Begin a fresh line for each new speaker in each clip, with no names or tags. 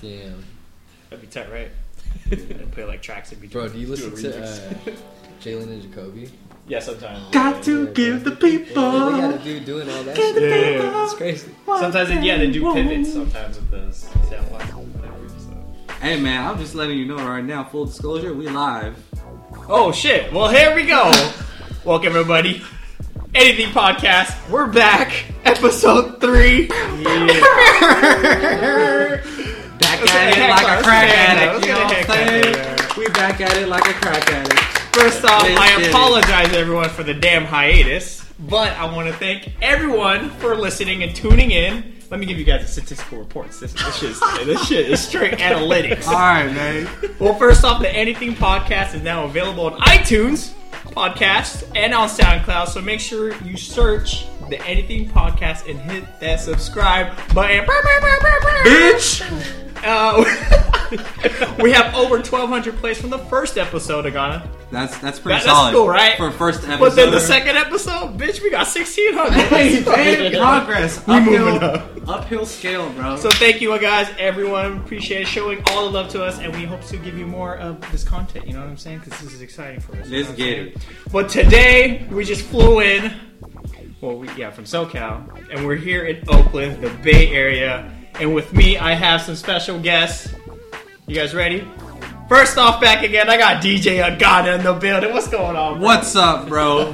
Damn,
That'd be tight, right? and play like tracks in between.
bro, do you
a
listen to
remix.
uh, Jalen and Jacoby?
Yeah, sometimes.
Got to give the
Yeah, they got
people.
a dude doing all that
Yeah,
shit.
yeah, yeah.
It's crazy.
Sometimes, they, yeah, they do pivots sometimes with the sound block or whatever. So.
Hey man, I'm just letting you know right now. Full disclosure, we live.
Oh shit! Well, here we go. Welcome everybody. Anything podcast. We're back. Episode three.
Back
was gonna
at it
heckle, I
like a
was
crack
gonna heckle, I
addict.
was
You know
gonna
what I'm
heckle,
saying? We back at it like a crack addict.
First off,
Let's
I
get it.
apologize everyone for the damn hiatus, but I want to thank everyone for listening and tuning in. Let me give you guys a statistical report. This, this, shit, is- this shit is straight analytics.
All right, man.
Well, first off, the Anything Podcast is now available on iTunes Podcast and on SoundCloud. So make sure you search the Anything Podcast and hit that subscribe button.
Bitch.
Uh, we have over 1,200 plays from the first episode, Agana.
That's that's pretty
That,
solid.
that's cool, right?
For first episode.
But then the second episode, bitch, we got 1,600.
Hey, babe, progress.
We
uphill,
moving up.
uphill scale, bro.
So thank you guys, everyone. Appreciate showing all the love to us, and we hope to give you more of this content. You know what I'm saying? Because this is exciting for us. you
Let's
know what I'm
get
saying?
it.
But today we just flew in. Well, we, yeah, from SoCal, and we're here in Oakland, the Bay Area. And with me, I have some special guests. You guys ready? First off, back again, I got DJ Agata in the building. What's going on? bro?
What's up, bro?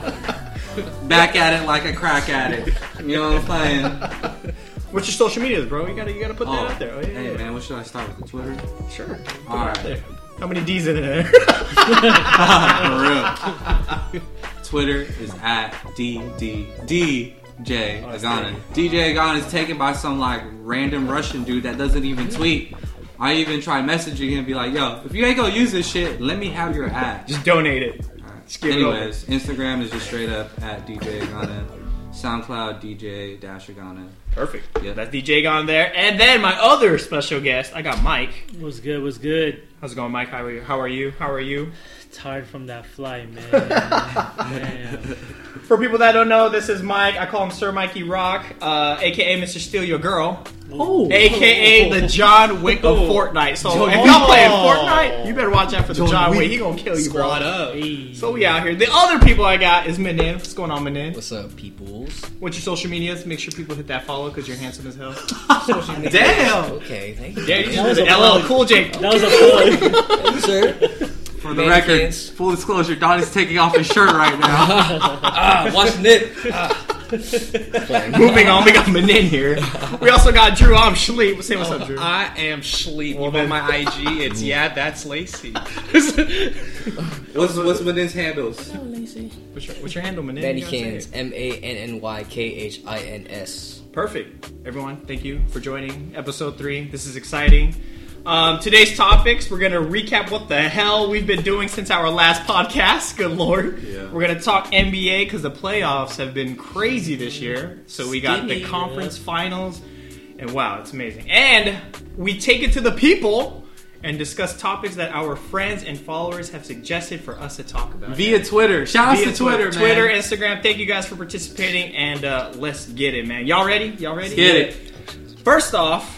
Back at it like a crack addict. You know what I'm saying?
What's your social medias, bro? You gotta, you gotta put that
Oh,
out there. Oh, yeah,
hey
yeah.
man, what should I start with? The Twitter?
Sure. Put it
All
out
right.
there. How many D's in there?
For real. Twitter is at DDDJ Agana. DJ Agana is taken by some like random Russian dude that doesn't even tweet. I even try messaging him and be like, yo, if you ain't gonna use this shit, let me have your ad.
Just donate it. Just give it over.
Anyways, Instagram is just straight up at DJ Agana. SoundCloud DJ Dash Agana.
Perfect.
Yeah.
Yeah, that's DJ gone there. And then my other special guest, I got Mike.
What's good? What's good?
How's it going, Mike? How are you? How are you? How are you?
Tired from that flight, man. man.
For people that don't know, this is Mike. I call him Sir Mikey Rock, uh, aka Mr. Steal Your Girl,
Oh,
aka the John Wick of
Oh.
Fortnite. So if
John-
y'all playing Fortnite, you better watch out for the John, Wick. He gonna kill you, bro.
Squad up.
Hey.
So we out here. The other people I got is Menin. What's going on, Menin?
What's up, peoples?
What's your social medias? Make sure people hit that follow because you're handsome as hell.
Damn!
Okay, thank you.
Yeah, you
That was
just did
a
LL
pun.
Cool J.
that was a pun.
Thank you, sir.
For the
Manny
record,
fans.
full disclosure, Don is taking off his shirt right now.
Ah, watching it. Ah.
Moving on, we got Menin here. We also got Drew Om Shleep. Say what's up, Drew.
Oh, I am sleep.
Well,
You
then-
want my IG? It's yeah, that's Lacey.
what's what's with his handles?
What's your, what's your handle, Manin?
Manny
You gotta say
Cans,
it.
M A N N Y K H I N S.
Perfect. Everyone, thank you for joining episode three. This is exciting. Um, today's topics, we're going to recap what the hell we've been doing since our last podcast. Good lord.
Yeah.
We're going to talk NBA because the playoffs have been crazy this year. So we got the
Skinny.
conference finals. And wow, it's amazing. And we take it to the people and discuss topics that our friends and followers have suggested for us to talk about.
Via Twitter. Shout outs
Via
to Twitter, man.
Twitter, Instagram. Thank you guys for participating, and uh, let's get it, man. Y'all ready? Y'all ready?
Get it.
First off,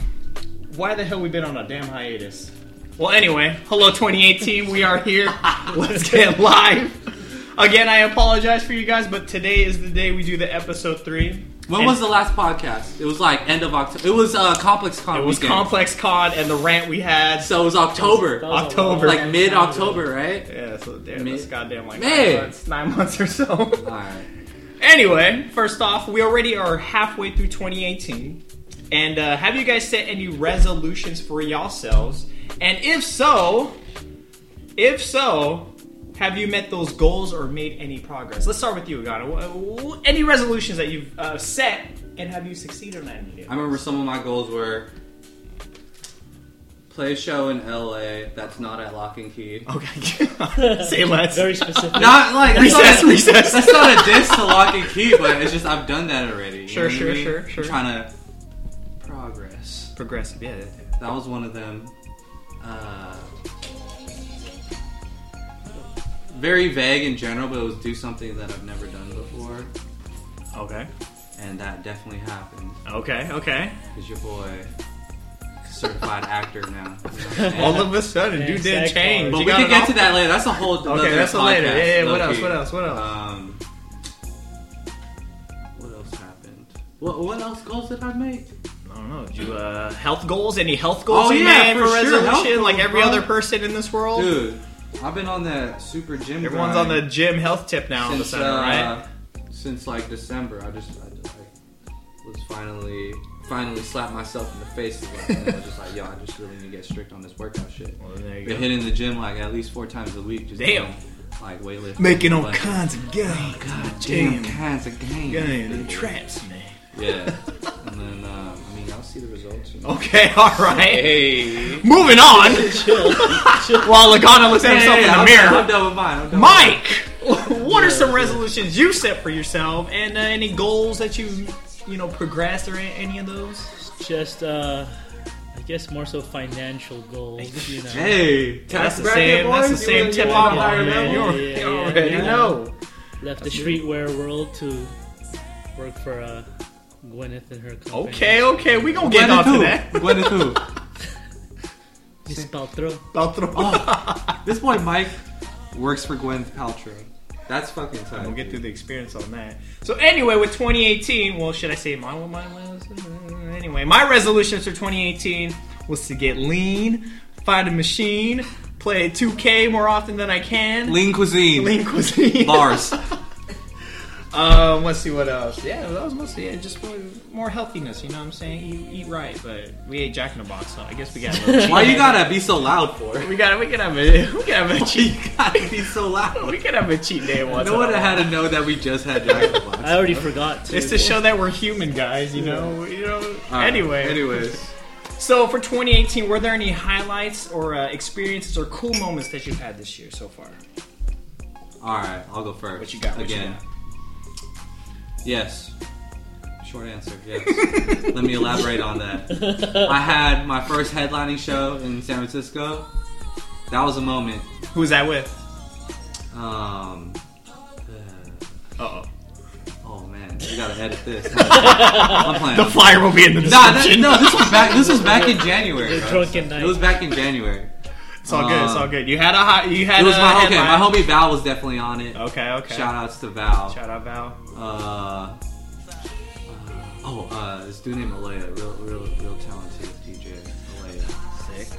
why the hell we been on a damn hiatus? Well, anyway, hello 2018. We are here. Let's get live. Again, I apologize for you guys, but today is the day we do the episode three.
When
And
was the last podcast? It was like end of October. It was uh, Complex Con.
It was
weekend.
Complex Con and the rant we had.
So it was October.
That was a
October.
long
like
time
mid
ago.
October, right?
yeah, so damn,
Me-
that's goddamn like
Man.
nine months, nine months or so.
Alright.
Anyway, first off, we already are halfway through 2018. And uh, have you guys set any resolutions for yourselves? And if so, if so, have you met those goals or made any progress? Let's start with you, Agata. Any resolutions that you've uh, set, and have you succeeded on any of
I
them?
remember some of my goals were play a show in LA that's not at Lock and Key.
Okay. Say less.
Very specific.
Not like that's
Recess,
not a,
recess.
That's not a diss to Lock and Key, but it's just I've done that already. You
Sure,
know what I
sure,
mean?
sure,
I'm
sure.
trying to progress.
Progressive, yeah.
That was one of them. Uh, very vague in general, but it was do something that I've never done before,
Okay.
and that definitely happened
Okay, okay.
because your boy certified actor now.
All of a sudden,
Yeah,
dude didn't
exact
change.
bar.
But
You
we
got
can
it
get
all-
to that later. That's a whole
Okay,
other
that's a
podcast,
later. Yeah, yeah, what
low-key.
else? What else? What else?
Um, what else happened? What, what else goals did I make?
I don't know. Do you, uh, health goals? Any health goals
Oh,
you
yeah,
made for,
for sure.
resolution?
Health goals,
like every
bro.
other person in this world?
Dude, I've been on that super gym.
Everyone's on
grind
the gym health tip now all of a
since,
sudden, right?
uh, Since like December, I just I, just, like, was finally finally slapped myself in the face. with it. And I was just like, yo, I just really need to get strict on this workout shit.
Well, there you
Been
go.
hitting the gym like at least four times a week. Just
Damn.
doing, like weightlifting,
Making all
like,
kinds of guns.
damn
Damn.
kinds of games.
Gun and traps, man.
Yeah. and then, um, I mean, I'll see the results. You know?
Okay, all right.
Hey.
Moving on. While Logano looks at himself in the
I'm,
mirror.
I'm done with mine. I'm done with mine.
Mike, what are some resolutions you set for yourself, and uh, any goals that you, you know, progressed or a- any of those?
Just, uh, I guess more so financial goals, you know.
Hey,
That's
tax
the
bracket,
same. That's the
boys, you
same
wanna-
tip
you
I'm
wanna
on,
higher
hire
man.
them?
You
level?
already-
Yeah,
you
yeah,
already
yeah.
know.
Left the streetwear world to work for uh, Gwyneth and her company.
Okay, okay, we gonna get off to that.
Gwyneth who?
Miss Paltrow.
I'll throw-
This boy Mike works for Gwyneth Paltrow. That's fucking tight.
We'll get through the experience on that. So anyway, with 2018, well, should I say my what mine was? Uh, Anyway, my resolutions for 2018 was to get lean, find a machine, play 2K more often than I can.
Lean cuisine.
Lean cuisine.
Bars.
Um, let's see what else. Yeah, that was mostly it. Just more, more healthiness, you know what I'm saying? Eat, eat right, but we ate Jack in the Box, so I guess we got a little cheat.
Why you gotta be so loud for?
We got we can have a we can have a cheat.
gotta be so loud.
We can have a cheat day once.
No one
in a
had to know that we just had Jack in the Box.
Uh,
I already forgot to.
It's to show that we're human, guys. You know, you know.
All right,
Anyway,
Anyways.
So for 2018, were there any highlights or uh, experiences or cool moments that you've had this year so far?
Alright, I'll go first.
What you got, what you
Again. Yes. Short answer, yes. Let me elaborate on that. I had my first headlining show in San Francisco. That was a moment.
Who was that with?
Um,
Uh
uh,
oh.
Oh man, we gotta edit this. I'm playing.
The flyer will be in the
Nah, that,
description.
no, this was back. This was back in January. bro.
drunken
It was
night.
back in January.
it's all good. It's all good. You had a hot. You had
It was
a
my okay. My
headline.
homie Val was definitely on it.
uh, Okay. Okay.
Shout outs to Val.
Shout out Val.
Uh, oh, uh, this dude named Alea, real, real, real talented DJ. Alea. Um,
Sick.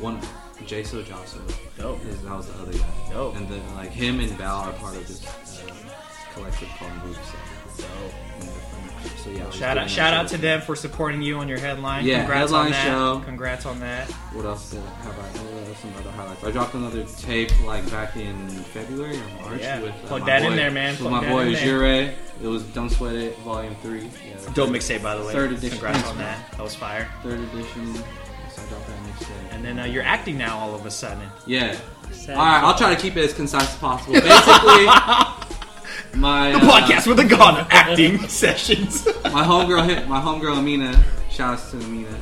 One, Jaso Jaso.
Dope.
Is- That was the other guy.
Dope.
And then like him and Val are part of this uh, collective called Group Set. So, so yeah. I
Shout
was doing that
out. Shout out
show.
to them for supporting you on your headline.
Yeah,
Congrats on
headline
that.
show.
Congrats on that.
What else did I have? I, what else some other highlights. I dropped another tape like back in February or March.
Yeah,
With, uh,
plug
my
that in
boy-
there, man.
With
Plug
my
that
boy
in there.
Jure. It was Don't Sweat It, Volume Three. Yeah,
Dope mixtape, by the way.
Third edition.
Congrats on that. That was fire.
Third edition. So I dropped that mixtape.
And then uh, you're acting now all of a sudden.
Yeah.
Sad.
All right, I'll try to keep it as concise as possible. Basically, my
The
uh,
podcast with the god of acting sessions.
my homegirl hit my homegirl Amina. Shouts to Amina.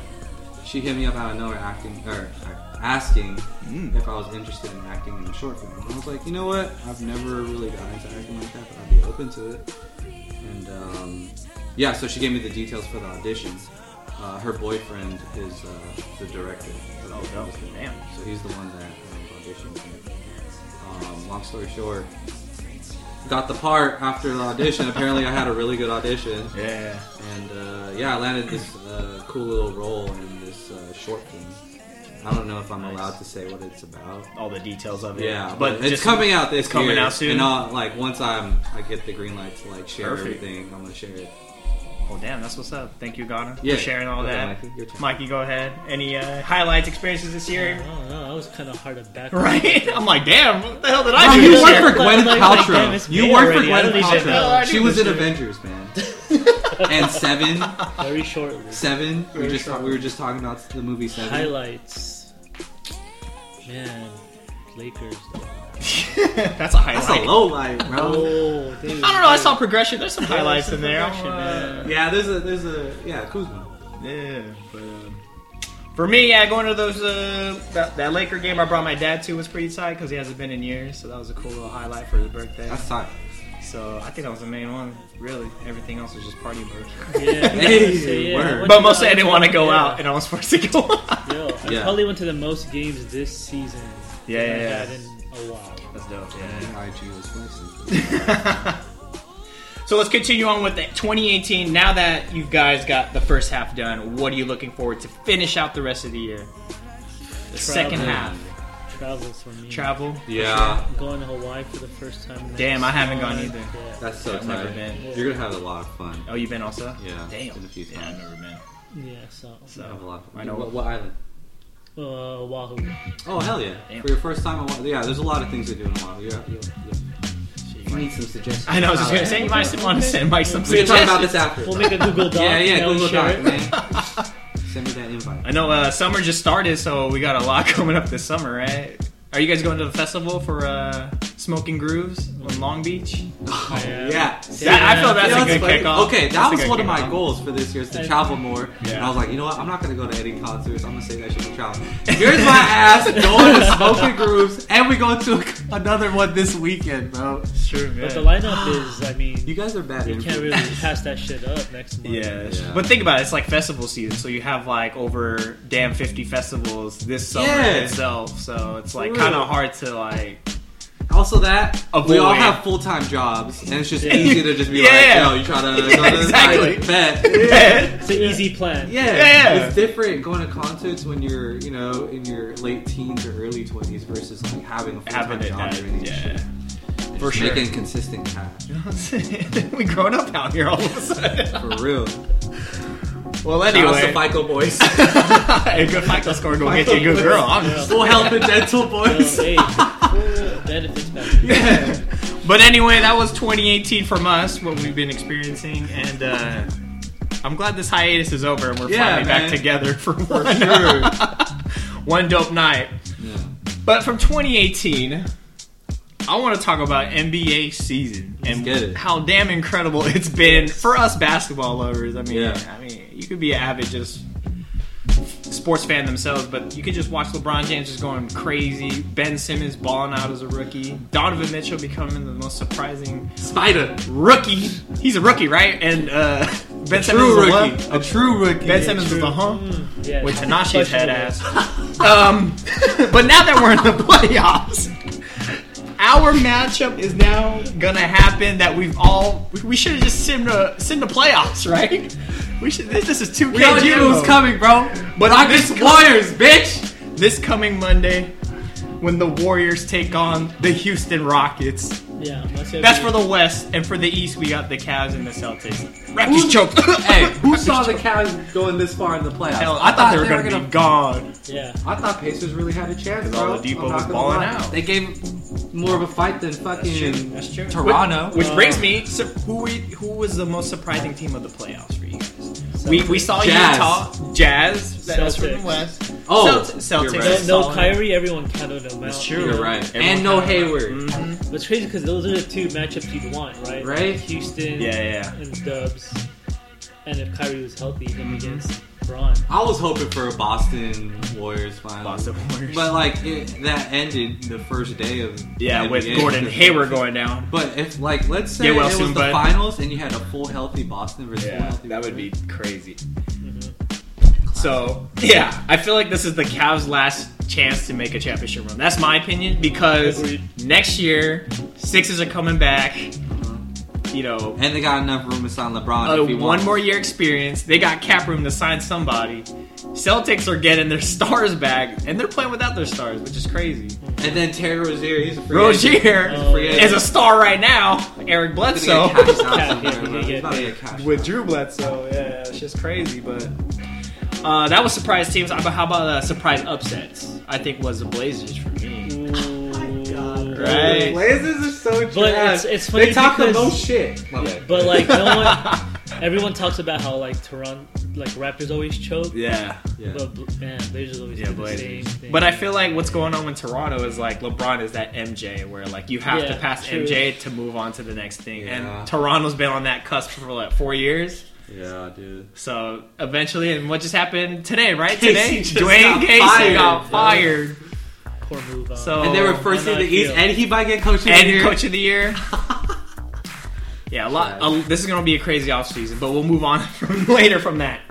She hit me up out of nowhere, acting or uh, asking if I was interested in acting in a short film. And I was like, you know what? I've never really gotten into acting like that, but I'd be open to it. And um, yeah, so she gave me the details for the audition. Uh, her boyfriend is uh, the director. Oh, That I was interested in.
Damn.
So he's the one that um, auditioned me. Um, long story short, got the part after the audition. Apparently, I had a really good audition.
Yeah.
And uh, yeah, I landed this uh, cool little role in this uh, short film. I don't know if I'm allowed to say what it's about.
all the details of it.
Yeah,
but
but it's
just-
coming out this
it's coming
year.
out soon?
And uh, like once I'm, I get the green light to like share
Perfect.
everything. I'm gonna share it.
Oh damn, that's what's up. Thank you, Ghana,
Yeah.
for sharing all
Okay,
that.
Mikey, your turn.
Mikey, go ahead. Any uh, highlights, experiences this
I
year?
don't know. That was kind of hard to back.
Right? I'm like, damn. What the hell did I
Bro,
do
Oh, you
this
work
year?
for Gwyneth
Like, like,
Paltrow.
damn, it's
you
me
work for
already. I
Gwyneth
don't even know
I
Paltrow.
do
She was
this
in
shit.
Avengers, man. and Seven,
Very shortly.
Seven. We
Very
just ta-
short.
we were just talking about the movie Seven.
Highlights. Man, Lakers.
That's a highlight.
That's a low light, bro.
Oh, they
Um, I don't know. I saw progression. There's some
there's
highlights
some
in there.
progression,
Uh,
Yeah, there's a there's a yeah Kuzma.
Yeah, but um, for me, yeah, going to those uh, that, that Laker game I brought my dad to was pretty tight because he hasn't been in years, so that was a cool little highlight for his birthday.
That's tight.
So I think that was the main one. Really, everything else was just party mode.
Yeah,
Hey,
so, yeah,
word.
I went
But
to-
mostly I didn't want to go
yeah.
out, and I was forced to go out.
Yo, I
Yeah.
probably went to the most games this season.
Yeah,
that I
yeah, yeah.
had in a while.
That's dope.
IG was wasted.
So let's continue on with the 2018. Now that you guys got the first half done, what are you looking forward to finish out the rest of the year? The second half.
Travels for me.
Travel.
Yeah,
Going to Hawaii for the first time. next
Damn, I haven't gone
month.
either.
Yeah.
that's so
I've never
tight.
been.
You're gonna have a lot of fun.
Oh, you've been also?
Yeah,
Damn.
been a few
Yeah, I've
times.
never been.
Yeah, so.
You're gonna have a lot of fun.
I know.
What, what island?
Uh, Oahu.
Oh hell yeah!
Damn.
For your first time, in Oahu- yeah. There's a lot of things to do in Oahu. Yeah, yeah, yeah. You need some suggestions.
I know. I was just gonna say you might want to send Mike some
We can talk about
suggestions.
this after.
We'll make a Google Doc.
yeah, yeah.
and I'll
Google
share
Doc,
it.
man. Send me that invite.
I know uh, summer just started, so we got a lot coming up this summer, right? Are you guys going to the festival for uh, Smoking Grooves on Long Beach?
Oh,
Yeah.
yeah.
That, I feel that's
You know
a
what's
good
funny?
kickoff.
Okay,
That's
that
a
was
good
one of my
kickoff.
goals for this year is to
I-
travel more. And
Yeah.
I was like, you know what? I'm not gonna go to any concerts. I'm gonna say that shit to travel. Here's my ass going to smoking grooves, and we go to another one this weekend, bro.
It's true, man.
But the lineup is, I mean,
You
you
guys are bad.
can't really pass that shit up next month.
Yeah.
Yeah.
But think about it, it's like festival season, so you have like over damn 50 festivals this summer
Yeah.
itself, so it's like
For
kind
real.
of hard to like.
Also, that we all
Avoid.
have full time jobs, and it's just
Yeah.
easy to just be
Oh, Yeah.
like, yo, you try to
Yeah,
go to
exactly.
like, bet.
Yeah.
It's an easy plan.
Yeah,
Yeah.
it's different going to concerts when you're, you know, in your late teens or early twenties versus like having a full time
Having it,
job.
guys.
doing this
Yeah.
shit.
For
Just
sure.
Making consistent cash.
You know what I'm saying? we grown up out here all of a sudden.
For real.
Well,
Shout out
anyway,
to FICO boys.
a good FICO score gonna get you a good girl. I'm
Yeah.
Full health and dental boys.
So, hey, benefits back.
Yeah.
But anyway, that was 2018 from us, what we've been experiencing, and uh, I'm glad this hiatus is over and we're
Yeah,
finally
man.
back together for,
For
one,
sure.
one dope night.
Yeah.
But from 2018, I want to talk about NBA season and
get it.
how damn incredible it's been for us basketball lovers. I mean,
Yeah.
I mean, you could be an avid just sports fan themselves, but you could just watch LeBron James just going crazy, Ben Simmons balling out as a rookie, Donovan Mitchell becoming the most surprising
Spider.
rookie. He's a rookie, right? And uh, Ben Simmons
True
is a
rookie.
love-
A true rookie.
Ben Simmons is
true.
a huh
Yeah,
with Tanashi's head ass.
questionable.
um, but now that we're in the playoffs, our matchup is now gonna happen. That we've all we- we should have just sim to sim to playoffs, right? We should. This, this is two
We don't
KG.
knew it was
mode.
coming, bro.
But
Rock
this
this Warriors, bitch.
This coming Monday, when the Warriors take on the Houston Rockets.
Yeah, that's,
That's for the West, and for the East, we got the Cavs and the Celtics. Raptors
Who-
choked.
Hey, who saw the Cavs going this far in the playoffs?
Hell, I thought they were gonna be gone.
Yeah,
I thought Pacers really had a chance,
'Cause
bro.
Oladipo
I'm not
was
gonna
balling
lie.
out.
They gave more of a fight than fucking
that's true.
Toronto.
Which brings me, so who were you- who was the most surprising team of the playoffs for you guys? We, we saw
Jazz.
Utah, Jazz, that was from the
Celtics.
West.
oh,
Celt-
you're
Celtics.
right.
no, no
solid.
Kyrie, everyone counted them out. That's
true.
You're right.
Everyone
and no
kinda- Mm-hmm.
Hayward.
But it's crazy because those are the two matchups you'd want, right?
Right?
Houston
Yeah, yeah,
and Dubs. And if Kyrie was healthy, him
Mm-hmm.
against Braun.
I was hoping for a Boston Warriors final.
Boston Warriors.
But like it, that ended the first day of
yeah,
the
with
NBA.
Gordon Hayward going down.
But if like let's say
Yeah, well,
it was
soon,
the
bud.
finals and you had a full healthy Boston versus full healthy
crazy. So yeah, I feel like this is the Cavs' last chance to make a championship run. That's my opinion because
Agreed.
next year Sixers are coming back. You know,
And they got enough room to sign LeBron
a
if he
one
wants.
more year experience. They got cap room to sign somebody. Celtics are getting their stars back, and they're playing without their stars, which is crazy.
And then Terry Rozier, he's a free agent.
Rozier
Oh,
Free
yeah.
is
agent.
a star right now. Eric
He's gonna
Bledsoe
get cashed out somewhere,
Yeah, he's gonna
bro.
get-
He's about to get cashed
with
out.
Drew Bledsoe. Yeah, it's just crazy. But uh, that was surprise teams. Uh, but How about uh, surprise upsets? I think was the Blazers for me.
The
Right.
Blazers are so trash.
it's- it's funny
They talk the
because-
most shit. My bad.
But like no one, everyone talks about how like Toronto, like Raptors always choke.
Yeah.
Yeah.
But bl- man, Blazers always
Yeah,
do the same
Blazers.
thing.
But I feel like what's going on in Toronto is like LeBron is that MJ where like you have
Yeah,
to pass
true.
MJ to move on to the next thing.
Yeah.
And Toronto's been on that cusp for like four years.
Yeah, dude.
So eventually, and what just happened today, right?
Casey
Today,
just
Dwayne
got
Casey
fired.
got fired.
poor move. On.
So
And they were first
I
in
know
the
Oh, I
East,
feel.
and he might get coached in
and
here.
coach of the year. Yeah, a lot. a- this is going to be a crazy offseason, but we'll move on from later from that.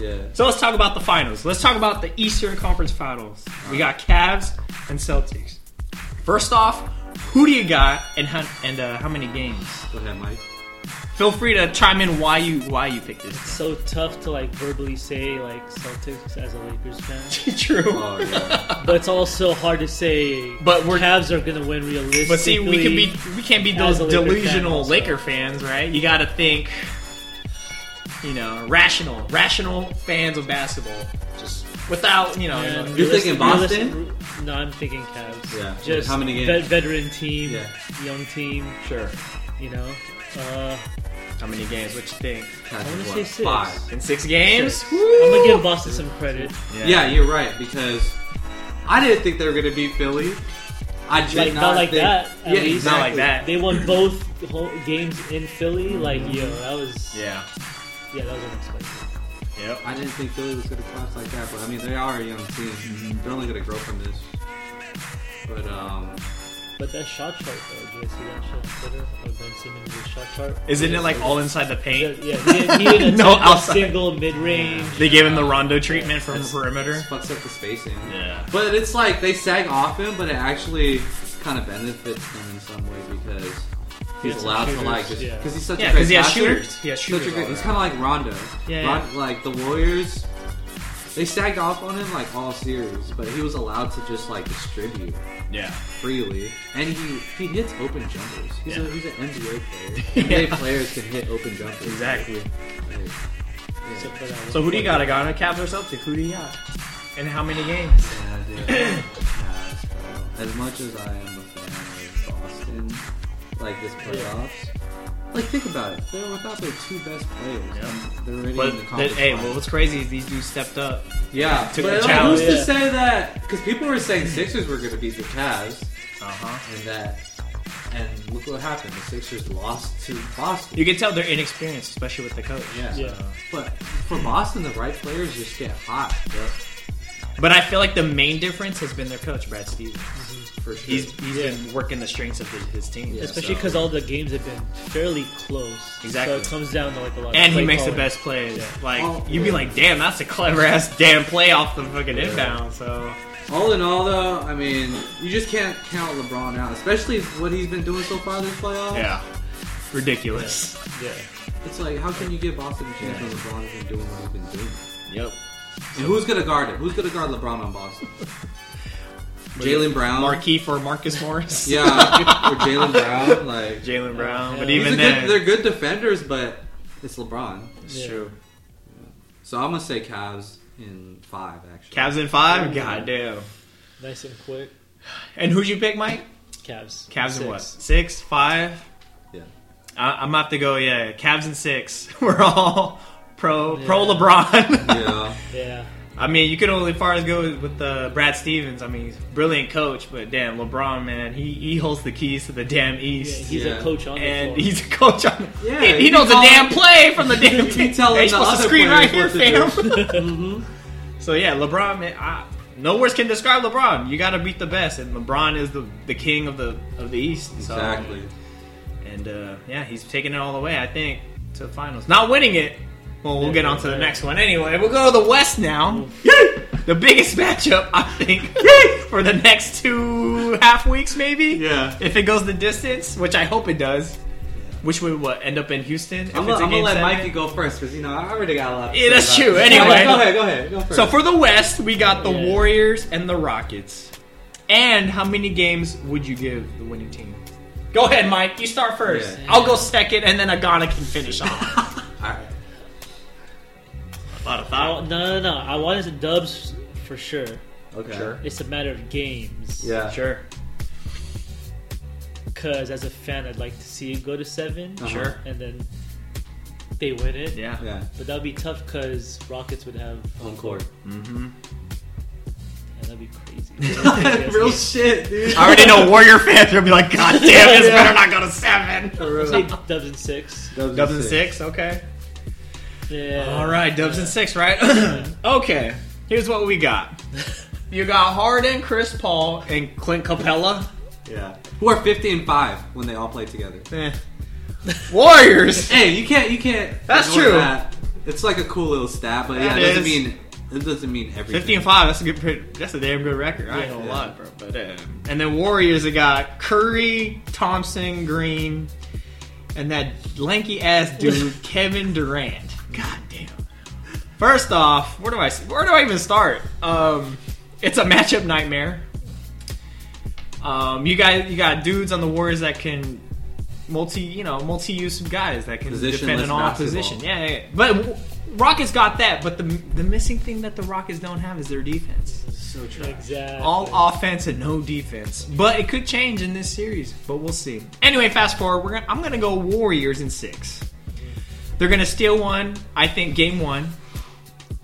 Yeah.
So let's talk about the finals. Let's talk about the Eastern Conference Finals. We got Cavs and Celtics. First off, who do you got and how, and uh, how many games?
Go ahead, Mike.
Feel free to chime in why you why you picked this.
So tough to like verbally say like Celtics as a Lakers fan,
True.
Oh yeah.
but it's also hard to say.
But we're-
Cavs are gonna win realistically.
But see, we can be we can't be
As
those
a Laker fan
delusional
also.
Laker fans, right? You got to think, you know, rational, rational fans of basketball. Just without, you know, you
And
know,
You're thinking
realistic-
Boston?
realistic- No, I'm thinking Cavs.
Yeah.
Just
How many
ve-
games?
veteran team,
Yeah.
young team.
Sure.
You know, uh,
how many games? What you think?
Cavs
wanna
is
say
what,
six.
Five.
In six games?
Six.
Woo!
I'm gonna give Boston some credit.
Yeah. you're right because I didn't think they were gonna beat Philly. I did
Like,
not,
not like
think-
that,
Yeah,
at least.
Not like
exactly.
that.
They won both whole games in Philly. Like, yo, that was yeah,
Yeah.
that was unexpected.
Yep.
I didn't think Philly was gonna collapse like that, but I mean they are a young team.
Mm-hmm.
They're only gonna grow from this. But um,
But that shot chart though, did you guys see that shit on Twitter of Ben Simmons' shot chart?
Isn't it like all inside the paint?
Yeah, he didn't, he didn't
No,
no, a
outside.
single mid-range.
They gave him the Rondo treatment from the perimeter.
it fucks up the spacing.
Yeah.
But it's like they sag off him, but it actually kind of benefits him in some way because he's
Yeah,
allowed to
shooters,
like just
yeah.
because he's such
Yeah,
a great
'cause he has
passer.
shooters. He has
Such
shooters
a great-
all
he's kind of like Rondo.
Yeah,
Ron- like the Warriors, they sagged off on him like all series, but he was allowed to just like distribute
Yeah.
freely, and he he hits open jumpers. He's, a,
Yeah.
he's an NBA player. NBA
Yeah.
players can hit open jumpers.
Exactly.
Like, yeah.
So, for that one.
So who do you got? I got a Cavs or Celtics. Who do you got? And how many games?
Yeah, dude. Cavs, bro. As much as I am a fan of Boston, like this playoffs, like think about it. They're without their two best players.
Yeah.
and They're already
But
in the
th-
conference.
hey,
finals.
well, what's crazy is these dudes stepped up.
yeah.
took
but
the
like, who's to
challenge.
say that? Because people were saying Sixers were going to beat the Cavs,
Uh huh.
and that, and look what happened. The Sixers lost to Boston.
You can tell they're inexperienced, especially with the coach.
yeah.
Yeah.
But for Boston, the right players just get hot. Bro.
But I feel like the main difference has been their coach, Brad Stevens.
Mm-hmm. For sure.
He's he's been working the strengths of his, his team,
Yeah.
so-
Especially because all the games have been fairly close.
Exactly.
So it comes down to like a lot. of
And he
play
makes the
calling.
best plays. Like
Oh,
you'd be
yeah.
like, damn, that's a clever ass damn play off the fucking inbound. So
All in all, though, I mean, you just can't count LeBron out, especially what he's been doing so far this playoff.
yeah, ridiculous.
Yeah.
It's like, how can you give Boston a chance when LeBron's been doing what he's been doing?
Yep.
And who's gonna guard him? Who's gonna guard LeBron on Boston? Jalen Brown.
Marquee Um, for Marcus Morris.
Yeah, or Jalen Brown. Like, he's
Jalen Brown.
Yeah.
But
He's
a
even
good,
then,
they're good defenders, but it's LeBron.
it's
Yeah.
true.
So I'm gonna say Cavs in five, actually.
Cavs in five. God damn.
Nice and quick.
And who'd you pick, Mike?
Cavs.
Cavs
Six.
in what? Six, five.
Yeah.
I- I'm about to go. Yeah, Cavs in six. We're all pro
Yeah.
pro LeBron.
Yeah.
Yeah.
I mean, you can only far as go with uh, Brad Stevens. I mean, he's a brilliant coach, but damn, LeBron, man, he, he holds the keys to the damn
yeah.
East.
He's
Yeah.
a coach on
and
the floor.
he's a coach on.
Yeah,
he, he
you
knows a
tell
damn
him-
play from the damn team.
tell
Yeah,
him
he's
the
supposed to
other
screen right here,
players
fam. Mm-hmm.
what to
So yeah, LeBron, man, I, no words can describe LeBron. You got to beat the best, and LeBron is the, the king of the of the East. So,
Exactly.
and uh, yeah, he's taking it all the way. I think to the finals, not winning it. Well, we'll get on to the next one anyway. We'll go to the West now. the biggest matchup, I think, for the next two half weeks, maybe.
Yeah.
If it goes the distance, which I hope it does, which would what end up in Houston? if
I'm
it's
gonna,
a
I'm gonna
game
let
seven?
Mikey go first because you know I already got a lot. to
Yeah,
say
that's
about
true.
this.
Anyway.
go ahead, go ahead, go first.
So for the West, we got the
Yeah.
Warriors and the Rockets. And how many games would you give the winning team? Go ahead, Mike. You start first.
Yeah.
I'll go second, and then Agana can finish off.
All right.
A lot of
I wa- no, no, no. I wanted some dubs for sure.
Okay.
Sure.
It's a matter of games.
Yeah.
Sure,
Because as a fan, I'd like to see it go to 7
Uh-huh.
sure.
and then they win it.
Yeah.
Yeah.
But that'd be tough because Rockets would have.
On court.
Yeah, that'd be crazy.
Real shit, dude.
I already know Warrior fans are gonna be like, God damn, this better not go to seven.
I'd say dubs and six.
Dubs and six, okay.
Yeah.
All right, Dubs and six, right? okay, here's what we got. You got Harden, Chris Paul, and Clint Capella.
Yeah. Who are 50 and 5 when they all play together.
Eh. Warriors.
Hey, you can't. You can't.
That's
ignore
true.
That. It's like a cool little stat, but yeah,
That
it doesn't
is.
mean it doesn't mean everything.
15 5, that's a good pre- that's a damn good record. I ain't gonna
Yeah.
lie, bro. But uh, and then Warriors they got Curry, Thompson, Green, and that lanky ass dude, Kevin Durant. God damn. First off, where do I where do I even start? Um it's a matchup nightmare. Um you got you got dudes on the Warriors that can multi you know, multi use guys that can defend
Positionless
in all
basketball.
position. Yeah, yeah, yeah. But w- Rockets got that, but the the missing thing that the Rockets don't have is their defense.
So true.
Exactly.
All offense and no defense. But it could change in this series, but we'll see. Anyway, fast forward, we're gonna, I'm going to go Warriors in 6. They're going to steal one, I think game 1.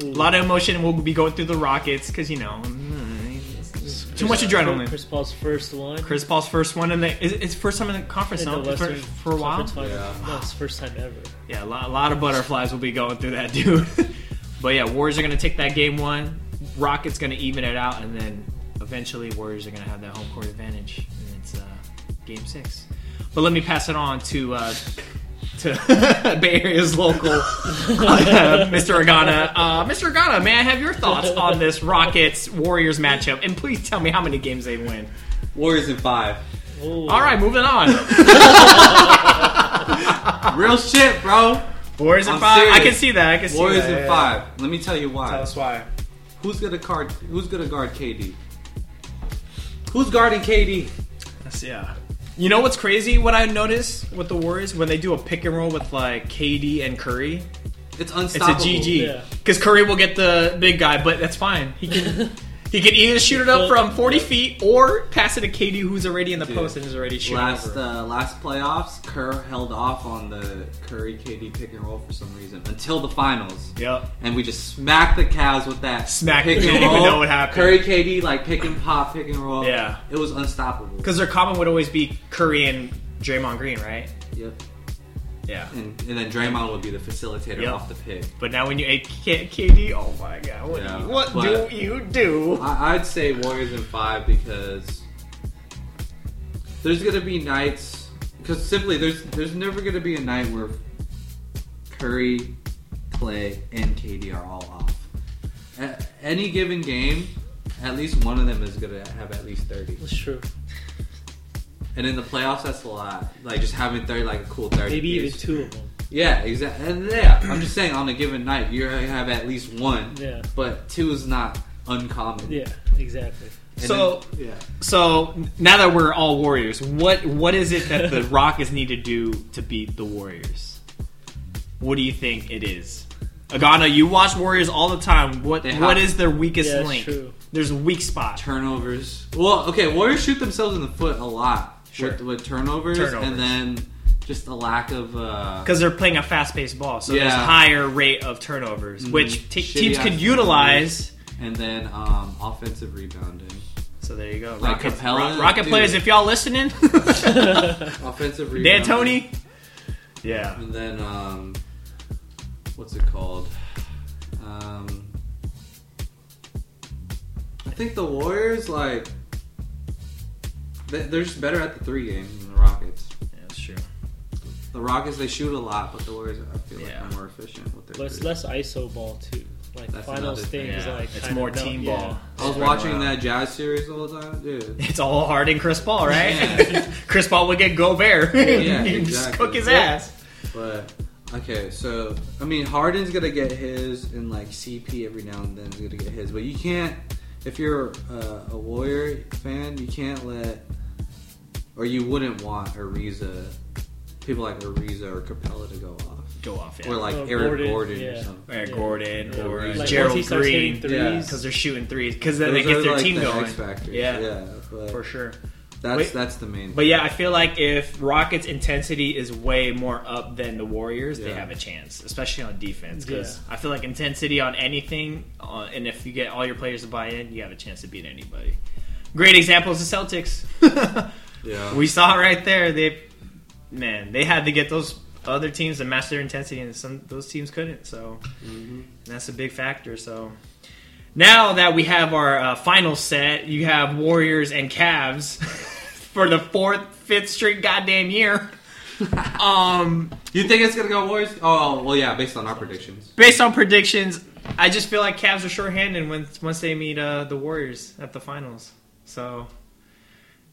A
Hmm.
lot of emotion we'll be going through the Rockets cuz you know, too much adrenaline.
Chris Paul's first one.
Chris Paul's first one in the it's- it's first time in the conference
in the
no? for,
Western
for a while.
Conference Finals. No, it's first time ever.
Yeah, a lot, a lot of butterflies will be going through that dude. but yeah, Warriors are going to take that game one. Rockets going to even it out, and then eventually Warriors are going to have that home court advantage, and it's uh, game six. But let me pass it on to uh, to Bay Area's local uh, Mr. Agana. Uh, Mr. Agana, may I have your thoughts on this Rockets Warriors matchup? And please tell me how many games they win.
Warriors in five.
Ooh.
All right, moving on.
Real shit, bro.
Warriors in
I'm
five. I
serious.
can see that. I can see
Warriors
that.
in five. Let me tell you why.
why.
Who's gonna guard? Who's gonna guard KD? Who's guarding KD?
Yeah. You know what's crazy? What I notice with the Warriors when they do a pick and roll with like KD and Curry,
It's
it's a
unstoppable.
Yeah.
GG because Curry will get the big guy, but that's fine. He can he can either shoot it up from 40 feet or pass it to KD who's already in the
Dude,
post and is already shooting.
Last
over.
uh, last playoffs, Kerr held off on the Curry KD pick and roll for some reason until the finals.
Yep.
And we just smacked the Cavs with that
Smack-
pick
we
and
didn't even
roll.
know what happened.
Curry KD like pick and pop, pick and roll.
Yeah.
it was unstoppable.
Because their common would always be Curry and Draymond Green, right?
Yep.
Yeah.
And, and then Draymond would be the facilitator
Yep.
off the pick.
But now when you ate K- KD, oh my god, what,
Yeah,
do, you, what
but-
do you do?
I, I'd say Warriors in five because there's gonna be nights because simply there's there's never gonna be a night where Curry, Clay, and KD are all off. A- any given game, at least one of them is gonna have at least thirty.
That's true.
And in the playoffs, that's a lot. Like just having thirty, like a cool thirty.
Maybe even
piece.
two of them.
Yeah, exactly. And yeah, I'm just saying on a given night, you have at least one.
Yeah.
But two is not uncommon.
Yeah, exactly.
And
So-
then- yeah.
So now that we're all Warriors, what what is it that the Rockets need to do to beat the Warriors? What do you think it is? Agana, you watch Warriors all the time. What
They
what
have-
is their weakest
Yeah, it's
link?
true.
There's a weak spot.
turnovers. Well, okay, Warriors shoot themselves in the foot a lot
Sure.
with, with turnovers,
Turnovers.
and then just a lack of. Uh,
Because they're playing a fast-paced ball, so there's
Yeah. Mm-hmm.
higher rate of turnovers, which te-
Shitty
teams could
ass
utilize.
and then um, offensive rebounding,
So there you go.
Like
Rockets,
Capella,
Ro- Rocket
dude.
players, if y'all listening,
offensive
Dan
rebounding.
Tony. Yeah.
and then um, what's it called? Um, I think the Warriors like they- they're just better at the three game than the Rockets.
that's true.
The Rockets they shoot a lot, but the Warriors I feel
Yeah.
like are more efficient with their.
But it's
threes.
less ISO ball too. Like
That's
finals
another thing.
thing is
Yeah,
like
it's
kinda
more
not-
team
yeah.
ball.
I was
Spread
watching
around.
that Jazz series all the time, dude.
It's all Harden, Chris Paul, right?
Yeah.
Chris Paul would get Gobert.
Yeah,
He'd just
exactly.
cook his
Yeah.
ass.
But okay, so I mean, Harden's gonna get his, and like CP every now and then is gonna get his. But you can't, if you're uh, a Warrior fan, you can't let, or you wouldn't want Ariza, people like Ariza or Capella to go off,
Go off, yeah.
or like
Or
Eric
Gordon,
Gordon,
yeah.
or something.
Or
Yeah.
Gordon
Yeah.
or
Like, once
Gerald
he starts
Green.
hitting
Because
threes-
Yeah.
they're shooting threes. Because then they
Those
get
are,
their
like,
team
the
going.
X factors.
Yeah.
yeah, but
For sure.
that's
Wait.
that's the main.
But yeah, I feel like if Rockets' intensity is way more up than the Warriors, they
Yeah.
have a chance, especially on defense. Because I feel like intensity on anything, uh, and if you get all your players to buy in, you have a chance to beat anybody. Great example is the Celtics.
yeah.
We saw it right there. They, man, they had to get those other teams to match their intensity, and some those teams couldn't. So that's a big factor. So now that we have our uh, final set, you have Warriors and Cavs for the fourth, fifth straight goddamn year. Um,
You think it's gonna go Warriors? Oh well, yeah, based on our predictions.
based on predictions, I just feel like Cavs are shorthanded when once they meet uh, the Warriors at the finals. So,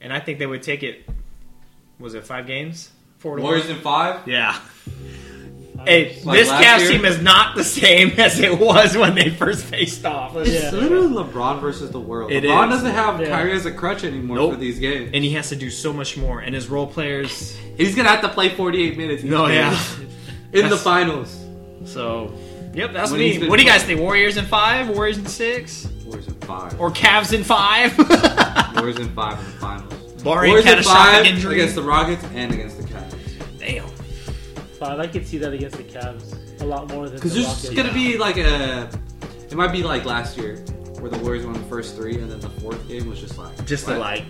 and I think they would take it. Was it five games? Four to one?
Warriors in five.
Yeah. Hey,
Like
this
last
Cavs
year?
team is not the same as it was when they first faced off.
It's
Yeah.
literally LeBron versus the world.
It
LeBron
is.
doesn't have
Yeah.
Kyrie as a crutch anymore
Nope.
for these games.
And he has to do so much more. And his role players.
He's gonna have to play 48 minutes. each
No,
game
yeah.
in the
That's-
finals.
So, yep, that's
When he's
me.
been-
What do you guys think? Warriors in five? Warriors in six?
Warriors in five.
Or Cavs in five?
Warriors in five in the finals.
Barring
Warriors in
catastrophic
five
injury.
against the Rockets and against the Cavs.
Damn.
Five. I could see that against the Cavs a lot more than
Because
the
there's just
Rockets.
gonna be like a. It might be like last year, where the Warriors won the first three, and then the fourth game was just like
Just
what?
a, like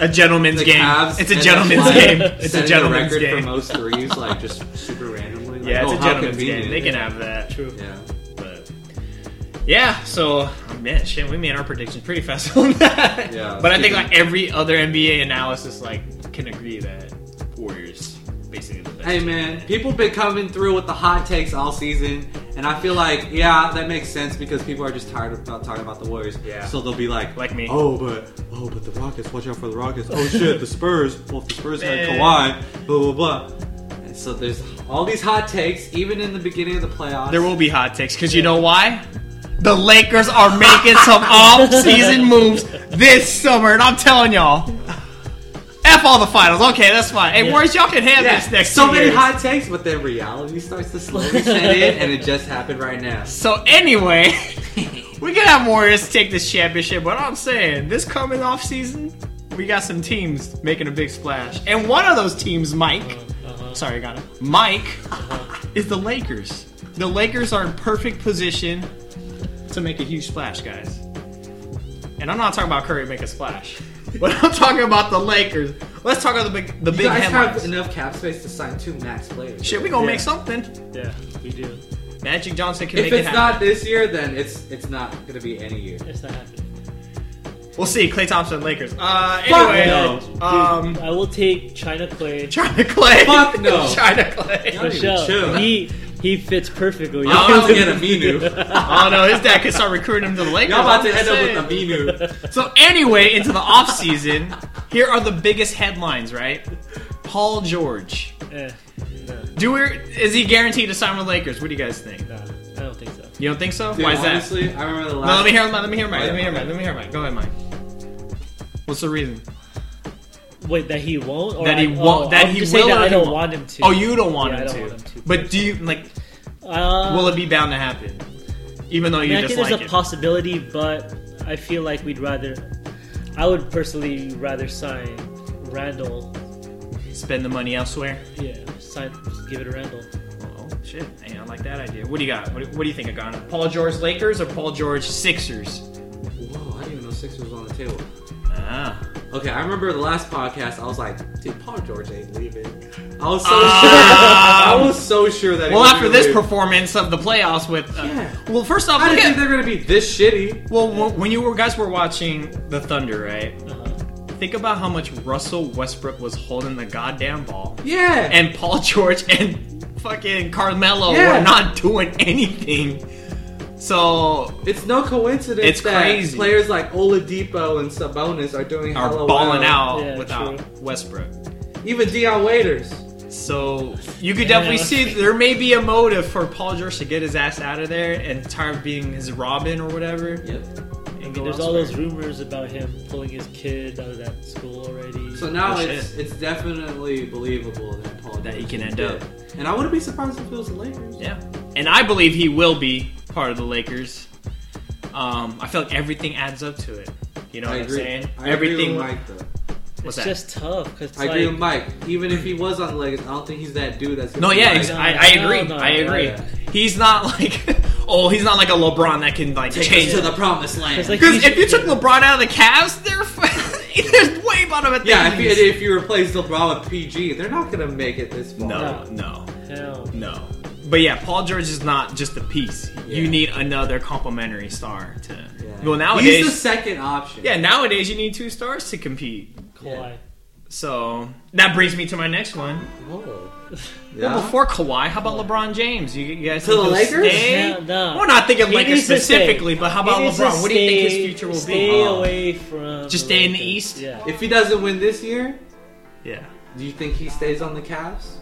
a gentleman's
The
game.
Cavs
it's a
end up
gentleman's
like
game. It's
setting
a
the
gentleman's
record
game.
for most threes, like just super randomly. Like,
yeah, it's
oh,
a
how
gentleman's game.
convenient.
They can have that.
True.
Yeah.
But yeah, so man, shit, we made our predictions pretty fast on that.
Yeah.
but I think like every other NBA analysis like can agree that Warriors basically the best.
Hey
team.
man, people been coming through with the hot takes all season, and I feel like yeah, that makes sense because people are just tired about talking about the Warriors.
Yeah.
So they'll be like,
Like me.
Oh, but oh, but the Rockets. Watch out for the Rockets. Oh shit, the Spurs. Well, if the Spurs had
Man.
Kawhi. Blah blah blah. And so there's all these hot takes, even in the beginning of the playoffs.
There will be hot takes because you know why? The Lakers are making some off-season moves this summer, and I'm telling y'all, f all the finals. Okay, that's fine. Hey,
Yeah.
Warriors, y'all can have this next.
so
two
many
years.
hot takes, but then reality starts to slowly set in, and it just happened right now.
So anyway, we can have Warriors take this championship, but I'm saying this coming off season, we got some teams making a big splash, and one of those teams, Mike.
Uh-huh.
Sorry, got it. Mike is the Lakers. The Lakers are in perfect position to make a huge splash, guys. And I'm not talking about Curry make a splash, but I'm talking about the Lakers. Let's talk about the big, the
You
big
guys
headlines.
have enough cap space to sign two max players.
Shit, we gonna
Yeah.
make something.
Yeah, we do.
Magic Johnson can
If
make it
it's
happen.
not this year, then it's it's not gonna be any year.
It's not happening.
We'll see. Clay Thompson, Lakers. Uh, anyway,
no.
um,
I will take China Clay.
China Clay.
Fuck no.
China Clay.
don't even
Michelle.
chill.
He he fits perfectly.
Y'all about to get a Minu.
oh no, his dad could start recruiting him to the Lakers.
Y'all about to
I'm
end up
saying.
with a Minu.
So anyway, into the off season, here are the biggest headlines. Right, Paul George.
Eh, no,
Do we? Is he guaranteed to sign with the Lakers? What do you guys think?
no, I don't think so.
You don't think so?
Dude,
Why is that?
honestly, I remember the
no, let
last.
me hear. Let me hear Mike.
Oh, yeah,
Let me hear
okay.
Mike. Let me hear Mike. Go ahead, Mike. What's the reason?
Wait, that he won't? Or
That he
I-
won't-
oh,
that
I'm
he
just saying
will or
that I
he
don't
won't?
want him to.
Oh, you don't want,
Yeah,
him,
I
to.
don't want him to.
But do you like?
Uh,
Will it be bound to happen? Even though
I
you
mean, I think
dislike
there's a
it.
possibility, but I feel like we'd rather. I would personally rather sign Randall.
Spend the money elsewhere.
Yeah, sign. Just give it to Randall.
Oh shit! Hey, I like that idea. What do you got? What do, what do you think, Agana? Paul George Lakers or Paul George Sixers?
Whoa, I didn't even know six was on the table.
Ah,
Okay, I remember the last podcast. I was like, dude, Paul George ain't leaving. I was so sure. I was so sure that.
Ah.
he
well,
was
after
gonna
this
leave.
performance of the playoffs with, uh,
Yeah.
well, first off,
I
look
didn't think
at,
they're gonna be this shitty.
well, wh- when you were guys were watching the Thunder, right?
Uh-huh.
Think about how much Russell Westbrook was holding the goddamn ball,
Yeah.
and Paul George and fucking Carmelo
Yeah.
were not doing anything. So
It's no coincidence
It's
that
crazy.
players like Oladipo and Sabonis are doing
are
hella
balling
well.
out
Yeah,
without
true.
Westbrook.
Even Dion Waiters.
So you could
Yeah.
definitely see there may be a motive for Paul George to get his ass out of there and tired of being his Robin or whatever.
Yep.
And
I mean,
go
there's all those
elsewhere.
rumors about him pulling his kid out of that school already.
So now
Oh,
it's it's definitely believable that Paul
That he
George
can
is
end
good.
up.
And I wouldn't be surprised if it was the Lakers.
Yeah, and I believe he will be part of the Lakers. Um, I feel like everything adds up to it. You know
I
what
agree.
I'm saying?
I
everything.
agree with Mike though.
what's
it's
that?
just tough because
I
like,
agree with Mike. Even if he was on the Lakers, I don't think he's that dude. That's gonna
no,
be
yeah,
like,
ex- I, I
No,
agree.
uh, no,
I agree.
yeah.
He's not like, oh, he's not like a LeBron that can like
take
change
us to the promised land.
It's like-
Because if you took LeBron out of the Cavs, they're there's way bottom at the
yeah, if you,
East.
if you replace LeBron with PG, they're not gonna make it this far.
No, no,
hell.
no. But yeah, Paul George is not just a piece.
Yeah.
You need another complementary star to.
Yeah.
Well,
he's the
nowadays,
second option.
yeah, nowadays you need two stars to compete.
Kawhi.
So that brings me to my next one. Well,
Yeah.
before Kawhi, how about LeBron James? You, you guys
To
think
the
he'll
Lakers?
Stay?
No, no.
We're not thinking
He
Lakers
needs to stay.
specifically, but how
He
about
needs to
LeBron? What do you think his
stay-
future will
Stay
be?
away from.
Just stay in the
Lakers.
East?
Yeah.
If he doesn't win this year,
Yeah.
do you think he stays on the Cavs?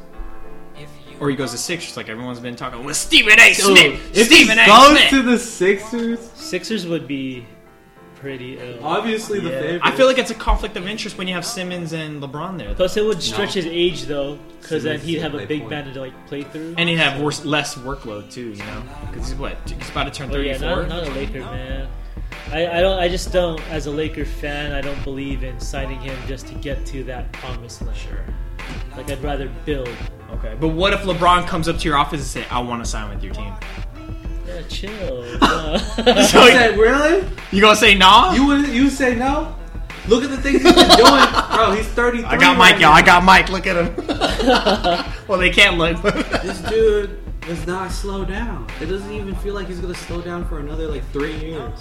Or he goes to Sixers, like everyone's been talking with Stephen A.
Dude,
Smith.
if
Stephen
he
A.
goes
Smith.
to the Sixers,
Sixers would be pretty ill.
obviously the
Yeah.
favorite.
I feel like it's a conflict of interest when you have Simmons and LeBron there, though.
Plus, it would stretch his age though, because then
Simmons
he'd have
play
a big
point.
band to like play through.
and you have worse, less workload too, you know, because he's what he's about to turn
But Oh, yeah,
thirty-four.
not, not a Laker man. I, I don't. I just don't. As a Laker fan, I don't believe in signing him just to get to that promised land.
sure.
Like I'd rather build.
Okay, but what if LeBron comes up to your office and say, "I want to sign with your team"?
Yeah, chill.
So-
Uh,
Oh,
You said, really?
You gonna say nah?
You would you say no? Look at the things he's been doing, bro. He's thirty three.
I got Mike, y'all. I got Mike. Look at him. well, they can't look.
This dude does not slow down. It doesn't even feel like he's gonna slow down for another like three years.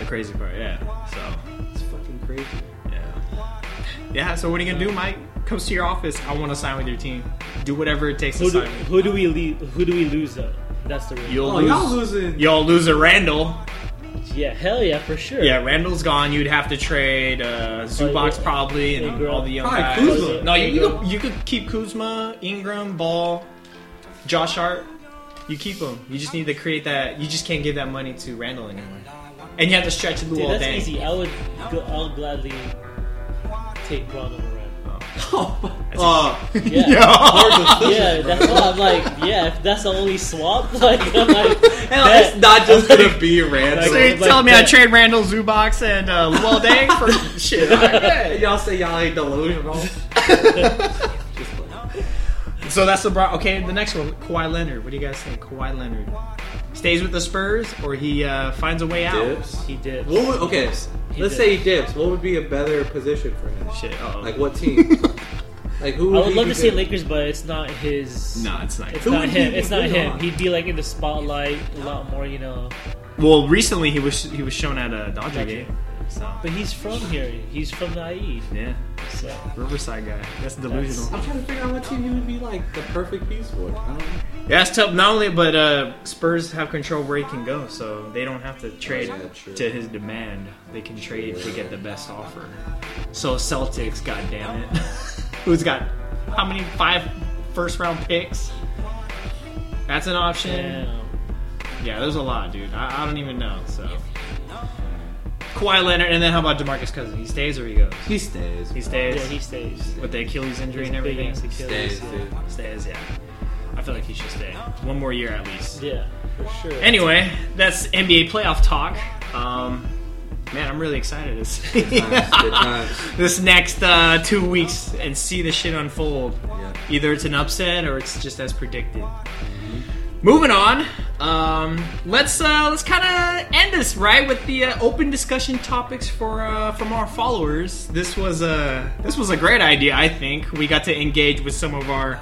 the crazy part, yeah. So,
It's fucking crazy.
yeah. Yeah. So, what are you gonna do, Mike? Comes to your office. I want to sign with your team. Do whatever it takes to
who, do,
sign. me.
who do we leave? Who do we lose though? That's the real.
You'll
Oh,
lose.
y'all losing.
Y'all lose a Randall.
Yeah, hell yeah, for sure.
Yeah, Randall's gone. You'd have to trade uh, Zubox
yeah.
probably, and
Ingram.
all the young
Probably
guys.
Kuzma.
No, you, you
Ingram.
could you could keep Kuzma, Ingram, Ball, Josh Hart. You keep them. You just need to create that. You just can't give that money to Randall anymore, and you have to stretch Lou
Dude,
all
that's
day.
easy. I would. Go, I'll gladly take Bron over Randall.
Oh, my- uh,
Yeah.
Yo.
Yeah, that's why I'm like, yeah, if that's the only swap, like, I'm like,
hell,
bet.
it's not just gonna be random.
So you're
Like
telling me I
that.
trade Randall, Zubox, and uh, Luol Deng for shit? all right.
Yeah, y'all say y'all ain't delusional.
So that's the bro. Okay, the next one, Kawhi Leonard. What do you guys think? Kawhi Leonard stays with the Spurs, or he uh, finds a way out?
Dips.
he did.
What would, okay,
He
let's
dips.
say he dips. What would be a better position for him?
Shit. Uh-oh.
Like what team? like who? Would
I would
he
love
be
to see
good-
Lakers, but it's not his.
no, it's not.
It's
Who
not
would he
him.
be
It's not
good
him.
on?
He'd be like in the spotlight a lot more, you know.
Well, recently he was he was shown at a Dodger
Dodger.
game. So
But he's from here. He's from the IE.
yeah,
So
Riverside guy. That's delusional.
I'm trying to figure out what team he would be like the perfect piece for. I don't know.
Yeah, that's tough. Not only, but uh, Spurs have control where he can go, so they don't have to trade
yeah, true.
to his demand. They can trade to get the best offer. So Celtics, god damn it, who's got how many five first round picks? That's an option.
damn.
Yeah, there's a lot, dude. I, I don't even know. So Kawhi Leonard, and then how about Demarcus Cousins? He stays or he goes?
He stays.
He
He
Yeah,
stays.
he stays.
with the Achilles injury
His
and
big
everything.
ass Achilles.
stays, dude.
Stays, yeah. I feel like he should stay. One more year at least.
Yeah, for sure.
Anyway, that's NBA playoff talk. Um, man, I'm really excited to see
times, good times.
this next uh, two weeks and see the shit unfold.
Yeah.
Either it's an upset or it's just as predicted. Moving on, um, let's uh, let's kind of end this right with the uh, open discussion topics for uh, from our followers. This was a this was a great idea. I think we got to engage with some of our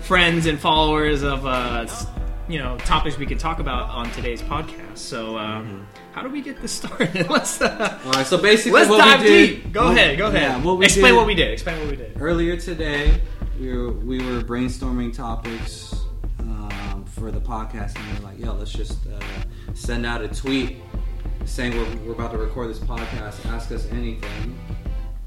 friends and followers of uh, s- you know topics we could talk about on today's podcast. So um, how do we get this started? let's uh,
Mm-hmm. All right, so basically,
let's
what
dive
we did,
deep. Go ahead, go ahead.
Yeah, what we
Explain
did
what we did. Explain what we did.
earlier today. We were, we were brainstorming topics um, for the podcast, and we are like, "Yo, let's just uh, send out a tweet saying we're, we're about to record this podcast. Ask us anything."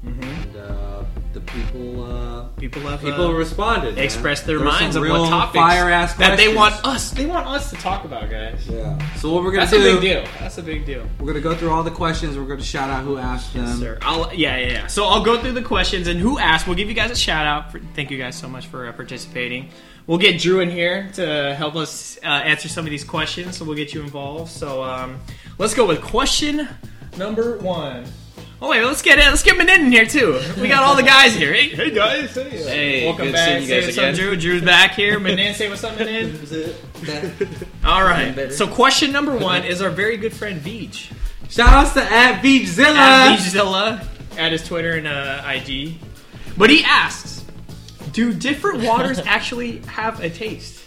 And uh, the people, uh,
Mm-hmm. People love
people
uh,
responded. man.
express their
There were
minds
some
of
real
what topics
fire-ass
that they
questions.
want us. They want us to talk about, guys.
Yeah. So what we're gonna
That's a
do?
big deal. That's a big deal.
We're gonna go through all the questions. We're gonna shout out who asked them.
Sir, I'll, yeah, yeah, yeah. So I'll go through the questions and who asked. We'll give you guys a shout out. For, thank you guys so much for uh, participating. We'll get Drew in here to help us uh, answer some of these questions. So we'll get you involved. So um, let's go with question number one. Oh wait, let's get it. Let's get Manin in here too. We got all the guys here. Hey, hey guys, hey, uh,
Hey,
welcome
good
back.
seeing you
Say
guys
what's
again.
up, Drew. Drew's back here. Manin, say what's up, Manin.
Shout
All
better.
right. So question number one is our very good friend Veej.
outs to at Beachzilla.
at Beachzilla at his Twitter and uh, IG. But he asks, do different waters actually have a taste?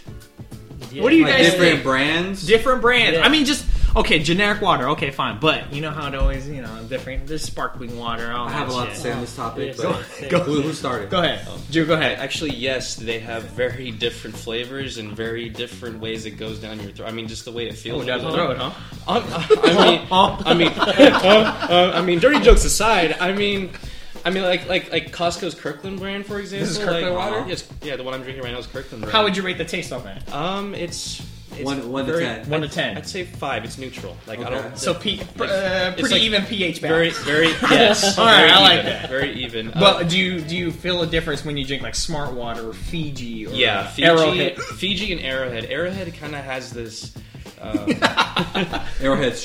Yeah.
What do you
like
guys
different
think?
brands.
Different brands.
Yeah.
I mean, just Okay, generic water. Okay, fine. But you know how it always, you know, different. There's sparkling water. All
I have a lot to say on this topic,
Yes.
but
Go-
who, who started?
Go ahead,
Oh.
Drew. Go ahead.
Actually, yes, they have very different flavors and very different ways it goes down your throat. I mean, just the way it feels.
down the throat, huh?
Um,
Oh,
I I mean, I mean, uh, uh, I mean, dirty jokes aside, I mean, I mean, like, like, like Costco's Kirkland brand, for example.
is Kirkland
like-
water?
Yes, yeah, the one I'm drinking right now is Kirkland brand.
How would you rate the taste on that?
Um, it's, it's
One- one to
very-
ten.
One to ten.
Uh, I'd say five. It's neutral. Like I
Okay.
don't.
So P, uh,
It's
pretty
like
even pH
very, uh,
balance.
very. Yes.
All right,
very
I like
even,
that.
Very even. Uh,
but do you do you feel a difference when you drink like Smart Water, or Fiji, or
yeah, Fiji,
Arrowhead?
Fiji and Arrowhead. Arrowhead kind of has this.
Arrowhead's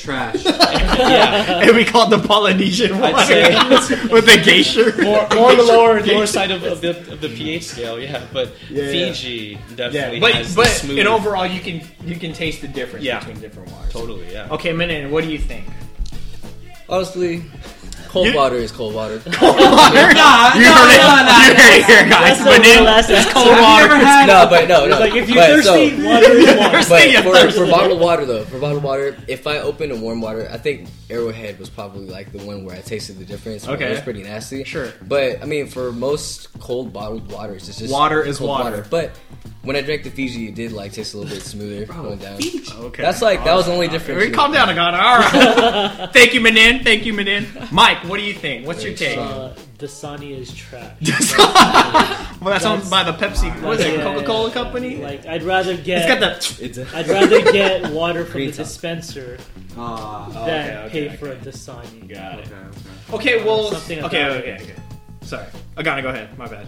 trash.
Yeah,
and we call it the Polynesian water
I'd say.
with the geisha.
more, more the lower lower side of, of the of the pH scale, yeah. But Fiji definitely
but
has the
but
smooth.
in overall, you can you can taste the difference
Yeah.
between different waters.
totally, yeah.
Okay, Menon, what do you think?
Honestly, cold
You-
water is cold water.
you heard it. you heard it here, guys.
That's the
Menon,
last
cold
episode.
water.
no, but no, no.
It's like if you're
but, so-
thirsty, water is water.
Thirsty, you're
but for,
thirsty.
for bottled water though, for bottled water, if I open a warm water, I think Arrowhead was probably like the one where I tasted the difference. where
Okay.
it was pretty nasty.
Sure.
but I mean, for most cold bottled waters, it's just
Water is
cold
water.
But when I drank the Fiji, it did like taste a little bit smoother going down.
Okay.
That's like that was the only difference.
We calm down, Agana. All right. Thank you, Menin. Thank you, Menin. Mike, what do you think? What's your take? Well,
Uh, Dasani is trash.
that's owned by the Pepsi. What is it?
Yeah,
Coca Cola
yeah,
Company.
Like I'd rather
it's
get
got the.
It's a,
I'd rather get water from the
Green top.
dispenser
Ah,
than
Oh, okay,
pay
okay,
for a Dasani.
Got
okay, okay.
Okay. Well.
Something
Okay.
about
Okay.
it.
Okay. Sorry, Agana. Go ahead. My bad.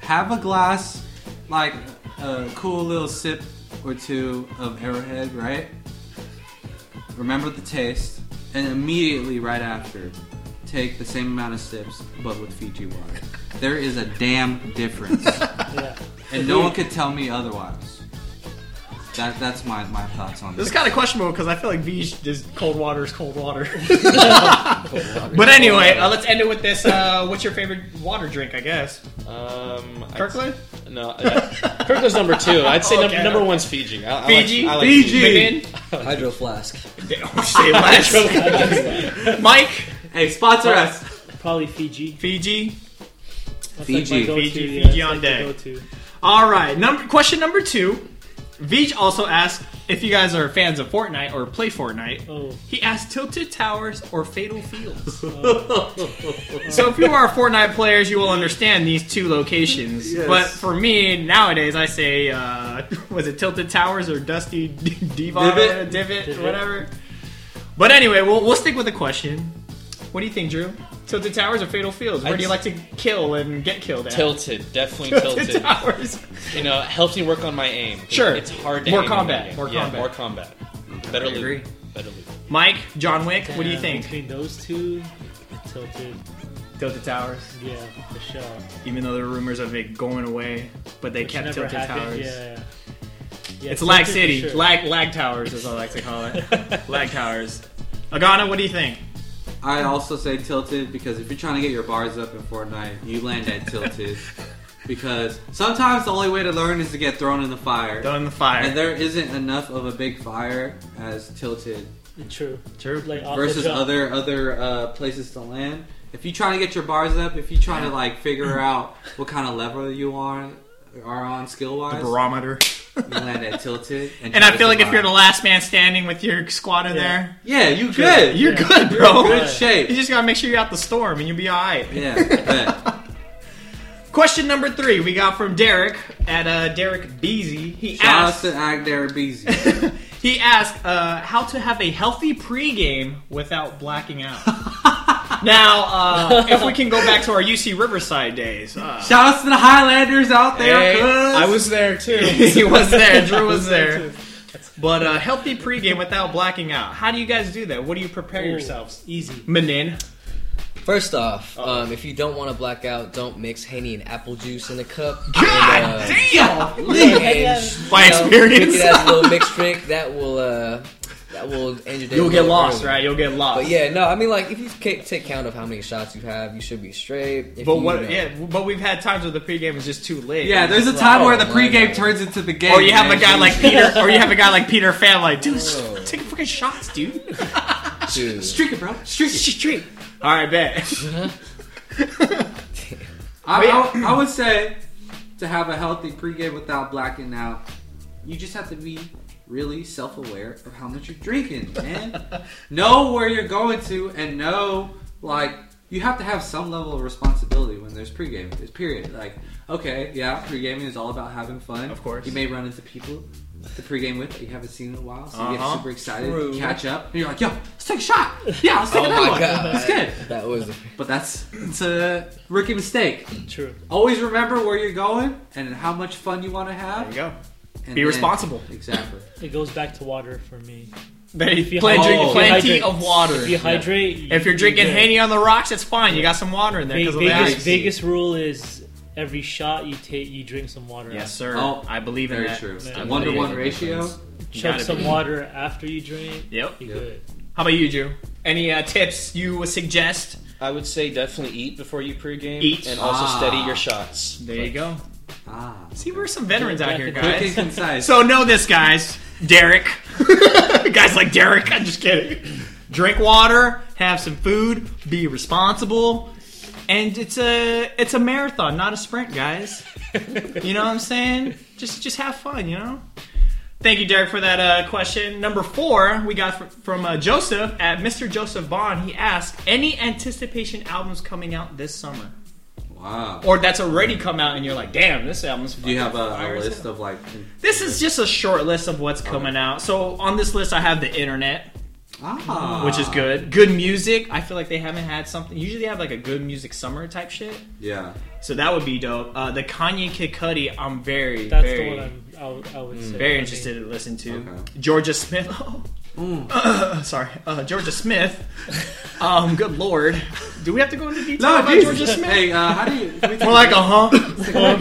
Have a glass, like a cool little sip or two of Arrowhead, right? Remember the taste, and immediately right after, take the same amount of sips but with Fiji water. There is a damn difference,
Yeah.
and no one could tell me otherwise. That, that's my, my thoughts on
This is
this.
kind of questionable because I feel like Vij is cold water is cold water. but anyway, uh, let's end it with this. Uh, what's your favorite water drink? I guess
Um, I'd-
Oh. Kirkland.
no, uh, Kirkland's number two. I'd say num-
Okay.
number one's Fiji. I, I
Fiji,
like, I like
Fiji,
Hydro flask.
Mike,
Hey, sponsor us!
Probably Fiji.
Fiji.
That's
Fiji.
Like my go-to,
Fiji,
yeah,
Fiji
that's
on
like
deck.
my go-to.
All right, number question number two. Veej also asked if you guys are fans of Fortnite or play Fortnite.
Oh.
He asked Tilted Towers or Fatal Fields. so if you are Fortnite players, you will understand these two locations. But for me nowadays, I say uh, was it Tilted Towers or Dusty Devon
Divot?
Divot, Divot,
Divot.
whatever. But anyway, we'll we'll stick with the question. What do you think, Drew? Tilted Towers or Fatal Fields? Where
I'd
do you like to kill and get killed at?
tilted, definitely tilted.
Towers.
You know, it helps me work on my aim.
Sure.
it's hard to
More
aim on
combat,
my aim.
more
yeah,
combat.
more combat. Better loot.
agree.
Better loot.
Mike, John Wick, what do you
Damn,
think?
Between those two, tilted.
Tilted Towers.
Yeah, for sure.
Even though there were rumors of it going away, but they
Which
kept
never
Tilted
happened.
Towers.
Yeah. yeah
It's
Tilted
Lag
for
City.
sure.
Lag Lag Towers is all I like to call it. lag Towers. Agana, what do you think?
I also say tilted because if you're trying to get your bars up in Fortnite, you land at tilted. Because sometimes the only way to learn is to get thrown in the fire.
Throw in the fire.
And there isn't enough of a big fire as tilted
True.
True.
Like off the
versus
jump.
other other uh, places to land. If you trying to get your bars up, if you trying to like figure out what kind of level you are are on skill
Mm-hmm. the
wise, you
barometer.
land at tilted.
And I
try to
feel like if you're the
survive.
last man standing with your squad in
Yeah.
there,
yeah, you good,
you're
Yeah.
good, bro.
good
You
shape.
just gotta make sure you're out the storm and you'll be alright.
Yeah, bet.
Question number three we got from Derek at uh, Derek Beasy. He
Shout out
asked
to Ag Darabisi.
He asked uh, how to have a healthy pregame without blacking out. now, uh, if we can go back to our UC Riverside days, uh,
Shout outs to the Highlanders out there.
Hey,
cuz.
I was there too.
he was there, Drew was there. But uh, healthy pregame without blacking out. How do you guys do that? What do you prepare
Ooh,
yourselves?
Easy.
Menin.
First off, um, if you don't want to black out, don't mix Henny and apple juice in a cup. And, uh,
God damn!
and,
By
you know,
experience.
drink it as a little mixed drink that will uh, that will end your day.
You'll get
real
lost,
early.
right? You'll get lost.
But yeah, no, I mean, like, if you ca- take count of how many shots you have, you should be straight. If
But
you,
what?
you know-
Yeah, but we've had times where the pregame is just too late.
Yeah,
It's
there's a
just
time
oh,
where the
my
pregame
God.
turns into the game.
like- or you have a
man.
guy like Peter, or you have a guy like Peter Fan, like, dude, s-
Whoa.
take fucking shots, dude.
Dude.
Streak it, bro. Streak it.
Street. All right, bet.
I,
But yeah.
I would- I would say to have a healthy pregame without blacking out, you just have to be really self-aware of how much you're drinking, man. know where you're going to, and know like you have to have some level of responsibility when there's pregame. It's period. Like, okay, yeah, pregaming is all about having fun.
Of course.
you may run into people. To pregame with that you haven't seen in a while, so you get
Uh-huh.
super excited,
True.
catch up, and you're like, "Yo, let's take a shot! Yeah, let's take
Oh
another
my
one.
God.
It's good."
That was.
But that's it's a rookie mistake.
True.
Always remember where you're going and how much fun you want to have.
There you go.
and
Be
then-
responsible.
Exactly.
It goes back to water for me.
If
you
plenty,
hydrate-
plenty
if you hydrate-
of water.
If you hydrate, you-
If you're drinking
good.
Haney on the rocks, it's fine. You got some water in there
Ve-
because of that.
Vegas, Vegas rule is every shot you take, you drink some water.
Yes, sir.
Oh,
I believe in
Very
that.
true.
I'm
one to
believing
one
in
ratio.
things.
after. Chug
Gotta
some
be.
water after you drink.
Yep.
You
Yep.
good.
How about you, Drew? Any uh, tips you would suggest?
I would say definitely eat before you pregame,
Eat.
and also
Ah.
steady your shots.
There you go.
Ah.
See, we're some veterans out here,
Quick
Quick and
guys.
concise.
So know this, guys. Derek. guys like Derek. I'm just kidding. Drink water. Have some food. Be responsible. And it's a it's a marathon, not a sprint, guys. You know what I'm saying? Just just have fun. You know. Thank you, Derek, for that uh, question. Number four, we got fr- from uh, Joseph at Mr. Joseph Bond. He asked, "Any anticipation albums coming out this summer,
wow.
or that's already come out, and you're like, damn, this album's."
Do you have a,
fire
a
as hell."
list of like?
This is just a short list of what's coming out. So on this list, I have the internet,
Ah.
which is good. Good music. I feel like they haven't had something. Usually, they have like a good music summer type shit.
Yeah.
So that would be dope. Uh, the Kanye Kid Cudi, I'm very,
That's
very, Mm,
the one I'm, I, would- I would say.
very
I
interested to listen to.
Okay.
Georgia Smith. sorry, uh, Georgia Smith. um, good lord. Do we have to go into detail
No,
about
Jesus.
Georgia Smith?
Hey, uh, how do you? can we
More
take-
like a huh.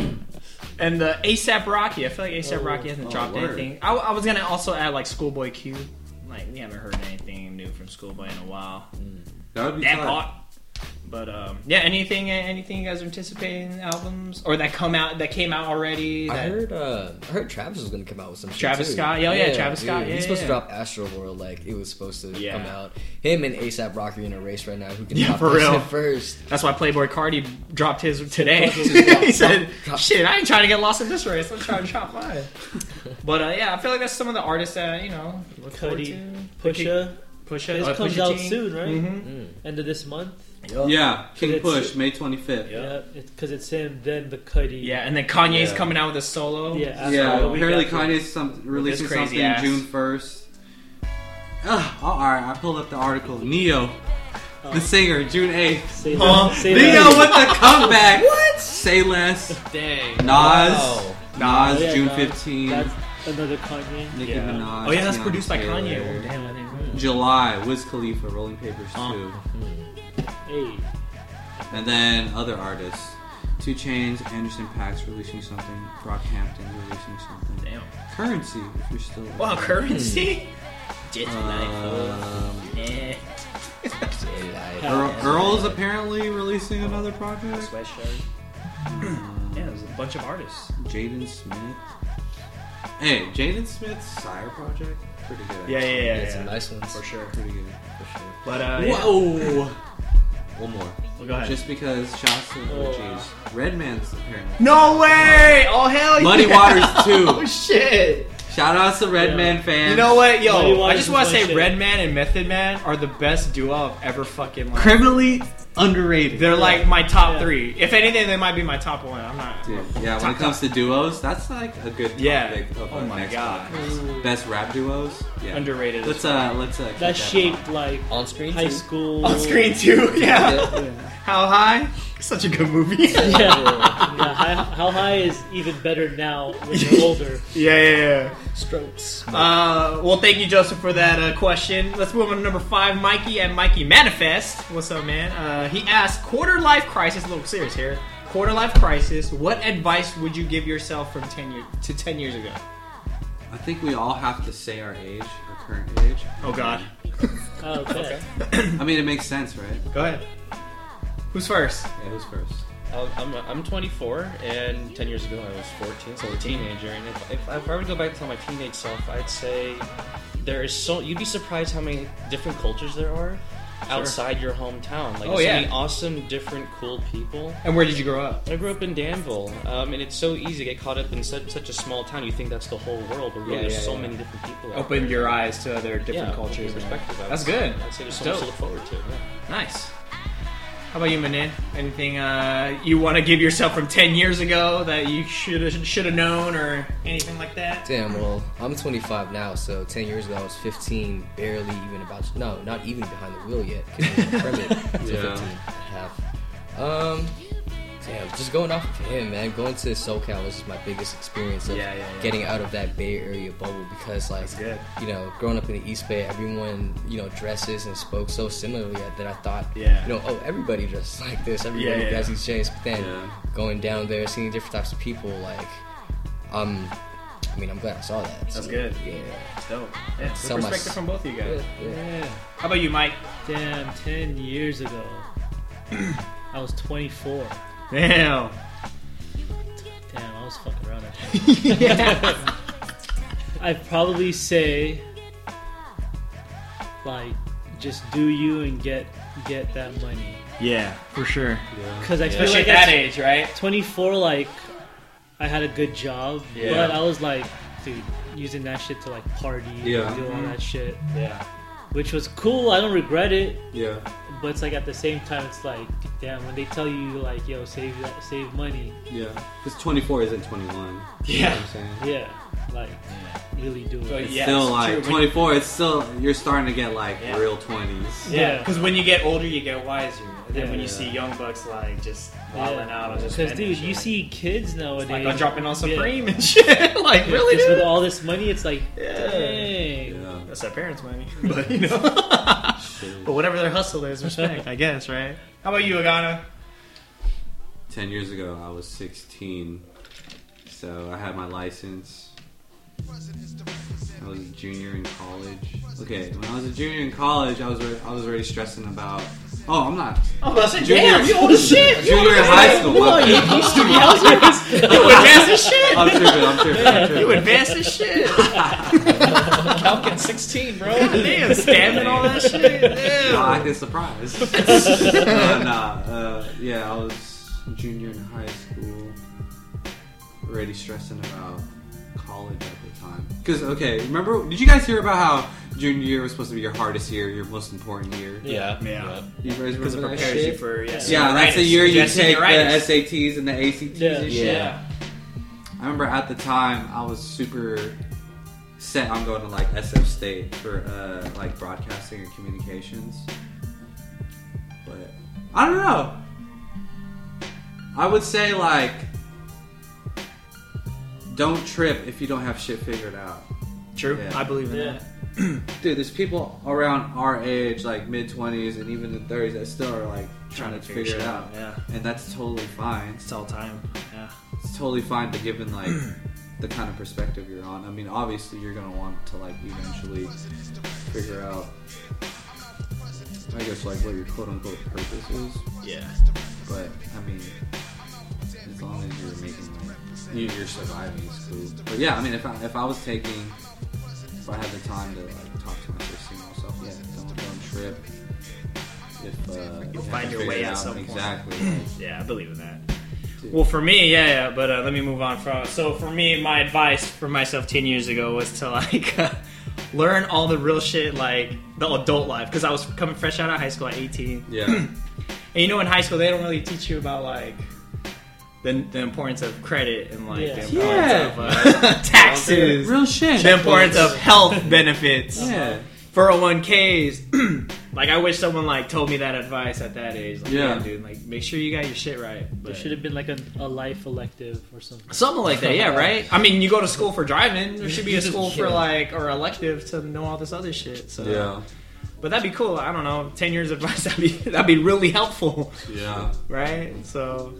and the ASAP Rocky. I feel like ASAP
Oh.
Rocky hasn't
Oh,
dropped
word.
anything. I, I was gonna also add like Schoolboy Q. Like we haven't heard anything new from Schoolboy in a while.
that would be
That
fun.
hot. But um, yeah, anything anything you guys are anticipating albums or that come out that came out already?
I
that-
heard. Uh, I heard Travis was gonna come out with some. shit,
Travis
too.
Scott? Yeah, oh, yeah, Travis Scott, yeah,
he's supposed
yeah.
to drop Astro World. Like it was supposed to
Yeah.
come out. Him and ASAP Rocky are in a race right now. Who can
Yeah,
drop
for
that shit
real.
first?
That's why Playboy Cardi dropped his today.
Drop,
he said,
drop.
"Shit, I ain't trying to get lost in this race. I'm trying to drop mine." But uh, yeah, I feel like that's some of the artists that you know. Look forward
Cudi,
to.
Pusha.
Push
This comes out soon, right?
Mm-hmm.
End of this month.
Yeah. King
It's-
Push, May 25th.
Yeah, because it's him, then the Cuddy.
Yeah, and then Kanye's
Yeah.
coming out with a solo.
yeah. after the
Yeah,
week
apparently
after.
Kanye's some, releasing
crazy
something
ass.
June first. Ugh, oh, all right, I pulled up the article. Neo,
Oh.
the singer, June eighth.
Say
Huh?
that. Say
Neo
that.
with the comeback. what? Say less.
Dang.
Nas,
Wow.
Nas,
Yeah,
June
Nas.
fifteenth.
That's another Kanye.
Nicki
Yeah.
Minaj.
oh yeah, that's
Beyonce.
produced by Kanye. Well, damn, I didn't know.
July, Wiz Khalifa, Rolling Papers two,
Hey,
and then other artists. Two Chains, Anderson Pax releasing something, Brockhampton releasing something.
Damn.
Currency, if you're still.
Wow, currency. Just like,
Um,
eh.
Yeah, like,
Yeah.
Earl, Earl's apparently releasing another project.
Sweatshirt. yeah, there's a bunch of artists.
Jaden Smith. Hey, Jaden Smith's Sire project? Pretty good.
Yeah, yeah,
actually.
yeah,
yeah, some
yeah.
nice ones.
for sure.
Pretty good.
for sure.
But uh, yeah.
Whoa! One more.
Well, go ahead.
Just because shouts to the
Oh,
OGs. Redman's apparently.
No way! Oh hell yeah!
Muddy Waters
Oh
2.
shit!
Shout outs to Redman fans.
You know what,
Muddy
yo? I
Waters
just
is
want to
my
say,
shit.
Redman and Method Man are the best duo I've ever fucking. Like,
Criminally underrated.
They're like my top
Yeah.
three. If anything, they might be my top one. I'm not.
Dude, yeah, when it comes to duos, that's like a good topic
Yeah.
of
Oh
our
my
next
God.
podcast. Best rap duos? Yeah.
Underrated
Let's uh let's uh keep
that's
that
shaped like
On screen.
high
too?
school.
On screen too. Yeah.
on. Yeah.
How high? Such a good movie. yeah,
Yeah. yeah high, how high is even better now when you're older.
yeah, yeah.
strokes.
Uh, well, thank you, Joseph, for that uh, question. Let's move on to number five, Mikey at Mikey Manifest. What's up, man? Uh, he asked, quarter life crisis. A little serious here. Quarter life crisis. What advice would you give yourself from ten year to ten years ago?
I think we all have to say our age, our current age.
Oh God.
Oh, okay.
I mean, it makes sense, right?
Go ahead. Who's first?
Yeah, who's first?
I'll- I'm, I'm 24, and 10 years ago I was 14, so I was a teenager. And if, if, if I were to go back and tell my teenage self, I'd say there is so you'd be surprised how many different cultures there are outside your hometown. Like
Oh,
so
yeah.
many awesome, different, cool people.
And where did you grow up?
I grew up in Danville, um, and it's so easy to get caught up in such such a small town. You think that's the whole world, but really
Yeah, yeah,
there's so
yeah.
many different people. out
Opened your eyes to other
there.
different
yeah,
cultures. and-
open perspective. I would
That's
say.
good.
I'd say there's so
That's
much to
dope.
look forward to. yeah.
Nice. How about you, Manin? Anything uh, you want to give yourself from ten years ago that you should have should have known or anything like that?
Damn, well, I'm 25 now, so 10 years ago I was 15, barely even about to, no, not even behind the wheel yet. 'cause it was a permit to
Yeah.
15 and a half. Um, damn, just going off of him, man. Going to SoCal was just my biggest experience of
Yeah, yeah, yeah.
getting out of that Bay Area bubble because, like,
That's good.
you know, growing up in the East Bay, everyone, you know, dresses and spoke so similarly that I thought,
Yeah.
you know, oh, everybody dresses like this, everybody
yeah,
does
yeah.
these shades, but then
Yeah.
going down there, seeing different types of people, like, um, I mean, I'm glad I saw that.
That's good.
Yeah.
That's dope. Yeah, good
So much-
perspective from both of you guys.
Yeah.
How about you, Mike?
Damn, 10 years ago, I was 24.
Damn.
Damn, I was fucking around. Actually. I'd probably say, like, just do you and get get that money.
Yeah, for sure.
Because I feel
Especially
like
at that
at
age, right?
24, like, I had a good job,
Yeah.
but I was like, dude, using that shit to like party
Yeah.
and do all that shit,
Yeah.
which was cool. I don't regret it.
Yeah.
But it's like at the same time, it's like, damn, when they tell you like, yo, save that, save money,
Yeah. Because 24 isn't 21. You know
Yeah.
what I'm saying?
yeah, like, really do it.
So,
It's
Yeah,
still
it's
like
true. When-
24. It's still you're starting to get like
Yeah.
real 20s.
Yeah,
Yeah.
because when you get older, you get wiser. And then
Yeah.
when you
Yeah.
see young bucks like just
Yeah.
wilding out on just
Because
spending
dude,
shit,
you
like-
see kids nowadays
like I'm dropping on
Yeah.
Supreme and shit. like
Yeah,
really,
just with
dude?
all this money, it's like,
Yeah.
dang.
Yeah.
That's our parents' money, but you know. but
Shit.
whatever their hustle is, respect, I guess, right? How about you, Agana?
10 years ago, I was 16. So I had my license. I was a junior in college. Okay, when I was a junior in college, I was re- I was already stressing about. Oh, I'm not.
Oh, I said,
Junior-
damn, you old as shit.
Junior in high school. my
You
bad.
used to be out
You advanced as shit.
I'm tripping. I'm tripping. I'm
You
tripping.
advanced as shit.
Falcon 16, bro.
Damn, stamina and all that shit.
No, I
Damn.
acted surprised. no, no, uh, yeah, I was junior in high school, already stressing about college at the time. Because okay, remember? Did you guys hear about how junior year was supposed to be your hardest year, your most important year?
Yeah.
Yeah.
You guys remember
Because it
that
prepares you
shit?
for yes.
Yeah, that's the
senioritis.
year you
Yes,
take the
senioritis.
SATs and the ACTs and
Yeah.
shit.
Yeah.
I remember at the time I was super set on going to like SF State for uh, like broadcasting and communications, but I don't know. I would say like don't trip if you don't have shit figured out.
True.
Yeah.
I believe in
Yeah.
that.
Dude, there's people around our age, like mid twenties and even in thirties, that still are like trying, to, figure, it
shit
out,
Yeah.
and that's totally fine.
It's all time. Yeah.
it's totally fine to given like the kind of perspective you're on. I mean, obviously you're gonna want to like eventually figure out, I guess like what your quote unquote purpose is.
Yeah.
But I mean, as long as you're making like you- you're surviving is cool. But yeah, I mean, if I if I was taking, if I had the time to like talk to my 16 year old self, yeah, don't, don't trip. If uh, you
find
haven't
your
figured
way
it
at
out,
some point.
exactly.
Yeah, I believe in that. Well, for me, yeah, yeah, but uh, let me move on from. So, for me, my advice for myself ten years ago was to like learn all the real shit, like the adult life, because I was coming fresh out of high school at eighteen,
Yeah,
and you know, in high school they don't really teach you about like the, the importance of credit and like
Yeah.
the importance
Yeah.
of uh, taxes,
real shit.
the importance of health benefits,
yeah.
401ks. like, I wish someone like told me that advice at that age. Like,
Yeah.
yeah, dude, like make sure you got your shit right.
There
But-
should have been like a, a life elective or something.
Something like that, yeah, right? I mean, you go to school for driving. There should be a school for
Yeah.
like or elective to know all this other shit. So,
Yeah,
but that'd be cool. I don't know, ten years of advice that'd be that'd be really helpful,
yeah.
right? So,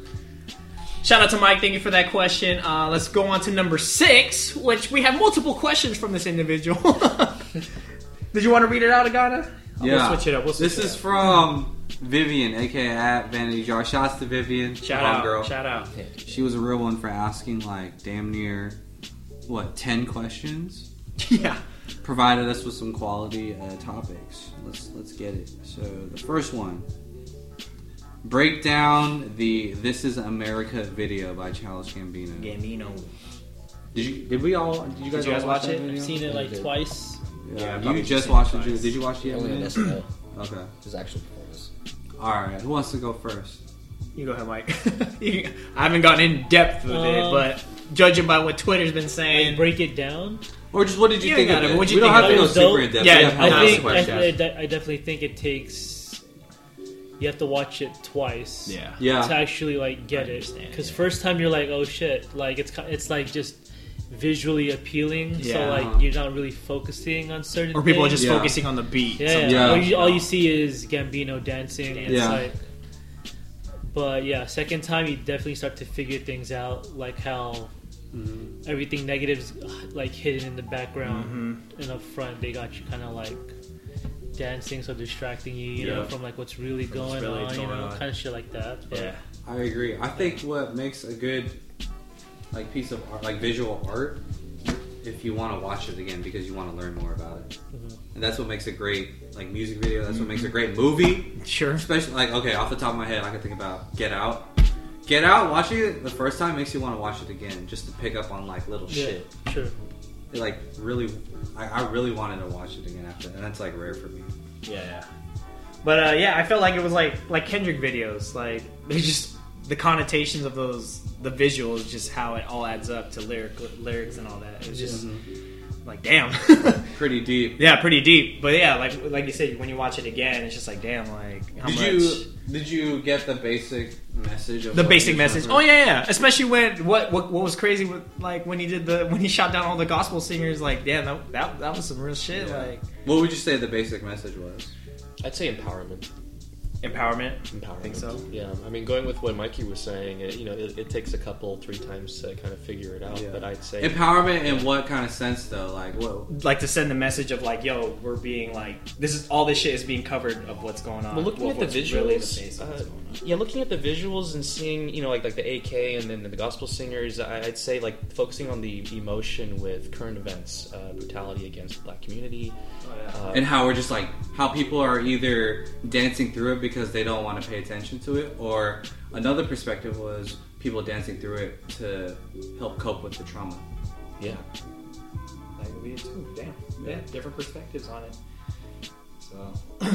Shout out to Mike. Thank you for that question. Uh, let's go on to number six, which we have multiple questions from this individual. Did you want to read it out, Agata?
yeah.
We'll switch it up. We'll switch
this
it
is
up.
from Vivian, aka at Vanity Jar. Shouts to Vivian.
Shout
Bomb
out.
girl.
Shout out.
She was a real one for asking like damn near what ten questions.
Yeah.
provided us with some quality uh, topics. Let's let's get it. So the first one, break down the "This Is America" video by Childish Gambino.
Gambino.
Did you did we all did you guys,
you guys
all watch,
watch
that
it?
Video?
I've seen it like twice.
Yeah,
Yeah,
I've probably
you just
seen it
watched it.
twice.
Did you watch the
Only on
video?
SNL.
Okay.
His uh, actual performance.
All right. Who wants to go first?
You go ahead, Mike. You- I haven't gone in depth with it,
Um,
but judging by what Twitter's been
And
saying,
break it down.
Or just what did you
You
think
got
of
it,
it?
but what'd you
we don't
think
have
of
to
it?
go
It was dope.
super in depth.
Yeah,
we have
I
I
to ask
think I,
questions.
I, de- I definitely think it takes. You have to watch it twice.
yeah,
To
yeah.
actually like
I
get it,
understand,
because
yeah.
first time you're like, oh shit, like it's ki- it's like just visually appealing.
Yeah.
So like you're not really focusing on certain.
or people are just
things.
Yeah.
focusing on the beat.
Yeah,
Yeah.
yeah. All, you, all you see is Gambino dancing. and
Yeah.
It's like, but yeah, second time you definitely start to figure things out, like how
Mm-hmm.
everything negative's like hidden in the background
Mm-hmm.
and up front. They got you kind of like dancing, so distracting you, you know,
Yeah.
from like what's really
what's
going
really
on, you
going
know,
on.
kind of shit like that. But
Yeah.
I agree. I think what makes a good like piece of art, like visual art, if you want to watch it again because you want to learn more about it,
Mm-hmm.
Mhm.
and that's what makes a great like music video. That's what makes a great movie.
Sure.
Especially like okay, off the top of my head, I can think about Get Out. Get Out, watching it the first time makes you want to watch it again just to pick up on like little
yeah,
shit.
sure.
It, like really, I, I really wanted to watch it again after, and that's like rare for me.
Yeah. But uh, yeah, I felt like it was like like Kendrick videos. Like they just the connotations of those the visuals, just how it all adds up to lyric lyrics and all that. It was just
Mm-hmm.
like damn.
Pretty deep.
yeah, pretty deep. But yeah, like like you said, when you watch it again, it's just like damn, like how
did
much.
you did you get the basic message? Of
the
what
basic
he's
message.
trying
Oh
to-
yeah, yeah. Especially when what what, what was crazy with like when he did the when he shot down all the gospel singers. Like damn, that that, that was some real shit.
Yeah.
Like
What would you say the basic message was?
I'd say empowerment.
empowerment.
Empowerment.
Think so?
Yeah. I mean, going with what Mikey was saying, it, you know, it, it takes a couple, three times to kind of figure it out.
Yeah.
But I'd say
Empowerment in what kind of sense though? Like what?
like to send the message of like, yo, we're being like, this is all this shit is being covered of what's going on.
Well, looking
Well,
at
what's
the
really the
visuals,
face of what's
uh,
going on.
yeah, looking at the visuals and seeing, you know, like like the AK and then the gospel singers, I, I'd say like focusing on the emotion with current events, uh, brutality against the black community,
Oh,
uh,
And how we're just like how people are either dancing through it because they don't want to pay attention to it, or another perspective was people dancing through it to help cope with the trauma.
yeah, uh,
That could be it too. Damn. Yeah. different perspectives on it. So,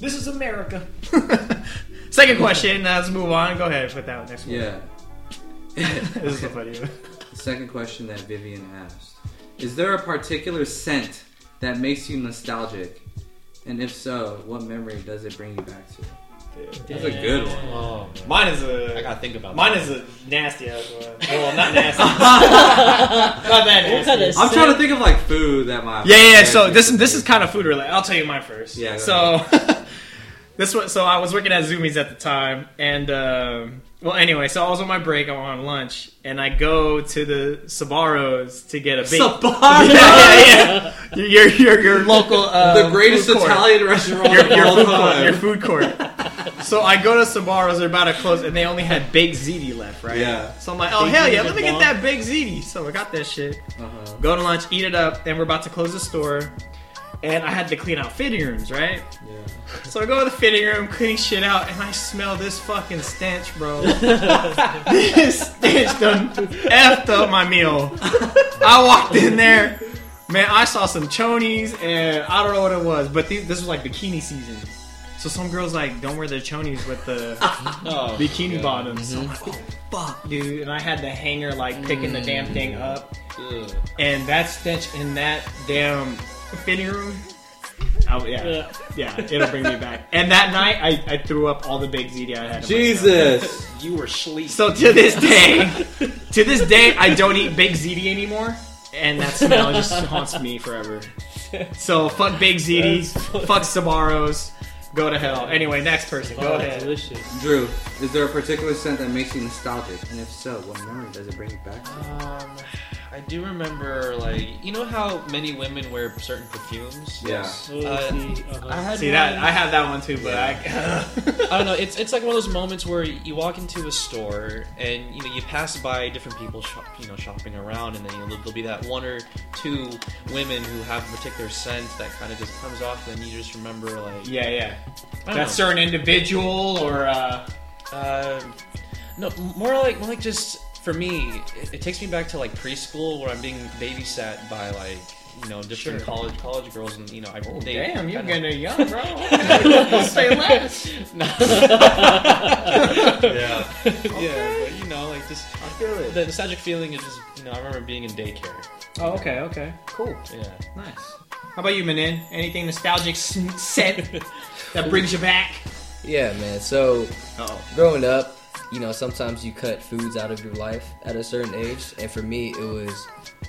this is America. Second question. Now let's move on. Go ahead with that one. next one.
Yeah.
this is so funny.
The second question that Vivian asked Is there a particular scent that makes you nostalgic? And if so, what memory does it bring you back to? That's a good one.
oh,
Mine is a.
I gotta think about
Mine
that.
is a nasty ass one. Well, not nasty. not that
What kind
nasty.
of
I'm trying to
scent-
think of like food that my
Yeah, yeah. yeah. So this this is kind of food related. I'll tell you mine first.
Yeah, go
So this was so I was working at Zoomies at the time, and um, well, anyway, so I was on my break. I'm on lunch, and I go to the Sabaros to get a bacon.
Sabaro!
yeah, yeah, yeah. Your your your local uh,
the greatest
food court.
Italian restaurant
Your, your
of all
food court, your
time. Uh-huh.
food court. So I go to Sabaros, they're about to close, and they only had baked ziti left, right?
Yeah.
So I'm like, oh
Baked
hell yeah,
ziti
let me get
bomb.
that baked ziti. So I got that shit
Uh-huh.
go to lunch, eat it up, and we're about to close the store. And I had to clean out fitting rooms, right?
Yeah.
So I go to the fitting room, clean shit out, and I smell this fucking stench, bro. this stench done effed up my meal. I walked in there, man. I saw some chonies, and I don't know what it was, but these, this was like bikini season. So some girls like don't wear their chonies with the bikini bottoms. So I'm like, oh fuck, dude. And I had the hanger like picking the damn thing up. And that stench in that damn fitting room. Oh, yeah,
Yeah.
yeah, it'll bring me back. And that night, I, I threw up all the big ZD I had. in my stomach.
Jesus!
you were sleep.
So to this day, to this day, I don't eat big ZD anymore, and that smell just haunts me forever. So fuck big ZD,
That's funny.
fuck Sabaros. Go to hell. Anyway, next person. Go
Oh,
ahead.
delicious.
Drew, is there a particular scent that makes you nostalgic? And if so, what memory does it bring you back? to?
Um, I do remember, like, you know how many women wear certain perfumes?
Yeah.
Oh,
Uh,
see, uh-huh.
I had
See that?
one-
I have that one too, but I.
I don't know. It's it's like one of those moments where you walk into a store and you know you pass by different people, shop, you know, shopping around, and then you know, there'll be that one or two women who have a particular scent that kind of just comes off, and you just remember like
yeah, yeah.
I don't
That
know.
certain individual or. Uh,
Uh, no, more like more like just for me, it, it takes me back to like preschool where I'm being babysat by like you know
Sure.
different college college girls, and you know I
oh,
they
damn, you're
kinda-
getting young, bro. Okay, Say less.
yeah yeah, but you know like just
I feel
the nostalgic feeling is just you know I remember being in daycare.
Oh, okay, okay, cool,
Yeah.
nice. How about you, Manin? Anything nostalgic sn- scent that brings you back?
Yeah, man. So
Oh,
growing up, you know, sometimes you cut foods out of your life at a certain age, and for me, it was,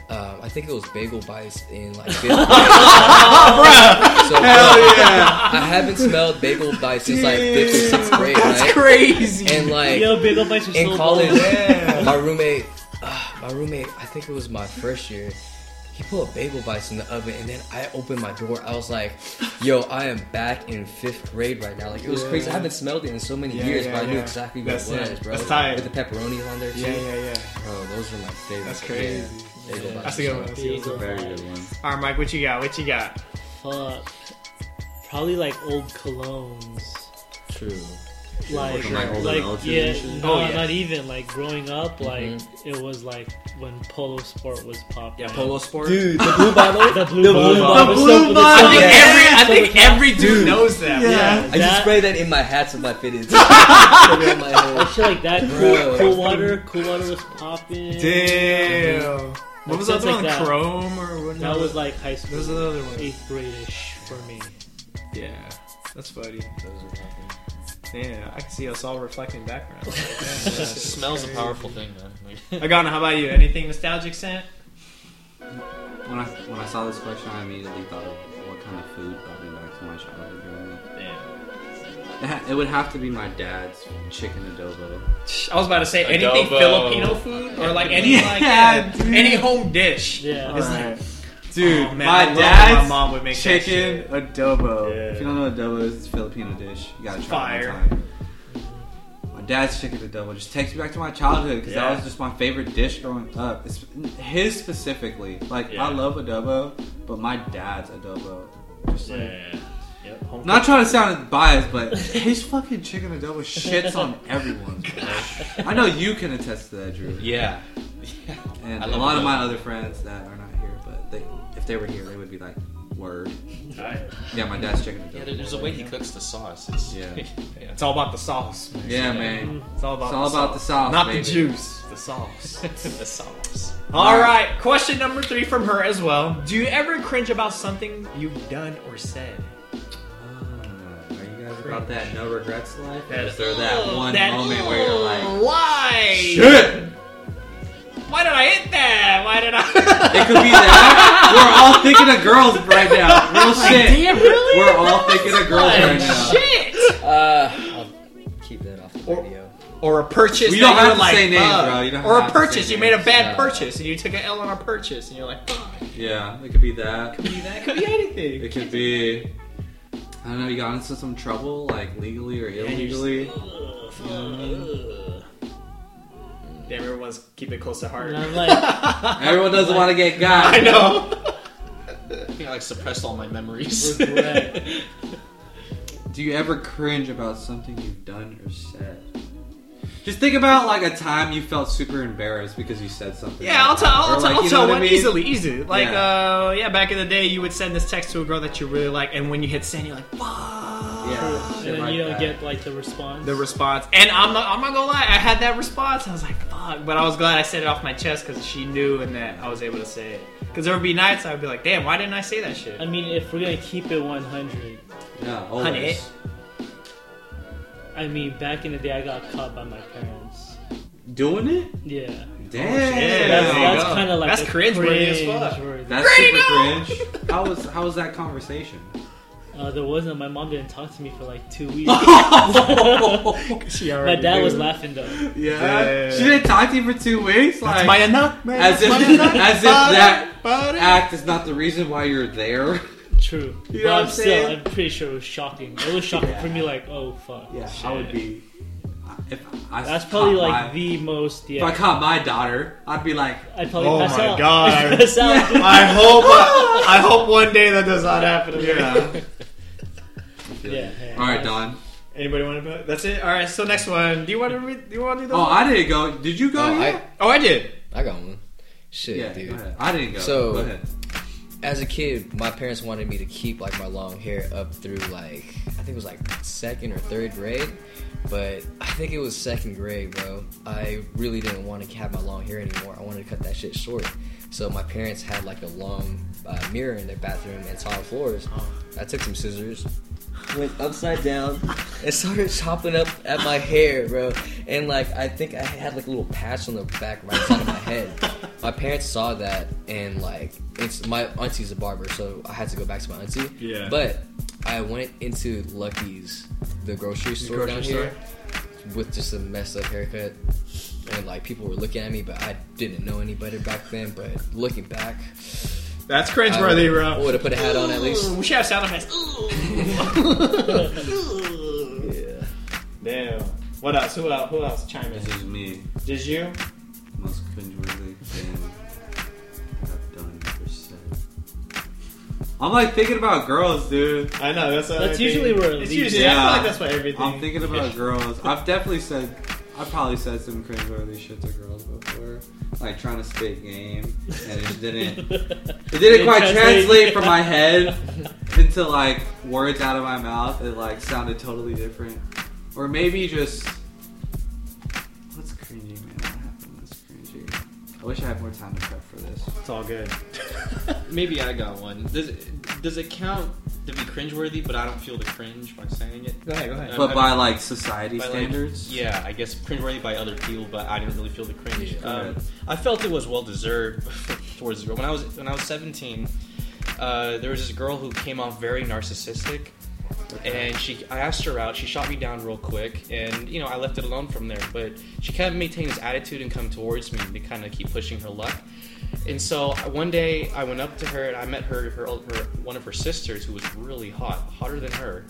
um, I think it was bagel bites in like fifth grade. So
hell yeah!
I haven't smelled bagel bites since like fifth or sixth grade,
That's
right?
crazy.
And like
Yo, bagel bites are
in
so
college,
bomb.
Yeah.
my roommate, uh, my roommate, I think it was my first year. He put bagel bites in the oven, and then I opened my door. I was like, "Yo, I am back in fifth grade right now." Like it was
Yeah.
crazy. I haven't smelled it in so many
Yeah,
years,
yeah,
but I knew
yeah.
exactly what
That's
it was,
it.
bro.
That's tight.
With the pepperonis on there, too.
yeah, yeah, yeah.
Bro, those were my favorite.
That's crazy.
bagel bites.
That's a good one. That's a good one.
Bagel
Very
bites.
good one.
All right, Mike, what you got? What you got?
Fuck. Probably like old colognes.
True.
Like,
From, like, older
like,
relatives
yeah,
and shit?
no,
Oh, yeah.
not even like growing up. Like it was like when Polo Sport was popular.
sport. Dude, the blue bottle.
the
The
blue bottle.
blue bottle. The
was
blue
so- was so-
bottle. Yeah.
I think every, I think
Yeah.
every dude knows that.
Yeah,
I just
that-
spray that in my hats with my fitteds. Put it on my head.
Shit like that.
Bro.
Cool, cool water. Cool water was popping.
Damn. What
Like,
was the other
stuff
one?
like that.
Chrome or what?
That was like high
There's
school,
another one.
eighth grade-ish for me.
Yeah, that's funny. Yeah, I can see us all reflecting background.
Smells a powerful thing, man.
Agana, how about you? Anything nostalgic scent?
When I when I saw this question, I immediately thought of what kind of food brought me back to my childhood growing up.
Yeah.
It, ha- it would have to be my dad's chicken adobo.
I was about to say anything
Adobo.
Filipino food or like any like
Yeah,
yeah,
dude.
any home dish.
Yeah.
It's like,
Dude,
oh, man, I
my
love when
dad's
my mom would make that
chicken
shit.
adobo.
Yeah.
If you don't know what adobo is, it's a Filipino dish. You gotta try it
Fire.
one time. My dad's chicken adobo just takes me back to my childhood because
Yeah.
that was just my favorite dish growing up. It's, his specifically, like
Yeah.
I love adobo, but my dad's adobo. Just like,
Yep, home
I'm not trying to sound biased, but his fucking chicken adobo shits on everyone. I know you can attest to that, Drew.
yeah.
And
I
a
love
lot of
adobo.
my other friends that are not here, but they, if they were here, they would be like, "Word." Yeah, my dad's chicken adobo.
Yeah, there- there's a way he cooks the sauce. It's,
Yeah.
yeah.
It's all about the sauce. man.
Yeah, man.
It's all about
It's
the
all about the
sauce.
sauce,
Not
baby.
the juice, the sauce.
the sauce.
All right, question number three from her as well. Do you ever cringe about something you've done or said?
Uh, are you guys about that no regrets life? Or
That-
is there that
Ugh,
one
that-
moment where you're like,
why?
"Shit"?
Why did I hit that? Why did I?
It could be that. We're all thinking of girls right now. Real shit.
Damn, really?
We're all thinking of girls
Like,
right now.
Shit!
Uh, I'll keep that off the
Or-
video.
Or a purchase. that
We don't
you
have
were
to
like,
say names,
fuck.
bro. You don't
or a
have to say
purchase. You made a
names.
bad
No.
purchase and you took an L on a purchase and you're like, fuck.
Yeah, it could be that.
That could be anything.
It could be. I don't know. You got into some trouble, like legally or illegally.
Damn, everyone's keep it close to heart.
And I'm like,
Everyone doesn't want to get got.
I know.
I think I like suppressed all my memories.
regret.
Do you ever cringe about something you've done or said? Just think about like a time you felt super embarrassed because you said something.
Yeah, I'll
like
tell.
that. Or,
I'll,
like,
tell. I'll
you know
tell
what I
one
mean?
easily, easy. Like,
Yeah.
uh, yeah, back in the day, you would send this text to a girl that you really like, and when you hit send, you're like, fuck.
Yeah, shit
and then
like
you don't
that.
get like the response.
The response, and I'm not. I'm not gonna lie. I had that response. I was like, fuck, but I was glad I said it off my chest because she knew, and that I was able to say it. Because there would be nights I would be like, damn, why didn't I say that shit?
I mean, if we're gonna keep it 100,
Honey.
Yeah, always.
I mean, back in the day, I got caught by my parents.
Doing it?
Yeah.
Yeah,
Damn.
that's
there you
that's
go.
kind of like
That's
a
cringeworthy as fuck.
cringeworthy.
That's
Great,
super
no!
cringe. How was how was that conversation?
Uh, Uh, there wasn't. My mom didn't talk to me for like two weeks. my dad was laughing though.
Yeah.
Yeah.
She didn't talk to you for two weeks? Like,
my enough. man.
as if,
That's my enough.
as if
Bada,
that
bada.
act is not the reason why you're there.
True.
You know
but
what
I'm
I'm
still,
saying?
I'm pretty sure it was shocking. It was shocking for me, like, oh fuck.
I would
shit.
be. If I
That's probably
caught
like
my-
the most.
If I
Yeah.
caught my daughter, I'd be like,
I'd probably
Oh
pass
my
out.
God.
I'd pass out.
I hope. uh, I hope one day that does not happen. To me.
Yeah.
Yeah, yeah.
All right, Don.
Anybody want to? That's it. All right. So next one. Do you want to? Read, do you want to do that?
Oh, I didn't go. Did you go?
Oh,
yet?
I,
oh, I did.
I got one. Shit,
yeah,
dude.
go ahead. I didn't go.
So-
go ahead.
as a kid, my parents wanted me to keep like my long hair up through like I think it was like second or third grade, but I think it was second grade, bro. I really didn't want to have my long hair anymore. I wanted to cut that shit short. So my parents had like a long uh, mirror in their bathroom and tile floors. I took some scissors, went upside down, and started chopping up at my hair, bro. And like I think I had like a little patch on the back right side of my head. My parents saw that and like it's my auntie's a barber, so I had to go back to my auntie.
Yeah.
But I went into Lucky's, the grocery store
grocery
down here, with just a messed up haircut. And like people were looking at me, but I didn't know any better back then. But looking back,
That's cringeworthy,
I
bro.
would have put a hat on at least.
We should have sound effects. Ooh.
Yeah.
Damn. What else? Who else? Who else? Chime in.
This is me.
Just you?
Most cringeworthy thing I've done or said. I'm like thinking about girls, dude.
I know. That's what
That's
I think.
usually where it
It's
leads.
usually. I feel
Yeah.
like that's what everything.
I'm thinking about girls. I've definitely said, I've probably said some cringeworthy shit to girls before, like trying to spit game, and it just didn't. It didn't quite
translate.
translate from my head into like words out of my mouth. It like sounded totally different, or maybe just what's cringy, man? What happened? What's cringy? I wish I had more time to prep for this.
Uh,
It's all good.
Maybe I got one. Does it, does it count to be cringeworthy? But I don't feel the cringe by saying it.
Go ahead. Go ahead.
But
I'm-
by like society
By, like,
standards,
yeah, I guess cringeworthy by other people, but I didn't really feel the cringe.
Yeah.
um,
Correct.
I felt it was well deserved towards the girl. When I was when I was 17, uh, there was this girl who came off very narcissistic, and she I asked her out. She shot me down real quick, and you know I left it alone from there. But she kept maintaining this attitude and come towards me to kind of keep pushing her luck. And so one day I went up to her and I met her, her, old- her one of her sisters who was really hot, hotter than her.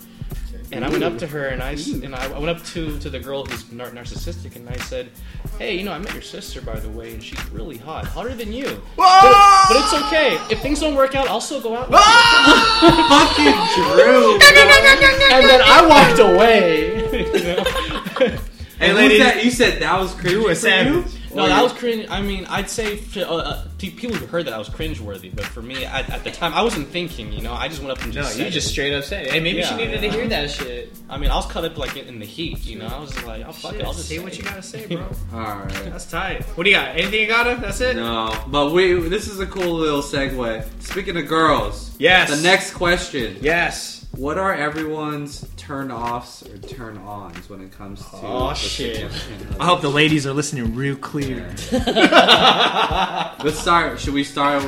And I went up to her and I s- and I I went up to to the girl who's nar- narcissistic and I said, "Hey, you know, I met your sister by the way, and she's really hot, hotter than you. But, but it's okay. If things don't work out, I'll still go out with you."
Drew.
And then I walked away. you know?
Hey,
ladies.
ladies, you said that was cringy.
You a
for
savage.
No, that was cringe. I mean, I'd say to, uh, uh, to people who heard that I was cringeworthy, but for me, at, at the time, I wasn't thinking. You know, I just went up and
No,
just said
you just
it.
straight up said it. Hey, maybe
Yeah.
she needed to hear that shit.
I mean, I was caught up like in in the heat. You know, I was just like, oh fuck it, I'll just
say
say
what you
it.
gotta say, bro.
All right.
That's tight. What do you got? Anything you got? to That's it.
No, but we. This is a cool little segue. Speaking of girls,
Yes.
The next question:
Yes.
What are everyone's turn offs or turn ons when it comes to?
Oh,
the
shit.
significant
I hope the ladies are listening real clear.
other? Let's start. Should we start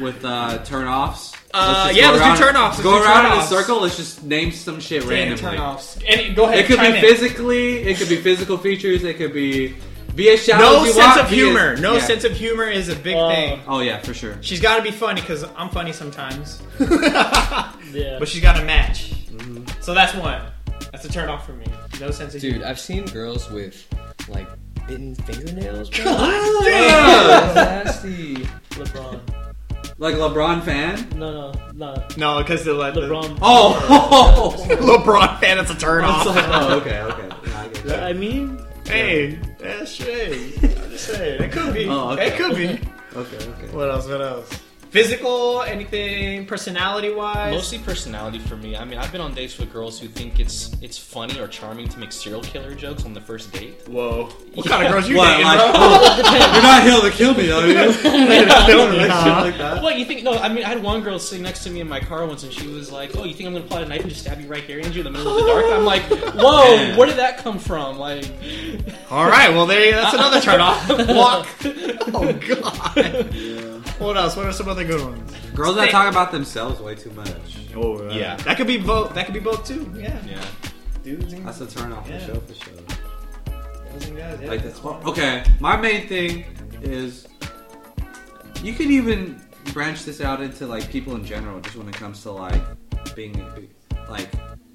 with uh, turn offs?
Uh, yeah, let's do turn-offs. Let's
Go
do
around
turn-offs.
in a circle. Let's just name some shit randomly.
Turn offs. Any, go ahead.
It could
chime
be
in.
physically. It could be physical features. It could be via shout.
No sense of humor. No sense of humor is a big
Oh.
thing.
Oh yeah, for sure.
She's got to be funny because I'm funny sometimes. but
Yeah.
she's got to match. So that's one. That's a turn off for me. No sense of
Dude,
humor.
I've seen girls with like bitten fingernails, bro.
Damn!
nasty.
LeBron.
Like LeBron fan.
No, no, no.
No, because the like,
LeBron.
Oh.
The LeBron fan. That's a turn
I was
off.
like, oh, okay, okay. Yeah, I get that.
I mean,
hey, that shit. I'm just saying. It could be.
Oh, okay.
It could be.
Okay, okay.
What else? What else? Physical? Anything? Personality wise?
Mostly personality for me. I mean, I've been on dates with girls who think it's it's funny or charming to make serial killer jokes on the first date.
Whoa. What kind of girls you
What,
dating,
like,
bro?
oh, you're not here to kill me, are you?
Nah.
Like that.
What you think? No, I mean, I had one girl sitting next to me in my car once, and she was like, "Oh, you think I'm gonna pull out a knife and just stab you right here, Andrew, in the middle of the dark?" I'm like, "Whoa,
Man.
where did that come from?" Like,
All right, well there. you- That's another turn off. Walk. Oh god.
Yeah.
What else? What are some other good ones?
Girls that
Stay-
talk about themselves way too much.
Oh, uh,
Yeah.
That could be both. That could be both too. Yeah.
Yeah,
Dudes and
that's a turn off
Yeah.
the show for sure.
girls and guys. Yeah.
Like that's
Oh,
okay. My main thing is you could even branch this out into like people in general, just when it comes to like being like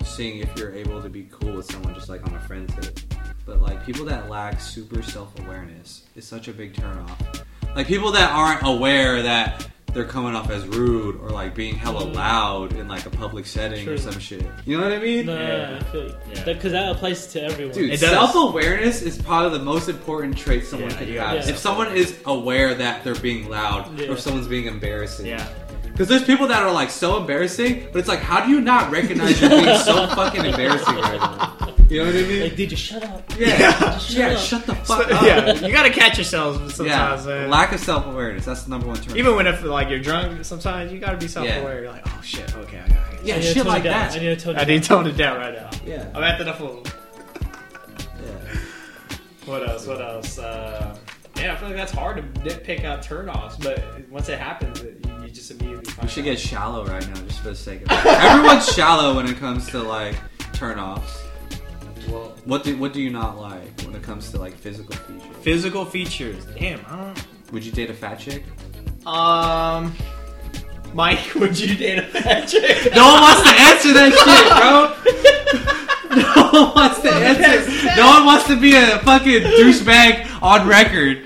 seeing if you're able to be cool with someone just like on a friend tip. But like people that lack super self awareness is such a big turnoff. Like people that aren't aware that they're coming off as rude or like being hella
Mm.
loud in like a public setting
True.
or some shit. You know what I mean?
No, no, no, I feel you.
Yeah.
That, Cause that applies to everyone.
Dude,
It does.
self awareness is probably the most important trait someone
Yeah,
could
you
have.
gotta
If someone is aware that they're being loud
Yeah.
or if someone's being embarrassing.
Yeah.
Because there's people that are like so embarrassing, but it's like, how do you not recognize you're being so fucking embarrassing right now? You know what I mean?
Like, dude, just shut up.
yeah.
Yeah.
Yeah,
Shut
shut,
up.
the fuck
So-
up.
yeah. You gotta catch yourselves
Yeah,
sometimes. man.
lack of self awareness. That's the number one turn.
Even when if like you're drunk, sometimes you gotta be self-aware. You're like, oh shit, okay, I got it.
I
yeah,
need to
shit
tone it
like
down.
that.
I need to tone
I
it
need to tone it down right now.
Yeah.
I'm at the level.
yeah.
What else? What else? Uh, yeah, I feel like that's hard to nitpick out turnoffs, but once it happens, it, you, you just immediately. Find
We should
out.
get shallow right now, just for the sake of it. Everyone's shallow when it comes to like turnoffs.
well
What do what do you not like when it comes to like physical features?
physical features. Damn, I
Would you date a fat chick?
don't. Um, Mike, would you date a fat chick?
No one wants to answer that shit, bro. No one wants to answer. No one wants to be a fucking douchebag on record.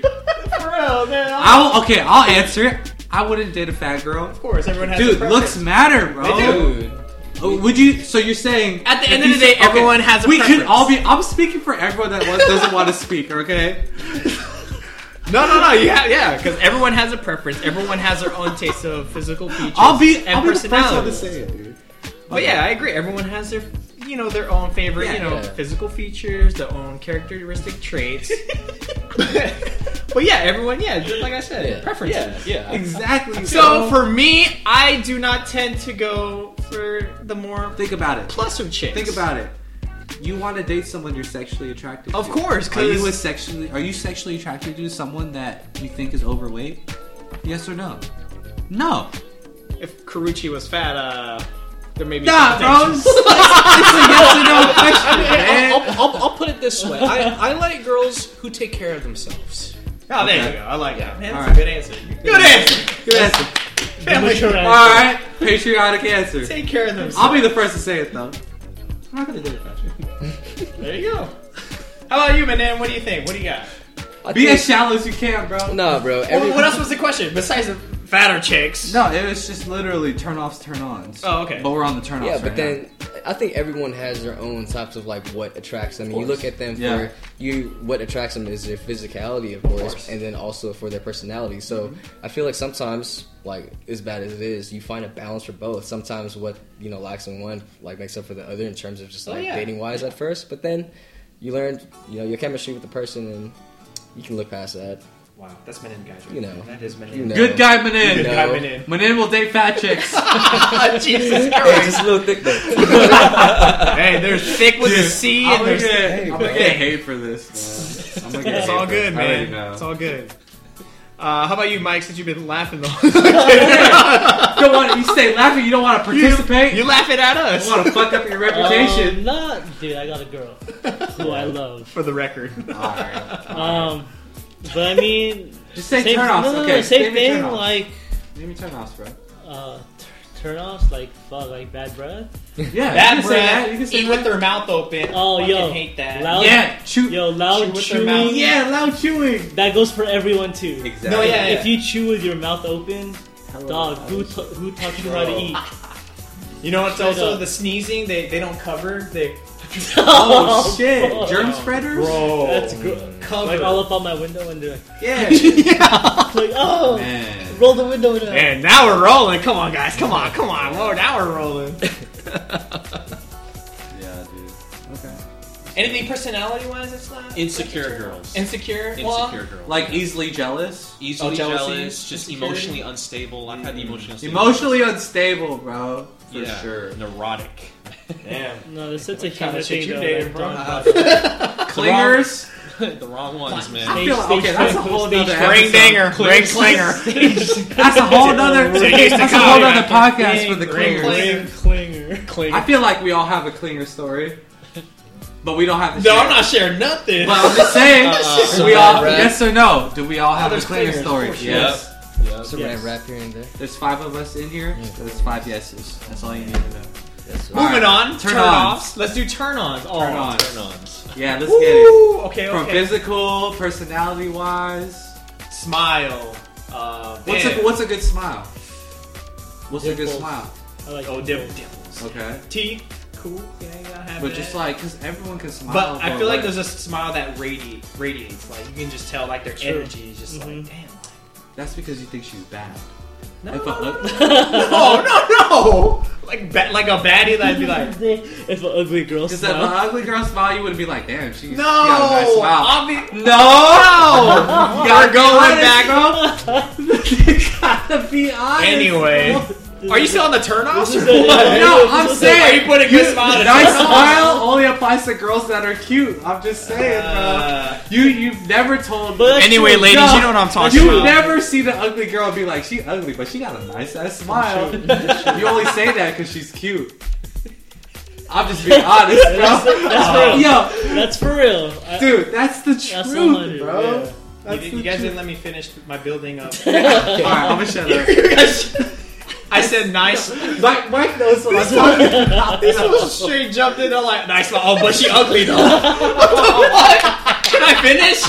for real, man. I-
I will, okay, I'll answer it. I wouldn't date a fat girl.
of course, everyone has.
Dude,
a preference.
looks matter, bro.
They do.
Dude,
Oh, Would you? So you're saying
At the end
if
of the
you-
day, everyone has a
We
preference.
could all be. I'm speaking for everyone that wa- doesn't want to speak. Okay.
No, no, no. You ha- yeah, because everyone has a preference. Everyone has their own taste of physical features.
I'll be.
and
I'll be the first one to
personalities.
say it, dude.
But yeah, I agree. Everyone has their, you know, their own favorite,
Yeah.
you know,
Yeah.
physical features, their own characteristic traits. but yeah, everyone, yeah, just like I said,
Yeah.
preferences.
Yeah.
Exactly.
So for me, I do not tend to go for the more
think about it.
plusser chicks.
Think about it. You want to date someone you're sexually attracted
Of
to.
course,
Are you a
'cause-
sexually are you sexually attracted to someone that you think is overweight? Yes or no? No.
if Karuchi was fat, uh, there may be
Nah,
some tension.
bro. It's, it's a yes or no question, man.
I'll, I'll, I'll put it this way: I, I like girls who take care of themselves.
Oh, there
Okay.
you go. I like that. Man, that's
Alright.
a good answer. Good answer.
Good answer.
Family.
Mature
All right, patriotic answer.
Take care of themselves.
I'll be the first to say it though. I'm not gonna do it, Patrick.
There you go. How about you, Manan? What do you think? What do you got?
I
Be
think-
as shallow as you can, bro.
Nah, bro.
Well,
Every,
what else was the question besides the fatter chicks?
No, it was just literally turn offs, turn ons.
Oh, okay.
But we're on the turn offs.
Yeah, but then I think everyone has their own types of like what attracts them. You look at them
Yeah.
for you. What attracts them is their physicality, of course,
course.
and then also for their personality. So I feel like sometimes, like as bad as it is, you find a balance for both. Sometimes what you know lacks in one like makes up for the other in terms of just
Oh,
like
yeah.
dating wise at first. But then you learn, you know, your chemistry with the person, and you can look past that.
Wow, that's Manan, guys.
You know.
that is Manan.
You know.
Good guy, Manin.
You
Good
know.
guy, Manan.
Manin will date fat chicks.
Jesus
Yeah,
Christ.
just a little thick though.
hey, they're thick with a C,
I'm
and they're
gonna, get,
hey,
I'm
bro.
gonna get hate for this. Man. I'm gonna get
It's
hate
all
for
good,
this. I already
man.
know.
It's all good. Uh, how about you, Mike? Since you've been laughing the whole time,
You don't want. You stay laughing. You don't want to participate.
you
You,
laughing at us.
don't want to fuck up your
Um,
reputation.
not, dude. I got a girl who I love.
For the record,
all right.
Um, but I mean,
Just say
same,
turn
no,
offs.
no, no,
okay.
same
name me
thing.
turn-offs.
Like,
name me turn offs, bro.
uh, t- turn offs, like fuck, like bad breath.
Yeah. you
that
can say that. You can
breath,
say
eat with
that.
their mouth open.
Oh,
Fucking
yo.
hate that.
Loud-
Yeah. Chew.
Yo, loud
Chew with their mouth.
chewing.
Yeah. Loud chewing.
That goes for everyone too.
Exactly.
No, yeah,
If you chew with your mouth open, dog, who, t- who taught you how to
Bro.
eat?
You know what's
Straight
also
up.
the sneezing? They they don't cover. They
Oh shit.
bro.
Germ spreaders.
bro.
That's gr-
cover.
like all up on my window and they're like,
Yeah.
like, oh,
man.
roll the window down.
And now we're rolling. Come on, guys. Come on. Come on. Whoa, now we're rolling.
Yeah, dude. Okay.
Anything personality wise that's not
Insecure girls.
insecure?
Insecure girls.
Like easily jealous.
e-, easily
Oh, jealousy,
jealous, just
insecurity.
emotionally unstable. I've had the emotionally unstable.
Emotionally unstable, bro. For
Yeah.
sure.
Neurotic.
Damn.
No, this is a
Kinda
human
shit
thing
you
though.
dated,
like,
bro.
don't-
Clingers.
the wrong ones, man.
I feel like, okay, that's a whole
Stage
nother
Ring
episode.
dinger, ring clinger.
That's a whole nother.
Stage
that's a
to
whole
come.
nother podcast for the clingers.
Clinger, clinger,
I
clinger.
feel like we all have a clinger story, but we don't have. to
No,
share
I'm not sharing nothing.
But I'm just saying,
Uh,
do we all
Survivor.
yes or no? Do we all have a
there's
clinger
clingers,
story?
of course,
Yes.
It's a
Yes.
rap here and there.
There's five of us in here. There's five yeses. That's all you need to know.
That's
All
Moving
right.
on,
Turn
turn,
ons.
offs. Let's do turn ons. Oh,
Turn ons.
Turn ons.
Yeah, let's get it.
Ooh, okay,
From
okay.
physical, personality wise,
Smile. Uh,
what's a,
big.
what's a good smile? What's a good
Dimple.
smile?
I like
Oh, dim- dim-
Okay,
T. Cool. Yeah, you gotta have
but
that.
just like because everyone can smile.
But I
but
feel like
what-
there's a smile that radiate, radiates. Like you can just tell, like their
True.
energy is just
Mhm.
like,
Mm-hmm.
damn.
that's because you think she's bad.
No,
If
no,
I look- Oh,
no, no, no. Like ba- like a baddie that'd be like,
if an ugly girl
Because if an
smile,
ugly girl smile, you wouldn't be like, damn, she, she
no,
got a nice smile.
obvi-
no, you're
going
you gotta be honest.
Anyway, are you still on the turnoffs?
This is
or
a-
what?
No, I'm
Are you
saying
putting a good smile on a
nice
turnoff?
smile only applies to girls that are cute. I'm just saying,
Uh,
bro. You you've never told
But-
Anyway,
Dude,
ladies,
no.
you know what I'm talking
you
about.
never see the ugly girl and be like, she ugly, but she got a nice ass smile. you only say that because she's cute. I'm just being honest,
That's-
bro.
that's
Yo,
that's for real. I-
dude, that's the truth,
That's 100,
bro.
yeah.
That's
you,
the
you guys
truth.
didn't let me finish my building up.
All right, I'm gonna shut up.
I said nice.
Mike, Mike knows what I'm talking about.
This was straight jumped in. I'm like, nice smile. Oh, but she ugly though. what the fuck? Can I finish?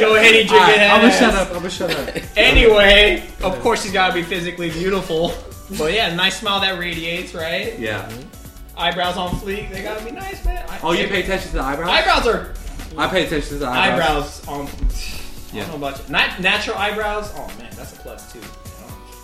Go ahead and drink
Alright,
it.
I'm gonna shut up. I'm gonna shut up.
Anyway, of course she's gotta be physically beautiful. But yeah, nice smile that radiates, right?
Yeah.
Eyebrows on fleek. They gotta be nice, man. I-
Oh, you pay attention to the eyebrows?
eyebrows are
I pay attention to the eyebrows.
eyebrows on.
Yeah.
I don't know about you. Not natural eyebrows. Oh man, that's a plus too.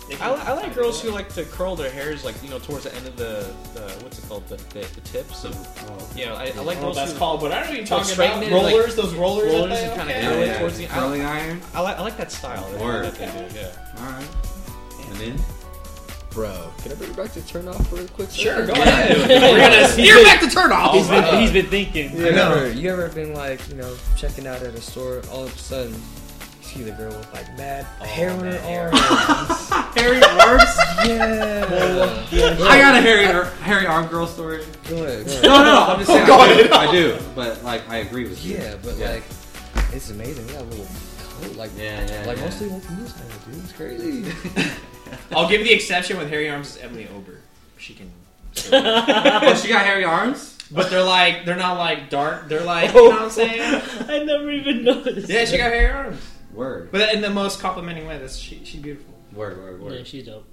They
I,
can-
I like girls who like to curl their hairs, like you know, towards the end of the, the what's it called, the, the, the tips. Of,
Oh,
you know, I, I
I
like
don't know what Oh,
girls
that's
who
called, but I don't even talking
straighten
about
it, like-
rollers. those rollers, that
rollers
they-
and kinda
okay.
curl it
Yeah,
towards the-
yeah. Curling iron.
I like I like that style. I like
Word.
that they do, yeah.
All right. And then
Bro, can I bring you back to turn off for a quick
Sure,
second?
go ahead. We're gonna
He's
steer back to turn off.
He's been,
wow.
he's been thinking.
You
know.
ever, you ever been like, you know, checking out at a store, all of a sudden, you see the girl with like mad hair on
man, hair.
her arm.
Harry Arms.
yeah.
I got a Harry Ar- Harry Arm girl story.
Go ahead, go
No,
ahead.
no, no. I'm just saying.
Go
I, do,
ahead.
I do, but like I agree with you.
Yeah, but
Yeah.
like, it's amazing. We got a little coat. Like,
Yeah, yeah,
like
yeah.
mostly won't use that, dude. It's crazy.
I'll give the exception with Harry Arms is Emily Ober. She can.
Oh, she got hairy arms.
But they're like, they're not like dark. They're like, you know what I'm saying?
I never even noticed.
Yeah, she got hairy arms.
Word,
But in the most complimenting way, that's she, she beautiful.
word, word,
Yeah,
word.
she's dope.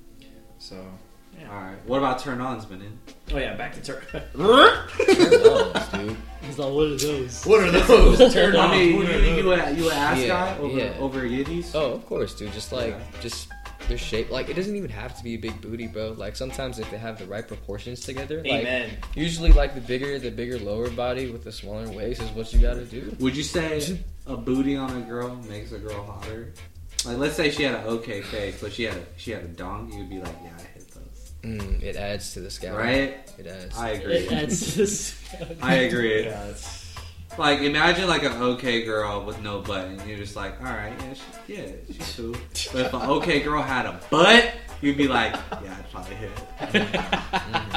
So.
All right. What about turn-ons, Benin?
Oh yeah, back to turn.
Turn-ons, dude.
He's like, what are those?
what are those? Turn
I
off.
mean,
What
you,
are
you, you,
those?
a, you a ass
Yeah,
guy over
yeah.
over yiddies?
Oh, of course, dude. Just like, just their shape. Like, it doesn't even have to be a big booty, bro. Like, sometimes if they have the right proportions together, like,
Amen.
usually like the bigger, the bigger lower body with the smaller waist is what you gotta do.
Would you say a booty on a girl makes a girl hotter? Like, let's say she had an okay face, but she had a, she had a dong. You'd be like, yeah, I hit those,
Mm, it adds to the scalp.
right?
It adds.
I
It
agree.
adds to this.
I agree.
Yeah, it's-
Like, imagine like an okay girl with no butt, and you're just like, all right, yeah, she, yeah, she's cool. But if an okay girl had a butt, you'd be like, yeah, I'd probably hit. it.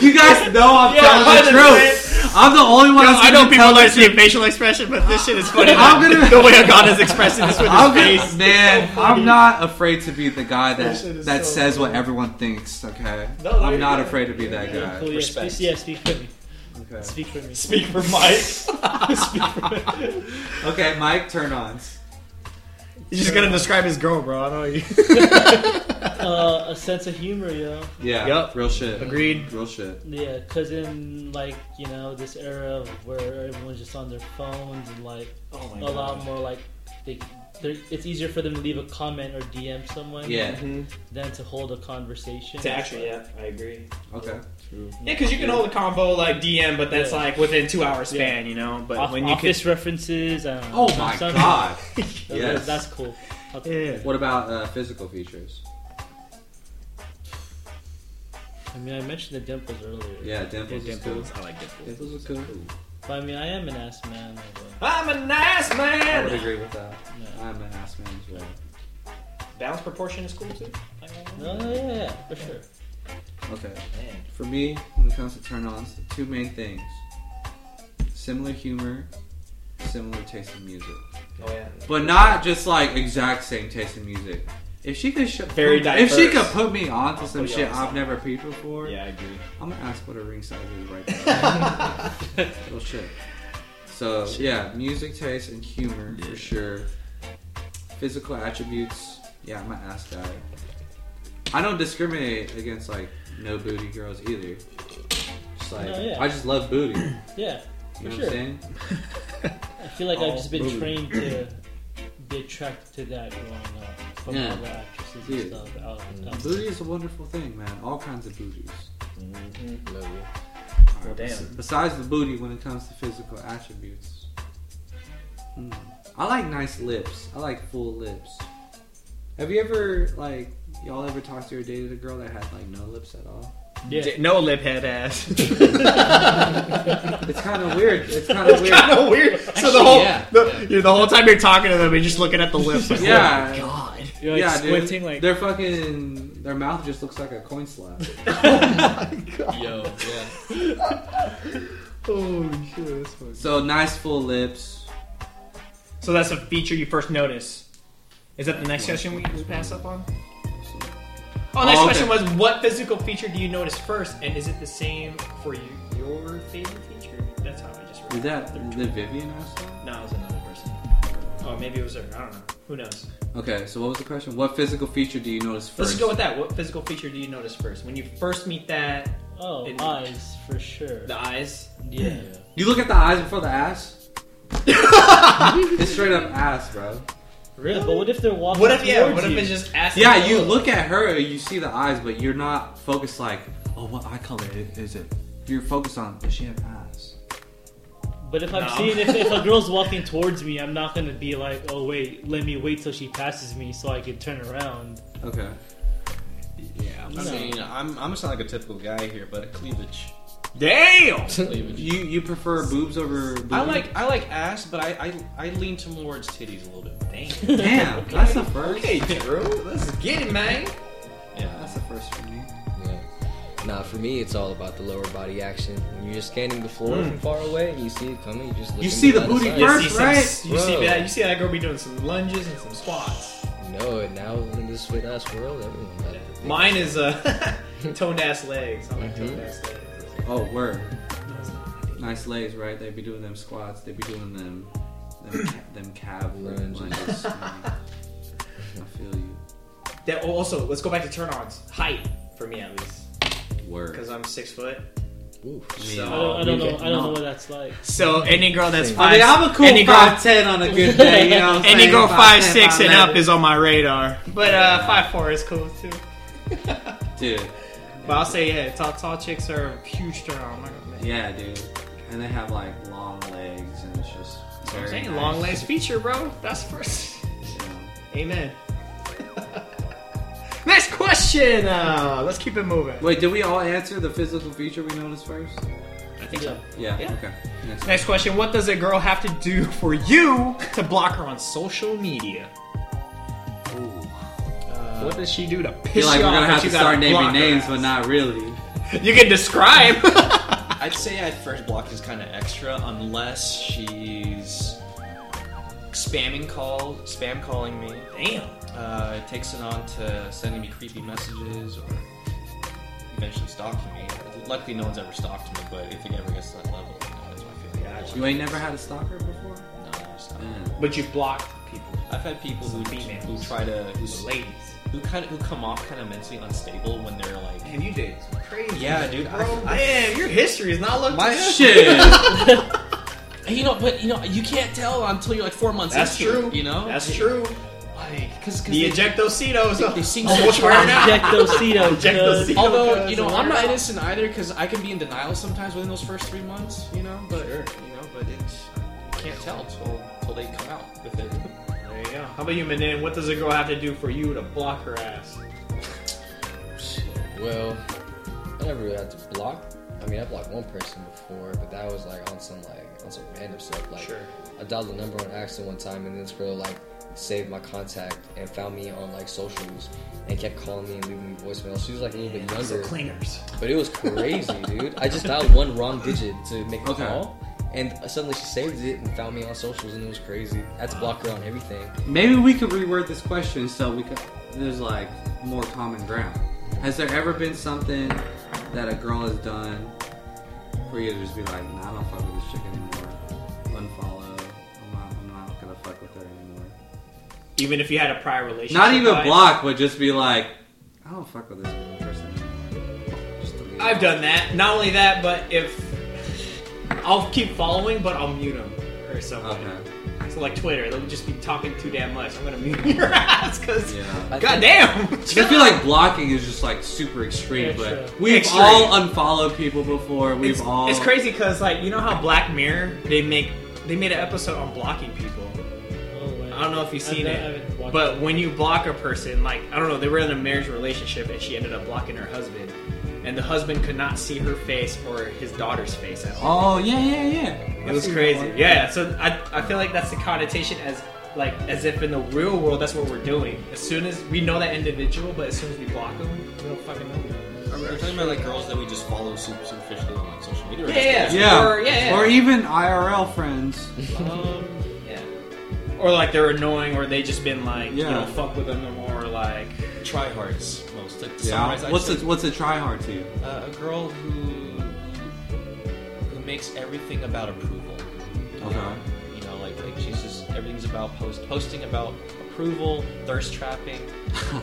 you guys know I'm
Yeah,
telling
100%.
the truth. I'm the only one.
Yo,
that's
I
gonna
know
tell
people
the
like to see facial expression, but this shit is funny.
I'm gonna-
the way God is expressing this with his
I'm
face.
gonna, man, I'm not afraid to be the guy that
That shit is
that
so
says what everyone thinks. Okay,
No, there
I'm
you
not
go.
afraid to be that
Yeah,
guy.
cool, Oh, yeah,
Respect.
speak, yeah, speak for me.
Okay,
Speak for me.
Speak for Mike.
okay Mike, turn-ons.
He's just gonna describe his girl, bro. I know you.
Uh, a sense of humor, yo.
Yeah,
Yup.
real shit.
Agreed.
Real shit.
Yeah, cause in like you know this era of where everyone's just on their phones and like
Oh my
a lot more like they, they're- it's easier for them to leave a comment or DM someone
Yeah.
than to hold a conversation.
To actually, yeah, I agree.
Okay.
Yeah, because you can hold a combo like DM, but that's
Yeah.
like within two hours span, you know. But
Off-
when you
office references. I don't know,
Oh my
something-
god.
That's,
Yes.
that's cool. That's-
can,
What about uh, physical features?
I mean, I mentioned the dimples earlier.
Yeah, dimples.
dimples.
Is
I like dimples.
cool. Dimples are cool.
But I mean, I am an ass man. Like, uh,
I'm a nice
I would
man.
agree with that.
Yeah.
I'm an ass man as well.
Balance proportion is cool too.
No, no, yeah, yeah, for sure.
Okay.
Man.
For me, when it comes to turn ons, the two main things similar humor, similar taste in music.
Oh yeah.
But not just like exact same taste in music. If she could sh-
Very
if she could
diverse.
put me on to
I'll
some
put you
shit
on to
I've
something.
never peeped before,
I agree.
I'm gonna ask what her ring size is right now. Real shit. So yeah, music taste and humor for sure. Physical attributes, yeah, I'm an ass guy. I don't discriminate against like no booty girls either. Just like
No, yeah.
I just love booty. You know
Yeah,
what I'm
for sure.
saying?
I feel like I've just
Oh,
been
All
trained to be attracted to that growing up from
Yeah.
all the actresses
Dude.
and stuff. Out
Mm.
out-
Booty is a wonderful thing, man. All kinds of booties.
Love you.
Well, damn.
Besides the booty, when it comes to physical attributes, Hmm. I like nice lips. I like full lips. Have you ever like y'all ever talked to or dated a girl that had like no lips at all?
Yeah.
No lip head ass.
It's kind of weird. It's kind of weird.
kind of weird. So the
Actually,
whole
yeah.
the, you're- the whole time you're talking to them, you're just looking at the lips. Like,
Yeah.
Oh my God.
You're like
yeah, dude.
squinting, like
Their fucking their mouth just looks like a coin slab.
Yo, yeah.
Oh shit, that's funny.
so nice full lips.
So that's a feature you first notice. Is that the next question we, we pass up on? Oh, next
Oh, okay.
question was what physical feature do you notice first, and is it the same for you? Your favorite feature? That's how I just read.
Is that
their
the Vivian asked?
tweet. No, it was another person. Oh, maybe it was her. I don't know. Who knows?
Okay, so what was the question? What physical feature do you notice 1st
let Let's just go with that. What physical feature do you notice first when you first meet that?
oh
It-
eyes for sure.
The eyes.
Yeah.
You look at the eyes before the ass. it's straight up ass, bro.
Really? But what if they're walking?
What if yeah?
towards
What if
you?
it's just ass?
Yeah, you look at her, you see the eyes, but you're not focused like, oh, what eye color i- is it? You're focused on does she have ass?
But if I'm
No.
seeing if, if a girl's walking towards me, I'm not gonna be like, oh wait, let me wait till she passes me so I can turn around.
Okay.
Yeah, I
No.
mean, I'm I'm just not like a typical guy here, but cleavage.
Damn.
cleavage.
You you prefer boobs over? Booty?
I like I like ass, but I, I I lean towards titties a little bit.
Damn.
Damn, that's the first.
Okay, Drew. Let's get it, man.
Yeah.
That's the first for me.
Yeah. Nah, for me, it's all about the lower body action. When you're just scanning the floor from far away and you see it coming, you just look
Mm. You
at
see the
other
booty
side.
You
First,
see, some,
right?
you see
Whoa.
that? You see that girl be doing some lunges and some squats.
No, and now in this with us world, everyone got it.
Mine is uh, toned ass legs. I like toned ass legs.
Oh, word. Nice legs, right? They be doing them squats. They be doing them them, ca- them calf
Lunges.
lunges. I feel you.
That oh, also. Let's go back to turn-ons. Height for me at least,
Word.
because I'm six foot.
Oof.
I
I
So.
don't, I don't know.
okay.
I don't
No.
know what that's like.
So any girl that's
I
five,
I mean, I'm a cool
any girl,
5'10 on a good day. You know what I'm
any
saying?
girl five
5'10",
six and
5'11".
up is on my radar. But uh, five four is cool too.
Dude,
But I'll say yeah, tall tall chicks are a huge turn on. Oh I'm not gonna-
yeah, dude. And they have like long legs and it's just.
I'm
very
saying
nice,
long legs feature, bro. That's first.
you know.
Amen. Next question. Uh, let's keep it moving.
Wait, did we all answer the physical feature we noticed first?
I think so.
Yeah.
Yeah.
Okay. Next.
Next question. What does a girl have to do for you to block her on social media? Uh, what does she do to
I feel
piss
like
you
we're
off?
gonna
that
have
you
to
gotta
start naming
block her
names,
ass?
but not really.
You can describe.
I'd say at first block is kind of extra unless she's spamming call, spam calling me.
Damn.
Uh, it takes it on to sending me creepy messages or eventually stalking me. Luckily, no one's ever stalked me, but if it ever gets to that level, you know, that's my feeling.
Gotcha.
You ain't never had a stalker before?
No, it's not.
Man.
But you blocked people.
I've had people who,
Females.
who try to
Who's
who,
ladies?
who kind of who come off kind of mentally unstable when they're like,
And you did. Crazy.
yeah, dude, I-
Bro, damn, your history is not looking
My
Shit!
And, You know, but you know, you can't tell until you're like four months.
That's
into it,
true.
You know,
That's true.
Like, because
The ejectositos.
they seem
Oh,
so
what's wrong?
charmed out.
Ejectocito.
Ejectocito.
cuz-
Although
Because uh,
you know,
they're
I'm not
not.
innocent either because I can be in denial sometimes within those first three months. You know, but you know, but it's you can't tell till till they come out with it.
There you go. How about you, Manin? What does a girl have to do for you to block her ass?
Well, I never really had to block I mean, I blocked one person before, but that was like on some like on some random stuff. Like,
Sure.
I dialed the number on accident one time, and this girl like saved my contact and found me on like socials and kept calling me and leaving me voicemails. She was like a little bit
So
younger,
clingers.
but it was crazy, dude. I just dialed one wrong digit to make a
Okay.
call. And suddenly she saved it and found me on socials, and it was crazy. I had to block her on everything.
Maybe we could reword this question so we could there's like more common ground. Has there ever been something that a girl has done for you to just be like, nah, I don't fuck with this chick anymore. Unfollow. I'm not, I'm not gonna fuck with her anymore.
Even if you had a prior relationship.
Not even
guys.
block, but just be like, I don't fuck with this person anymore. Just delete
I've
it.
done that. Not only that, but if I'll keep following, but I'll mute them or something.
Okay.
So like Twitter, they'll just be talking too damn much. I'm gonna mute your ass because
Yeah.
I
goddamn.
I feel like blocking is just like super extreme,
Extra.
but we've
Extreme.
all unfollowed people before. We've
it's,
all
it's crazy because like you know how Black Mirror they make they made an episode on blocking people.
Oh, wait.
I don't know if you've
I've
seen
not- I haven't
it,
watched
but when you block a person, like I don't know, they were in a marriage relationship and she ended up blocking her husband, and the husband could not see her face or his daughter's face at all.
Oh yeah, yeah, yeah.
It was crazy. Yeah, so I, I feel like that's the connotation as like as if in the real world that's what we're doing. As soon as we know that individual, but as soon as we block them, we don't fucking know. them.
Are we, are we talking about like girls that we just follow super superficially on like social media? or
Yeah,
just-
yeah,
Yeah.
Or, yeah, yeah.
Or even IRL friends.
Um, yeah. Or like they're annoying, or they just been like, you
Yeah.
don't fuck with them no more. or, Like,
tryhards most. Like, to
yeah.
summarize, I'd
What's
say,
a what's a try hard to you?
uh, a girl who who makes everything about approval.
Uh-huh.
Okay.
You know, like like she's just everything's about post posting about approval, thirst trapping,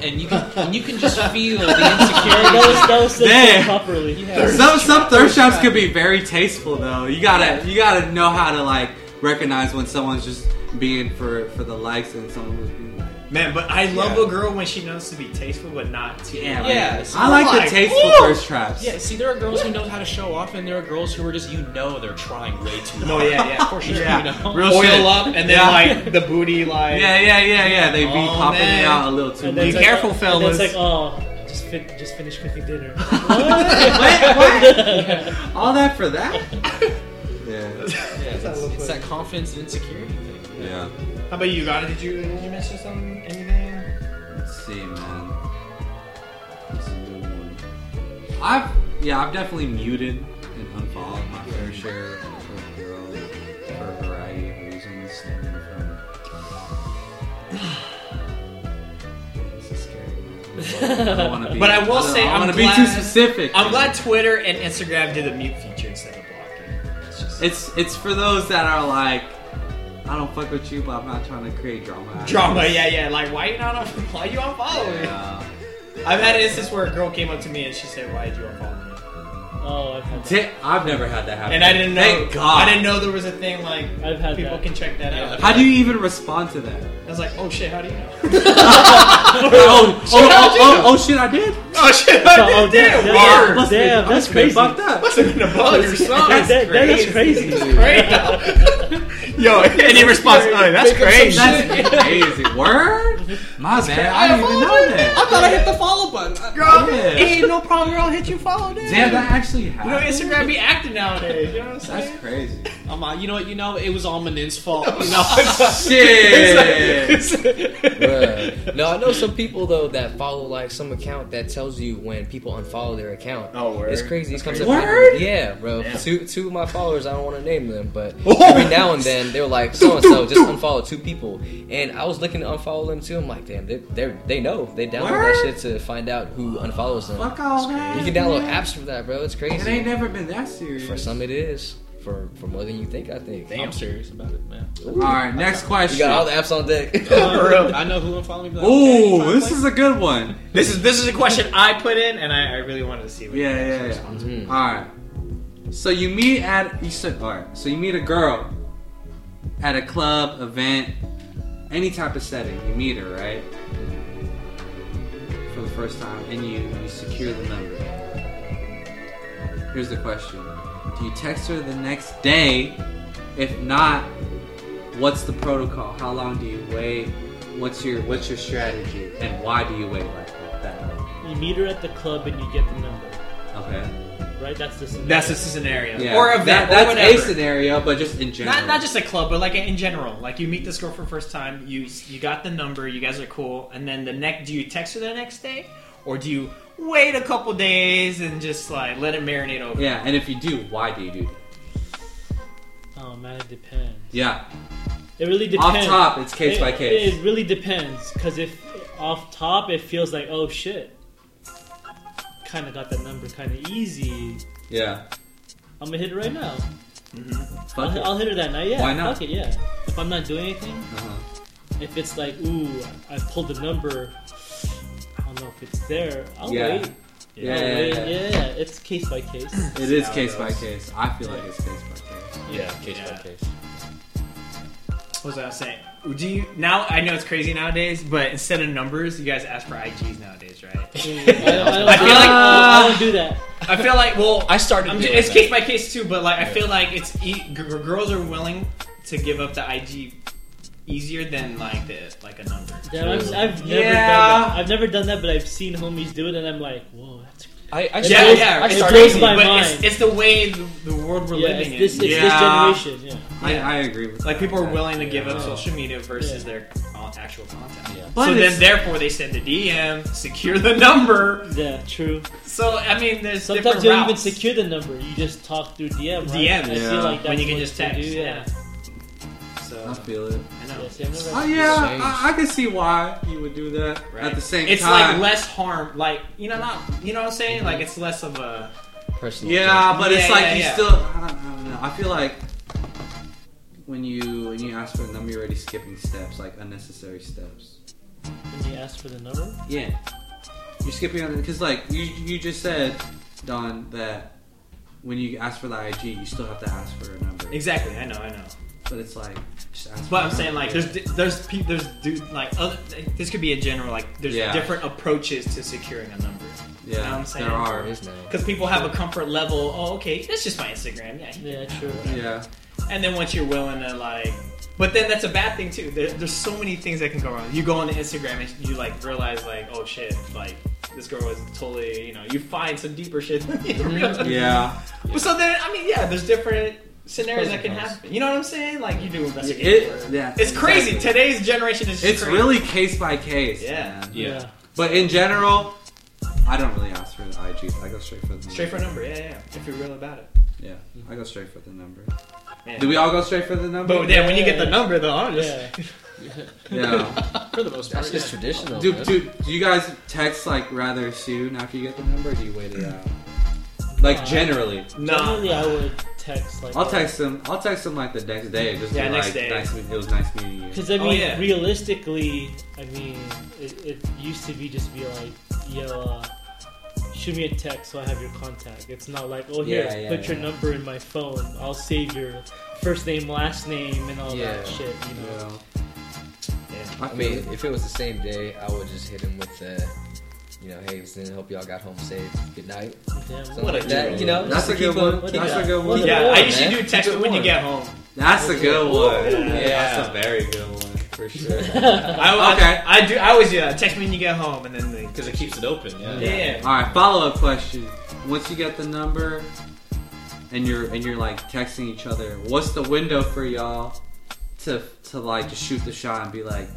and you can and you can just feel the
Yeah, that was
insecurity.
that was said
Damn.
properly.
Yeah.
Some some thirst traps could be very tasteful though. You gotta you gotta know how to like recognize when someone's just being for for the likes and someone was being like.
man, but I love
Yeah.
a girl when she knows to be tasteful, but not too.
Yeah,
Yeah,
like,
so
I like
like,
the tasteful
woo!
thirst traps.
Yeah, see, there are girls who know how to show off, and there are girls who are just you know they're trying way too hard.
No, yeah, yeah,
for
for
sure.
sure.
You know?
Real
Oil
shit.
up and then
Yeah.
like the booty, like
Yeah, yeah, yeah, yeah. They be
Oh,
popping it
man.
out a little too much.
And then
Be
it's like,
careful,
oh, and then
fellas.
It's like, oh, just fin- just finished cooking dinner.
All that for that? yeah.
Yeah, it's, it's that confidence and insecurity thing.
Yeah.
How about you, Ghana? Did you did you mention something? Anything?
Let's see, man. That's a good one. I've yeah, I've definitely muted and unfollowed my fair share of girls for a variety of reasons. Stemming from This is scary. I don't wanna be-
But I will
don't-
say
I
I'm
want to be too
glad-
specific.
I'm glad Twitter and Instagram did a mute feature instead of blocking. It's just
It's it's for those that are like, I don't fuck with you, but I'm not trying to create drama. out of
drama.
this."
Yeah, yeah. Like, why you not? On, why you unfollowing? me?
Yeah.
I've had an instance where a girl came up to me and she said, "Why did you unfollow me?"
oh, I've had that.
Di- I've never had that happen.
And I didn't know.
Thank God.
I didn't know there was a thing like
I've had
people
that.
can check that
Yeah.
out.
How do you even respond to that?
I was like, oh shit, how do you know?
oh, oh,
how'd
oh,
you
oh,
know?
oh, shit! I did.
oh shit,
Oh, oh, damn, damn,
Weird.
damn,
Damn,
that's crazy.
Fucked up.
Must have been a bug or something.
That- that- that is crazy.
Great. Yo, any response? Oh, that's crazy.
That's crazy. Word. My bad. I didn't even know that.
thought I hit the follow button.
Girl,
Yeah.
ain't no problem. I'll hit you follow dude.
Damn, that actually
You know,
happened.
Instagram be acting nowadays. You know what I'm
That's
saying?
crazy.
Um, uh, you know what? You know it was all Manon's fault. You know,
Shit.
Bruh. No, I know some people though that follow like some account that tells you when people unfollow their account.
Oh, word.
It's crazy. It comes
That's crazy.
up.
Word?
Yeah, bro.
Damn.
Two two of my followers. I don't want to name them, but every now and then they're like, so and so just unfollow two people, and I was looking to unfollow them too. I'm like, damn, they they they know they download
Word?
that shit to find out who unfollows them.
Fuck all that.
You can download
man.
apps for that, bro. It's crazy.
It ain't never been that serious.
For some, it is. For for more than you think, I think.
I'm serious about it, man.
Ooh.
All right, next question.
You got all the apps on deck.
For real.
I know who unfollowed me. but okay,
Ooh,
fine,
this
fine.
is a good one.
This is this is a question I put in, and I, I really wanted to see. What
Yeah, yeah, Mm-hmm. yeah.
Mhm.
All right. So you meet at you said all right. So you meet a girl at a club event, any type of setting. You meet her right for the first time, and you you secure the number. Here's the question: Do you text her the next day? If not, what's the protocol? How long do you wait? What's your what's your strategy, and why do you wait like that?
You meet her at the club and you get the number.
Okay.
right? That's the scenario.
That's a scenario.
Yeah.
Or event,
That-
or
that's
whatever.
a scenario, but just in general.
Not, not just a club, but like in general. Like you meet this girl for the first time, you you got the number, you guys are cool, and then the next, do you text her the next day, or do you wait a couple days and just like let it marinate over?
Yeah, and if you do, why do you do that?
oh man, it depends.
Yeah.
It really
Off
depends.
top, it's case
it,
by case.
It really depends because if off top, it feels like oh shit, kind of got that number kind of easy.
Yeah.
I'm gonna hit it right now.
Fuck
I'll,
it.
I'll hit her that night. Yeah,
Why not?
Fuck it, yeah. If I'm not doing anything,
Uh-huh.
if it's like ooh, I pulled the number. I don't know if it's there. I'll
Yeah.
wait.
Yeah,
I'll
yeah,
wait.
yeah.
yeah. It's case by case.
It is
how it
case by
goes.
case. I feel like it's case by case.
Yeah, case
Yeah.
by case.
What was I saying? Do you now? I know it's crazy nowadays, but instead of numbers, you guys ask for IGs nowadays, right?
I, don't- don't
I feel
do
like-
that. I don't do that.
I feel like well,
I started.
I'm
doing
ju- it's
that.
case by case too, but like I feel like it's e- g- g- girls are willing to give up the IG easier than like the like a number.
Damn, I've, I've never
Yeah.
done that. I've never done that, but I've seen homies do it, and I'm like, whoa, that's
I, I
Yeah,
started,
yeah,
I
it
started,
blows my
but It's,
mind.
it's the way the, the world we're
yeah, it's
living
this,
in.
it's
Yeah.
this generation. Yeah.
I, I agree with
Like
that.
people are willing to give up
Yeah.
social media versus
Yeah.
their uh, actual content.
Yeah.
But
so
it's-
then, therefore, they send a DM, secure the number.
Yeah, true.
So I mean, there's
Sometimes
different
you don't even
routes.
secure the number. You just talk through DM. Right?
DM,
I
yeah.
feel like that's
When you can
what
just
they
text,
do, yeah.
So
I feel it.
I
Yeah,
know.
see, I've never-
Oh yeah,
Same.
I, I can see why you would do that.
Right.
At the same
it's
time,
like less harm. Like you know, not you know what I'm saying. Like it's less of a.
personal.
yeah, but it's
Yeah,
like
yeah,
you
yeah.
still. I don't, I don't know. I feel like when you when you ask for a number, you're already skipping steps, like unnecessary steps.
When you ask for the number,
Yeah, you're skipping on because like you you just said, Don, that when you ask for the IG, you still have to ask for a number.
Exactly, I know, I know.
But it's like just ask. for
But
a
I'm saying
number.
like there's di- there's pe- there's dude like other, like, this could be in general like there's
Yeah.
different approaches to securing a number
yeah,
know what I'm saying?
there
There
are.
is now.
because people have a comfort level. Oh, okay, that's just my Instagram, yeah.
yeah, true.
Yeah,
And then once you're willing to like, but then that's a bad thing too. There, there's so many things that can go wrong. You go on the Instagram and you like realize like, oh shit, like this girl was totally you know you find some deeper shit. Than you realize.
yeah.
But so then, I mean, yeah, there's different scenarios
Pros and
that can
cons.
happen. You know what I'm saying? Like you do investigate.
It,
for-
yeah,
it's crazy.
exactly.
Today's generation is. just
It's
crazy.
really case by case.
Yeah.
man.
Yeah.
But in general, I don't really ask for the IG. I go straight for the
straight for a
number.
number. Yeah, yeah. yeah. If you're real about it.
Yeah, I go straight for the number.
Man.
Do we all go straight for the number?
But then when you get the number though, I'm just.
Yeah.
yeah.
for the most part.
That's just
yeah.
traditional.
do,
man.
do, do you guys text like rather soon after you get the number? Or do you wait it out? Like
Uh,
generally,
Nah.
Generally, I would text like.
I'll text them. I'll text them like the next day. Just
Yeah,
be
next
like,
day.
Nice, meet- it was nice meeting you.
Because I
Oh,
mean,
yeah.
realistically, I mean, it, it used to be just be like, yo, uh, shoot me a text so I have your contact. It's not like, oh, here,
Yeah, yeah,
put your
yeah.
number in my phone. I'll save your first name, last name, and all
Yeah.
that shit. You know.
Yeah.
Yeah.
I
I
mean,
mean, if it was the same day, I would just hit him with the, you know, hey, listen, hope y'all got home safe. Good night.
Damn,
Something
What a
like that,
dude.
you know.
that's
just
a
to
good
keep 'em-
one.
what
That's
you
a
got?
good
What
one.
you
Yeah,
got?
I
Yeah,
usually
man.
do text
Good
it when you
one.
get home.
That's a good one.
Yeah.
That's a very good one for sure.
I, I-
Okay.
I, do. I always do that. Text me when you get home, and then
Because
because
it keeps it open, yeah.
yeah.
All right, follow up question. Once you get the number, and you're and you're like texting each other, what's the window for y'all to to like just shoot the shot and be like,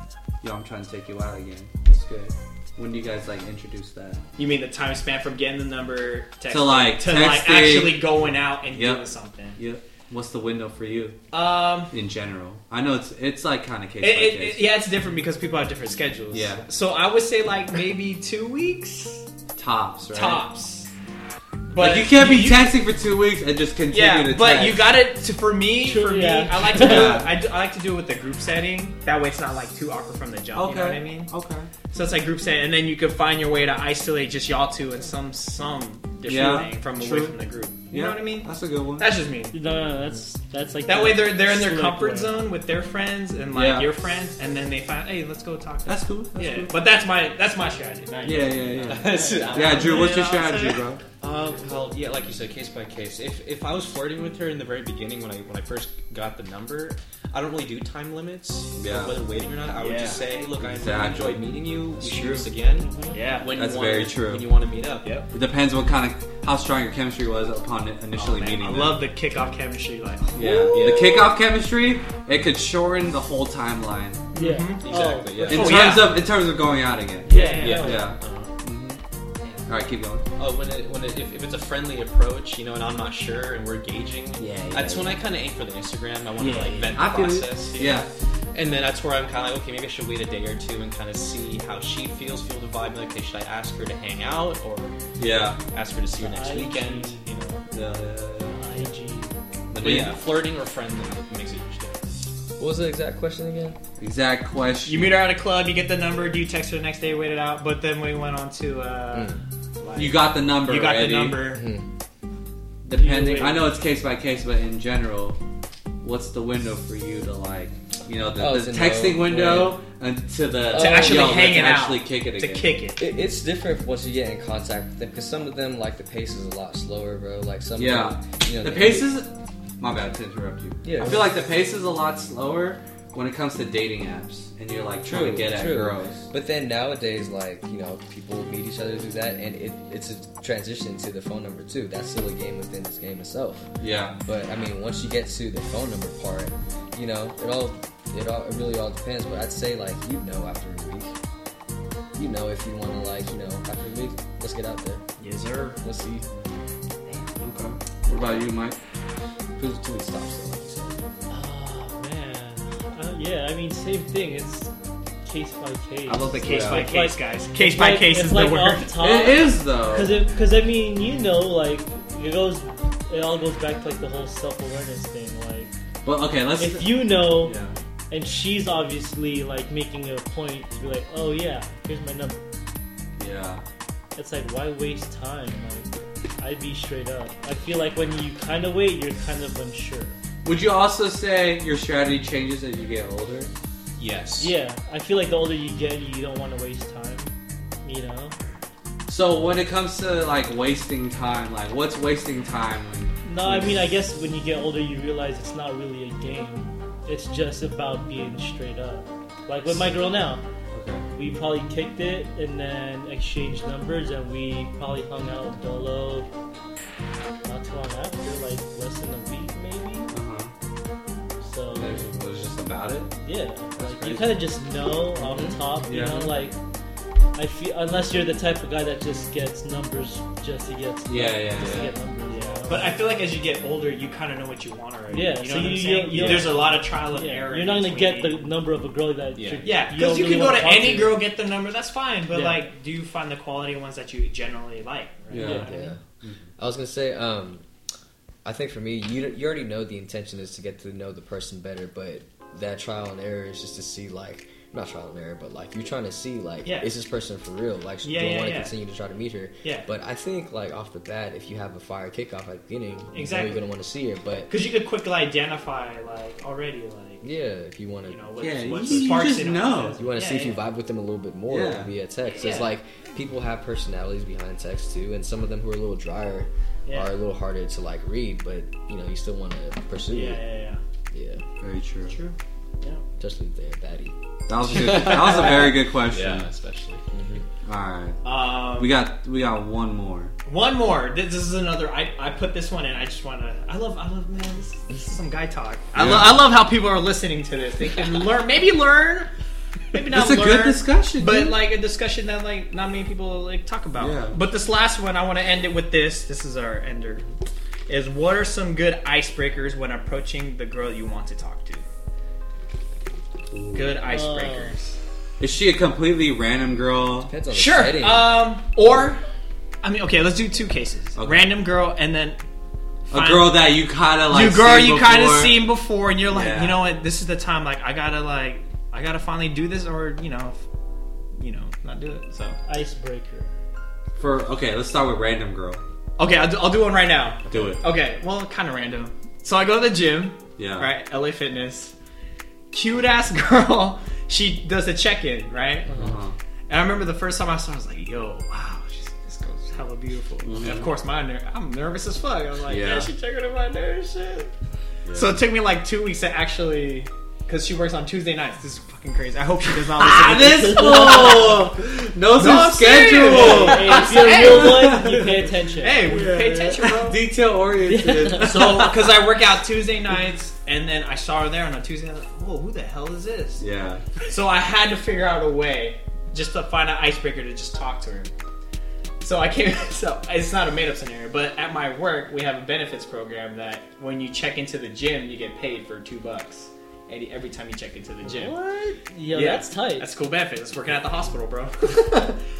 yo, I'm trying to take you out again. That's good. When do you guys like introduce that?
You mean the time span from getting the number
To, like,
to like
texting.
actually going out and
Yep.
doing something.
Yep. What's the window for you
Um,
in general? I know it's it's like kind of case
it,
by
it,
case.
it- yeah, it's different because people have different schedules.
Yeah.
So I would say like maybe two weeks
Tops, right?
tops.
But
But
you can't be
you-
texting for two weeks and just continue
Yeah,
to
but
text.
you got it. To, for me,
True,
for me,
yeah.
I like to do.
Yeah.
I, do- I like to do it with the group setting. That way, it's not like too awkward from the jump.
Okay.
You know what I mean?
Okay.
So it's like group setting, and then you can find your way to isolate just y'all two and some some different
Yeah,
thing from
true.
away from the group. You
yeah,
know what I mean?
That's a good one.
That's just me.
No, no, no, that's that's like
That way they're they're in their
slick
comfort
way.
zone with their friends and like
Yeah.
your friends, and then they find hey, let's go talk. To
That's cool. That's
yeah,
cool.
but that's my that's my strategy. not
Yeah,
yours.
yeah, yeah.
That's it.
Yeah, Drew, what's your
You know what I'm
strategy, bro?
saying?
Um, well, yeah, like you said, case by case. If if I was flirting with her in the very beginning when I when I first got the number, I don't really do time limits,
Yeah.
yeah. whether waiting or not. I would
Yeah.
just say, look, I
Exactly.
enjoyed meeting you. We
It's
should do
true.
this again.
Yeah.
When
That's
you want,
very true.
When you want to meet up.
Yep.
It depends what kind of how strong your chemistry was upon
Oh,
initially
man,
meeting.
I
them.
love the kickoff chemistry. Like,
yeah. the kickoff chemistry. It could shorten the whole timeline
Yeah.
Exactly, yeah.
in
Oh,
terms
yeah.
of in terms of going out again.
Yeah.
Yeah.
Yeah.
Uh,
All right, keep going.
oh, when it, when it, if, if it's a friendly approach, you know, and I'm not sure, and we're gauging,
Yeah, yeah,
that's when
yeah.
I kind of aim for the Instagram. I want to
Yeah,
like
yeah.
vent the
I feel you.
process. you know?
Yeah.
And then that's where I'm kind of like, okay, maybe I should wait a day or two and kind of see how she feels, feel the vibe. Like, okay, should I ask her to hang out or
Yeah.
ask her to see her next
I-
weekend? You know.
Yeah.
IG.
But yeah, flirting or friendly makes a huge difference.
What was the exact question again?
Exact question.
you meet her at a club, you get the number, do you text her the next day, wait it out. But then we went on to, uh, like,
You got the number.
you got the
Eddie.
number.
Depending,
You-
I know it's case by case, but in general, what's the window for you to like, you know, the,
Oh,
the
to
texting
know,
window and to the
To actually
yo, let's
hang it out.
actually kick it
To
again.
kick it.
It, it's different once you get in contact with them because some of them like the pace is a lot slower, bro. Like some, of
Yeah.
them, you know,
The
they-
pace is. My bad to interrupt you.
Yeah.
I feel like the pace is a lot slower when it comes to dating apps, and you're like trying to get at girls.
But then nowadays, like you know, people meet each other through that, and it, it's a transition to the phone number too. That's still a game within this game itself.
Yeah.
But I mean, once you get to the phone number part, you know, it all, it all, it really all depends. But I'd say like you know after a week, you know if you want to like you know after a week, let's get out there,
Yes, sir.
let's see
Okay. What about you, Mike?
who who stops it. Like you said.
Oh, man. Uh, yeah, I mean, same thing. It's case by case.
I love the
Case
Yeah.
by
It's
case,
like-
guys. Case by
Like,
case
it's
is
like
the word.
Off top,
It is though.
Because it, because I mean, you know, like it goes, it all goes back to like the whole self awareness thing. Like
Well, okay, let's.
if you know,
yeah.
and she's obviously like making a point to be like, oh yeah, here's my number.
Yeah.
It's like why waste time? Like I'd be straight up. I feel like when you kind of wait, you're kind of unsure.
Would you also say your strategy changes as you get older?
Yes.
Yeah, I feel like the older you get, you don't want to waste time. You know,
So when it comes to like wasting time, like what's wasting time?
No, I mean, I guess when you get older, you realize it's not really a game. It's just about being straight up. Like with my girl now,
Okay.
we probably kicked it and then exchanged numbers, and we probably hung out dolo not too long after, like less than a week maybe.
Uh-huh.
So
There's- It was just about it.
yeah, like,
crazy. Mm-hmm.
you kind of just know off the top, you
Yeah.
know, like. I feel unless you're the type of guy that just gets numbers just to get
Yeah, yeah,
just to
yeah.
get numbers. Yeah.
But I feel like as you get older, you kind of know what you want already.
Yeah,
you know
so
what
you-
I'm
you-
saying?
you-
There's a lot of trial and
Yeah,
error.
you're not gonna
between-
get the number of a girl that.
Yeah.
you're-
Yeah,
don't
because you,
really
can go
wanna
to
talk
any
to.
girl, get the number. That's fine, but
Yeah.
like, do you find the quality ones that you generally like? Right?
Yeah.
You know what I mean?
Yeah. I was gonna say, um, I think for me, you you already know the intention is to get to know the person better, but that trial and error is just to see like not trial and error, but like you're trying to see like
Yeah.
is this person for real? Like
Yeah,
do I
yeah,
want to
yeah.
continue to try to meet her?
Yeah.
But I think like off the bat, if you have a fire kickoff at the beginning,
Exactly.
you know you're gonna want to see her. But
Because you could quickly identify, like already, like
yeah, if you want to.
you
You
know, what,
Yeah,
what
you- you
sparks
just
it. and
know.
what it is.
want to
Yeah,
see if you
yeah.
vibe with them a little bit more
Yeah.
via text. It's
Yeah.
like people have personalities behind text too, and some of them who are a little drier
Yeah.
are a little harder to like read, but you know you still want to pursue
Yeah,
it.
yeah,
Yeah,
Very true.
yeah. True.
just leave there, baddie.
That was a good, that was a very good question.
Yeah, especially.
Mm-hmm.
All right,
Um,
we got we got one more.
One more. This, this is another. I, I put this one in. I just want to. I love. I love. Man, this, is- this is some guy talk. I,
Yeah.
lo- I love how people are listening to this. They can learn. Maybe learn. Maybe not
It's a
learn.
good discussion,
But
dude.
like a discussion that like not many people like talk about.
Yeah.
But this last one, I want to end it with this. This is our ender. Is what are some good icebreakers when approaching the girl you want to talk to? Good icebreakers.
Is she a completely random girl?
Depends on the
Sure.
setting.
Um. Or, I mean, okay. Let's do two cases.
Okay.
Random girl, and then
A girl that you kind of like.
you girl
seen
you kind of
before?
seen before, and you're like,
Yeah.
you know what? This is the time. Like, I gotta like, I gotta finally do this, or you know, f- you know, not do it. So
Icebreaker.
for. Okay, let's start with random girl.
okay, I'll do, I'll do one right now.
Do it.
Okay, well, kind of random. So I go to the gym,
Yeah.
right? LA Fitness. Cute ass girl. She does a check in, right?
Uh-huh.
And I remember the first time I saw, her, I was like, "Yo, wow, she's, this girl's hella beautiful." And of course, my ner- I'm nervous as fuck. I was like,
Mm-hmm. Yeah.
"Yeah, she checking out my nerves, shit." So it took me like two weeks to actually because she works on Tuesday nights. This is fucking crazy. I hope she does not
Ah,
listen. to
this fool knows
No, I'm
his schedule.
Hey, if you're a real one, you pay attention.
Hey, we pay attention, bro.
Detail oriented.
So, because I work out Tuesday nights, and then I saw her there on a Tuesday, I was like, "Whoa, who the hell is this?"
yeah.
So I had to figure out a way just to find an icebreaker to just talk to her. So I came. So it's not a made-up scenario, but at my work we have a benefits program that when you check into the gym, you get paid for two bucks, and every time you check into the gym.
What? Yo,
Yeah.
that's tight.
That's cool benefit. That's working at the hospital, bro.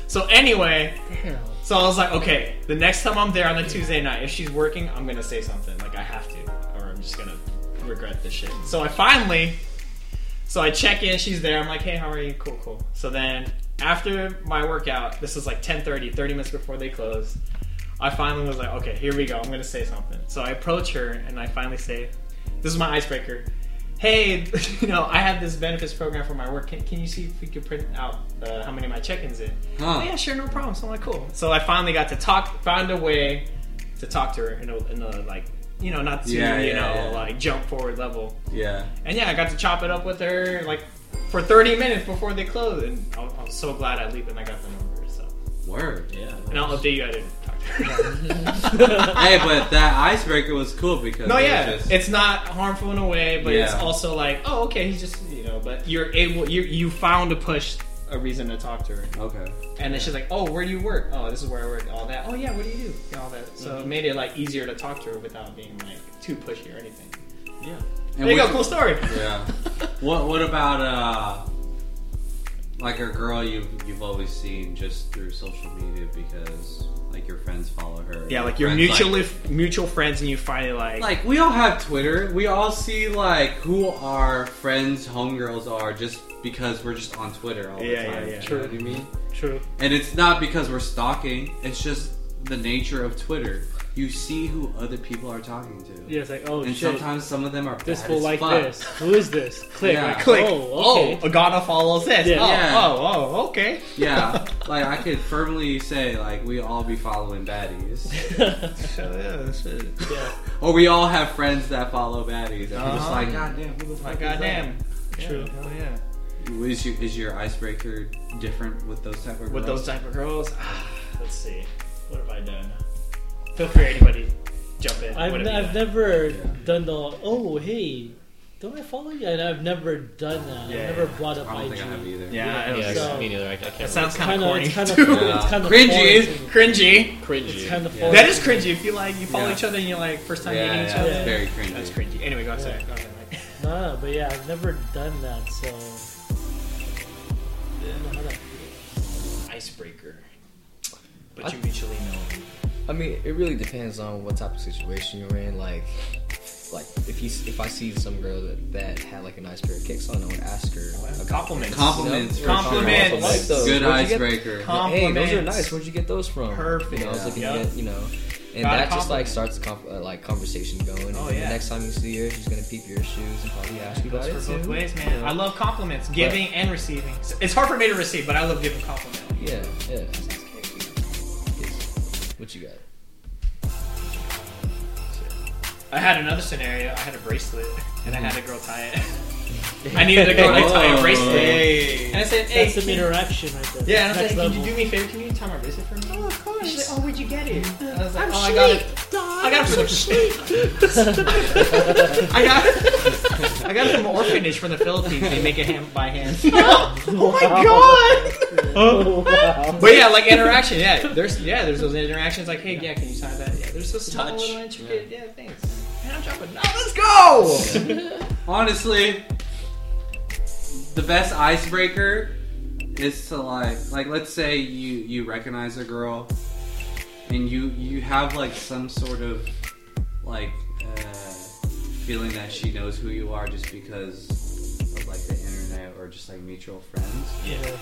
so anyway,
Damn.
so I was like, okay, the next time I'm there on the Tuesday night, if she's working, I'm gonna say something. Like I have to, or I'm just gonna regret this shit. So I finally, so I check in. She's there. I'm like, hey, how are you? Cool, cool. So then after my workout, this is like 10:30, 30 minutes before they close. I finally was like, okay, here we go. I'm gonna say something. So I approach her and I finally say, this is my icebreaker. Hey, you know, I have this benefits program for my work. Can, can you see if we could print out uh, how many of my check-ins in?
Huh.
Oh, yeah, sure, no problem. So I'm like, cool. So I finally got to talk, found a way to talk to her in a, in a like, you know, not to,
Yeah,
you
yeah,
know,
yeah.
like jump forward level.
Yeah.
And yeah, I got to chop it up with her like for 30 minutes before they closed. And I was, I was so glad I leaped and I got the number. So,
Word.
Yeah.
and I'll update you. I didn't talk to her.
hey, but that icebreaker was cool because
No,
it was
yeah,
just-
it's not harmful in a way, but it's
Yeah.
also like, oh, okay, he's just you know. But you're able, you you found a push, a reason to talk to her,
okay.
and then she's like, oh, where do you work? Oh, this is where I work. All that. Oh yeah, what do you do? And all that. So it made it like easier to talk to her without being like too pushy or anything.
Yeah.
And
There you
what
go, cool story.
Yeah. What What about uh, like a girl you you've always seen just through social media because like your friends follow her.
Yeah, like your
Friends,
mutually mutual friends, and you finally like,
Like we all have Twitter. We all see like who our friends, homegirls are, just because we're just on Twitter all
Yeah,
the
yeah,
time.
yeah.
You
True.
know what I mean?
True.
And it's not because we're stalking. It's just the nature of Twitter. You see who other people are talking to.
Yeah, it's like, oh
And
shit.
sometimes some of them are
this
bad
will
as
like
fuck.
this. Who is this? Click.
Yeah.
Like,
click,
Oh, okay.
oh, Agana follows this.
Yeah.
Oh,
Yeah.
oh, oh, okay.
Yeah, like I could firmly say, like we all be following baddies,
So, yeah, that's it.
yeah.
or we all have friends that follow baddies. And I'm just
Uh-huh.
like, God damn, who the fuck?
Like,
is
goddamn.
True.
Yeah, hell yeah.
that?" Is your is your icebreaker different with those type of
with
girls?
those type of girls. Ah, Let's see. What have I done? Feel free, anybody. Jump in.
I've,
What have
n-
you
I've
done?
never done the oh hey, don't I follow you? And I've never done that.
Yeah,
I've never
yeah.
brought up
I don't
IG.
think I have either.
Yeah, it
Yeah,
was,
So-
me neither. I, I can't.
that sounds kind of
Kinda,
corny.
it's kind of
too.
it's kind of
Cringy.
cringy.
cringy.
It's kind of
Yeah.
That is cringy. If you like, you follow
Yeah.
each other and you're like first
Yeah,
time
yeah,
meeting each
yeah,
other.
it's very cringy.
That's cringy. Anyway, go ahead. Go ahead. Mike.
Nah, but yeah, I've never done that. So. I don't know how that-
Icebreaker. But you mutually know.
I mean, it really depends on what type of situation you're in. Like, like if you if I see some girl that, that had like a nice pair of kicks on, I would ask her. about
Compliments.
Compliments. for sure.
Compliments.
I like those.
Good
Where'd you get- Hey,
icebreaker.
those are
Compliments.
nice. Where'd you get those from?
Perfect.
You know, I was looking
Yeah.
at, you know, and
Got a
that just like
compliment.
starts the comp- uh, like conversation going.
Oh,
and
yeah.
the next time you see her, she's gonna peep your shoes and probably ask you about
Goes
it
for both
too.
ways, man. I love compliments, giving and receiving. It's hard for me to receive, but I love giving compliments.
Yeah, yeah. Yes. What you got?
I had another scenario. I had a bracelet, and I had a girl tie it. I needed a girl to tie a bracelet, and I said, "Hey,
That's some
can you-
interaction right there.
yeah." And I
Next
said, "Can
level.
you do me a favor? Can you tie my bracelet for me?" Oh, of course. She's like, "Oh, where'd you get it?" I was like, "Oh, I got it. I got it from I got I got it from an orphanage from the Philippines. They make it hand by hand." oh my god!
Oh,
But yeah, like interaction. Yeah, there's yeah, there's those interactions. Like, hey, yeah, can you sign that? Yeah, there's so small,
Touch.
little intricate. Yeah, thanks. Man, I'm dropping. Now let's go.
Honestly, the best icebreaker is to like, like let's say you you recognize a girl, and you you have like some sort of like uh, feeling that she knows who you are just because of like the internet or just like mutual friends.
Yeah.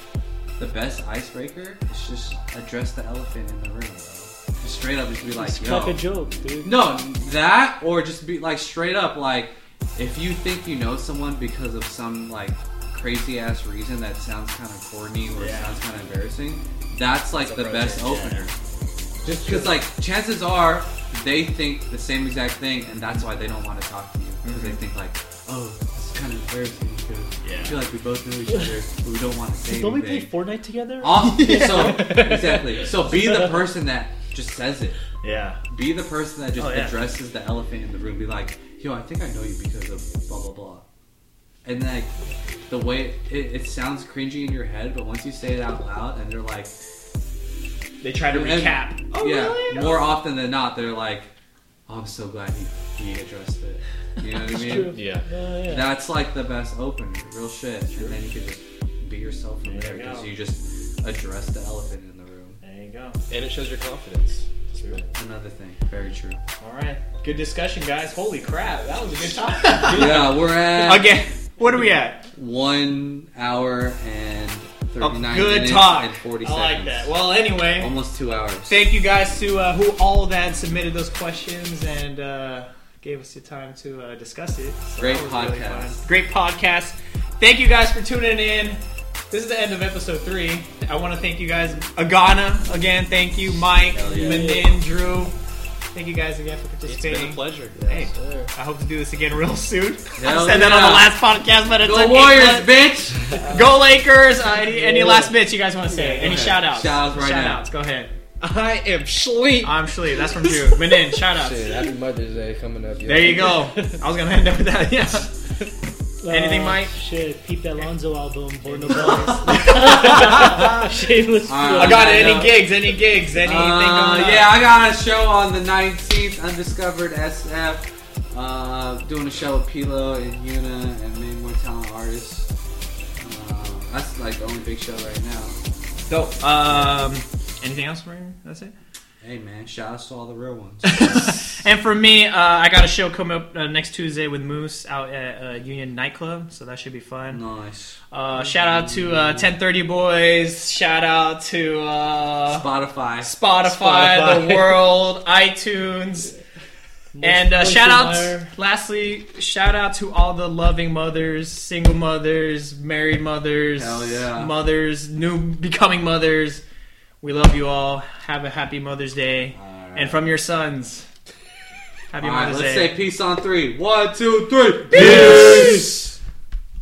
The best icebreaker is just address the elephant in the room. Bro. Just straight up, just be like,
Just
yo.
crack a joke, dude.
No, that or just be like straight up like if you think you know someone because of some like crazy ass reason that sounds kind of corny or
Yeah.
sounds kind of embarrassing, that's like the
Approach
best
it, yeah.
opener. Just because like chances are they think the same exact thing and that's why they don't want to talk to you because they think like oh it's kind of embarrassing. because I
Mm-hmm. Yeah.
feel like we both know each other, but we don't want to say
Don't we play
anything.
Fortnite together?
Off- So exactly. So be the person that just says it.
Yeah.
Be the person that just
Oh, yeah.
addresses the elephant in the room. Be like, yo, I think I know you because of blah blah blah. And like the way it, it sounds cringy in your head, but once you say it out loud, and they're like,
They try to
And-
recap. Oh,
yeah,
really?
more often than not, they're like, oh, I'm so glad he, he addressed it. You know what I mean?
true.
Yeah.
Oh, yeah.
That's like the best opener, real shit. And then you can just be yourself from there
you
because
go.
you just address the elephant in the room.
There you go.
And it shows your confidence.
Another thing, very true.
All right. Good discussion, guys. Holy crap. That was a good time.
yeah, we're at
Again, what are we at?
one hour and
A
39
good
minutes
talk.
and 40
I
seconds.
like that. Well, anyway.
Almost two hours.
Thank you guys to uh, who all that submitted those questions and uh, gave us the time to uh, discuss it. So
Great
that was really
podcast.
fun. Great podcast. Thank you guys for tuning in. This is the end of episode three. I want to thank you guys, Agana, again. Thank you, Mike,
Hell yeah.
Manin, Drew. Thank you guys again for
It's been a
participating.
pleasure.
Hey, I hope to do this again real soon.
Hell
I said that on
yeah.
the last podcast, but it's
Go
okay.
Warriors, bitch!
Go Lakers! Uh, any, any last bits you guys want to say? any
ahead.
shout outs?
Shout-outs right now.
Go ahead.
I am sleep.
I'm Shlee. That's from Drew. Manin, shout outs.
Shit, happy Mother's Day coming up. yo.
There you go. I was gonna end up with that. Yeah. Anything,
Uh,
Mike?
Shit, Pete Alonzo album, Born No Bars. Shameless.
All right,
plug.
I got it.
Yeah.
Any gigs? Any gigs? Anything?
Uh,
going on?
yeah, I got a show on the 19th, Undiscovered SF. Uh, doing a show with Pilo and Yuna and many more talent artists. Uh, that's like the only big show right now.
Dope. Um. Anything else for you? That's it.
Hey man, shout outs to all the real ones.
And for me, uh, I got a show coming up uh, next Tuesday with Moose out at uh, Union Nightclub, so that should be fun.
nice.
Uh, shout out to uh, 1030 Boys. Shout out to uh,
Spotify.
Spotify,
Spotify.
the world, iTunes. And uh,
Most
shout out,
admire.
lastly, shout out to all the loving mothers, single mothers, married mothers,
Hell yeah.
mothers, new becoming mothers. We love you all. Have a happy Mother's Day.
Alright.
And from your sons, happy
All right,
Mother's
let's
Day.
say peace on three. One, two, three.
Peace.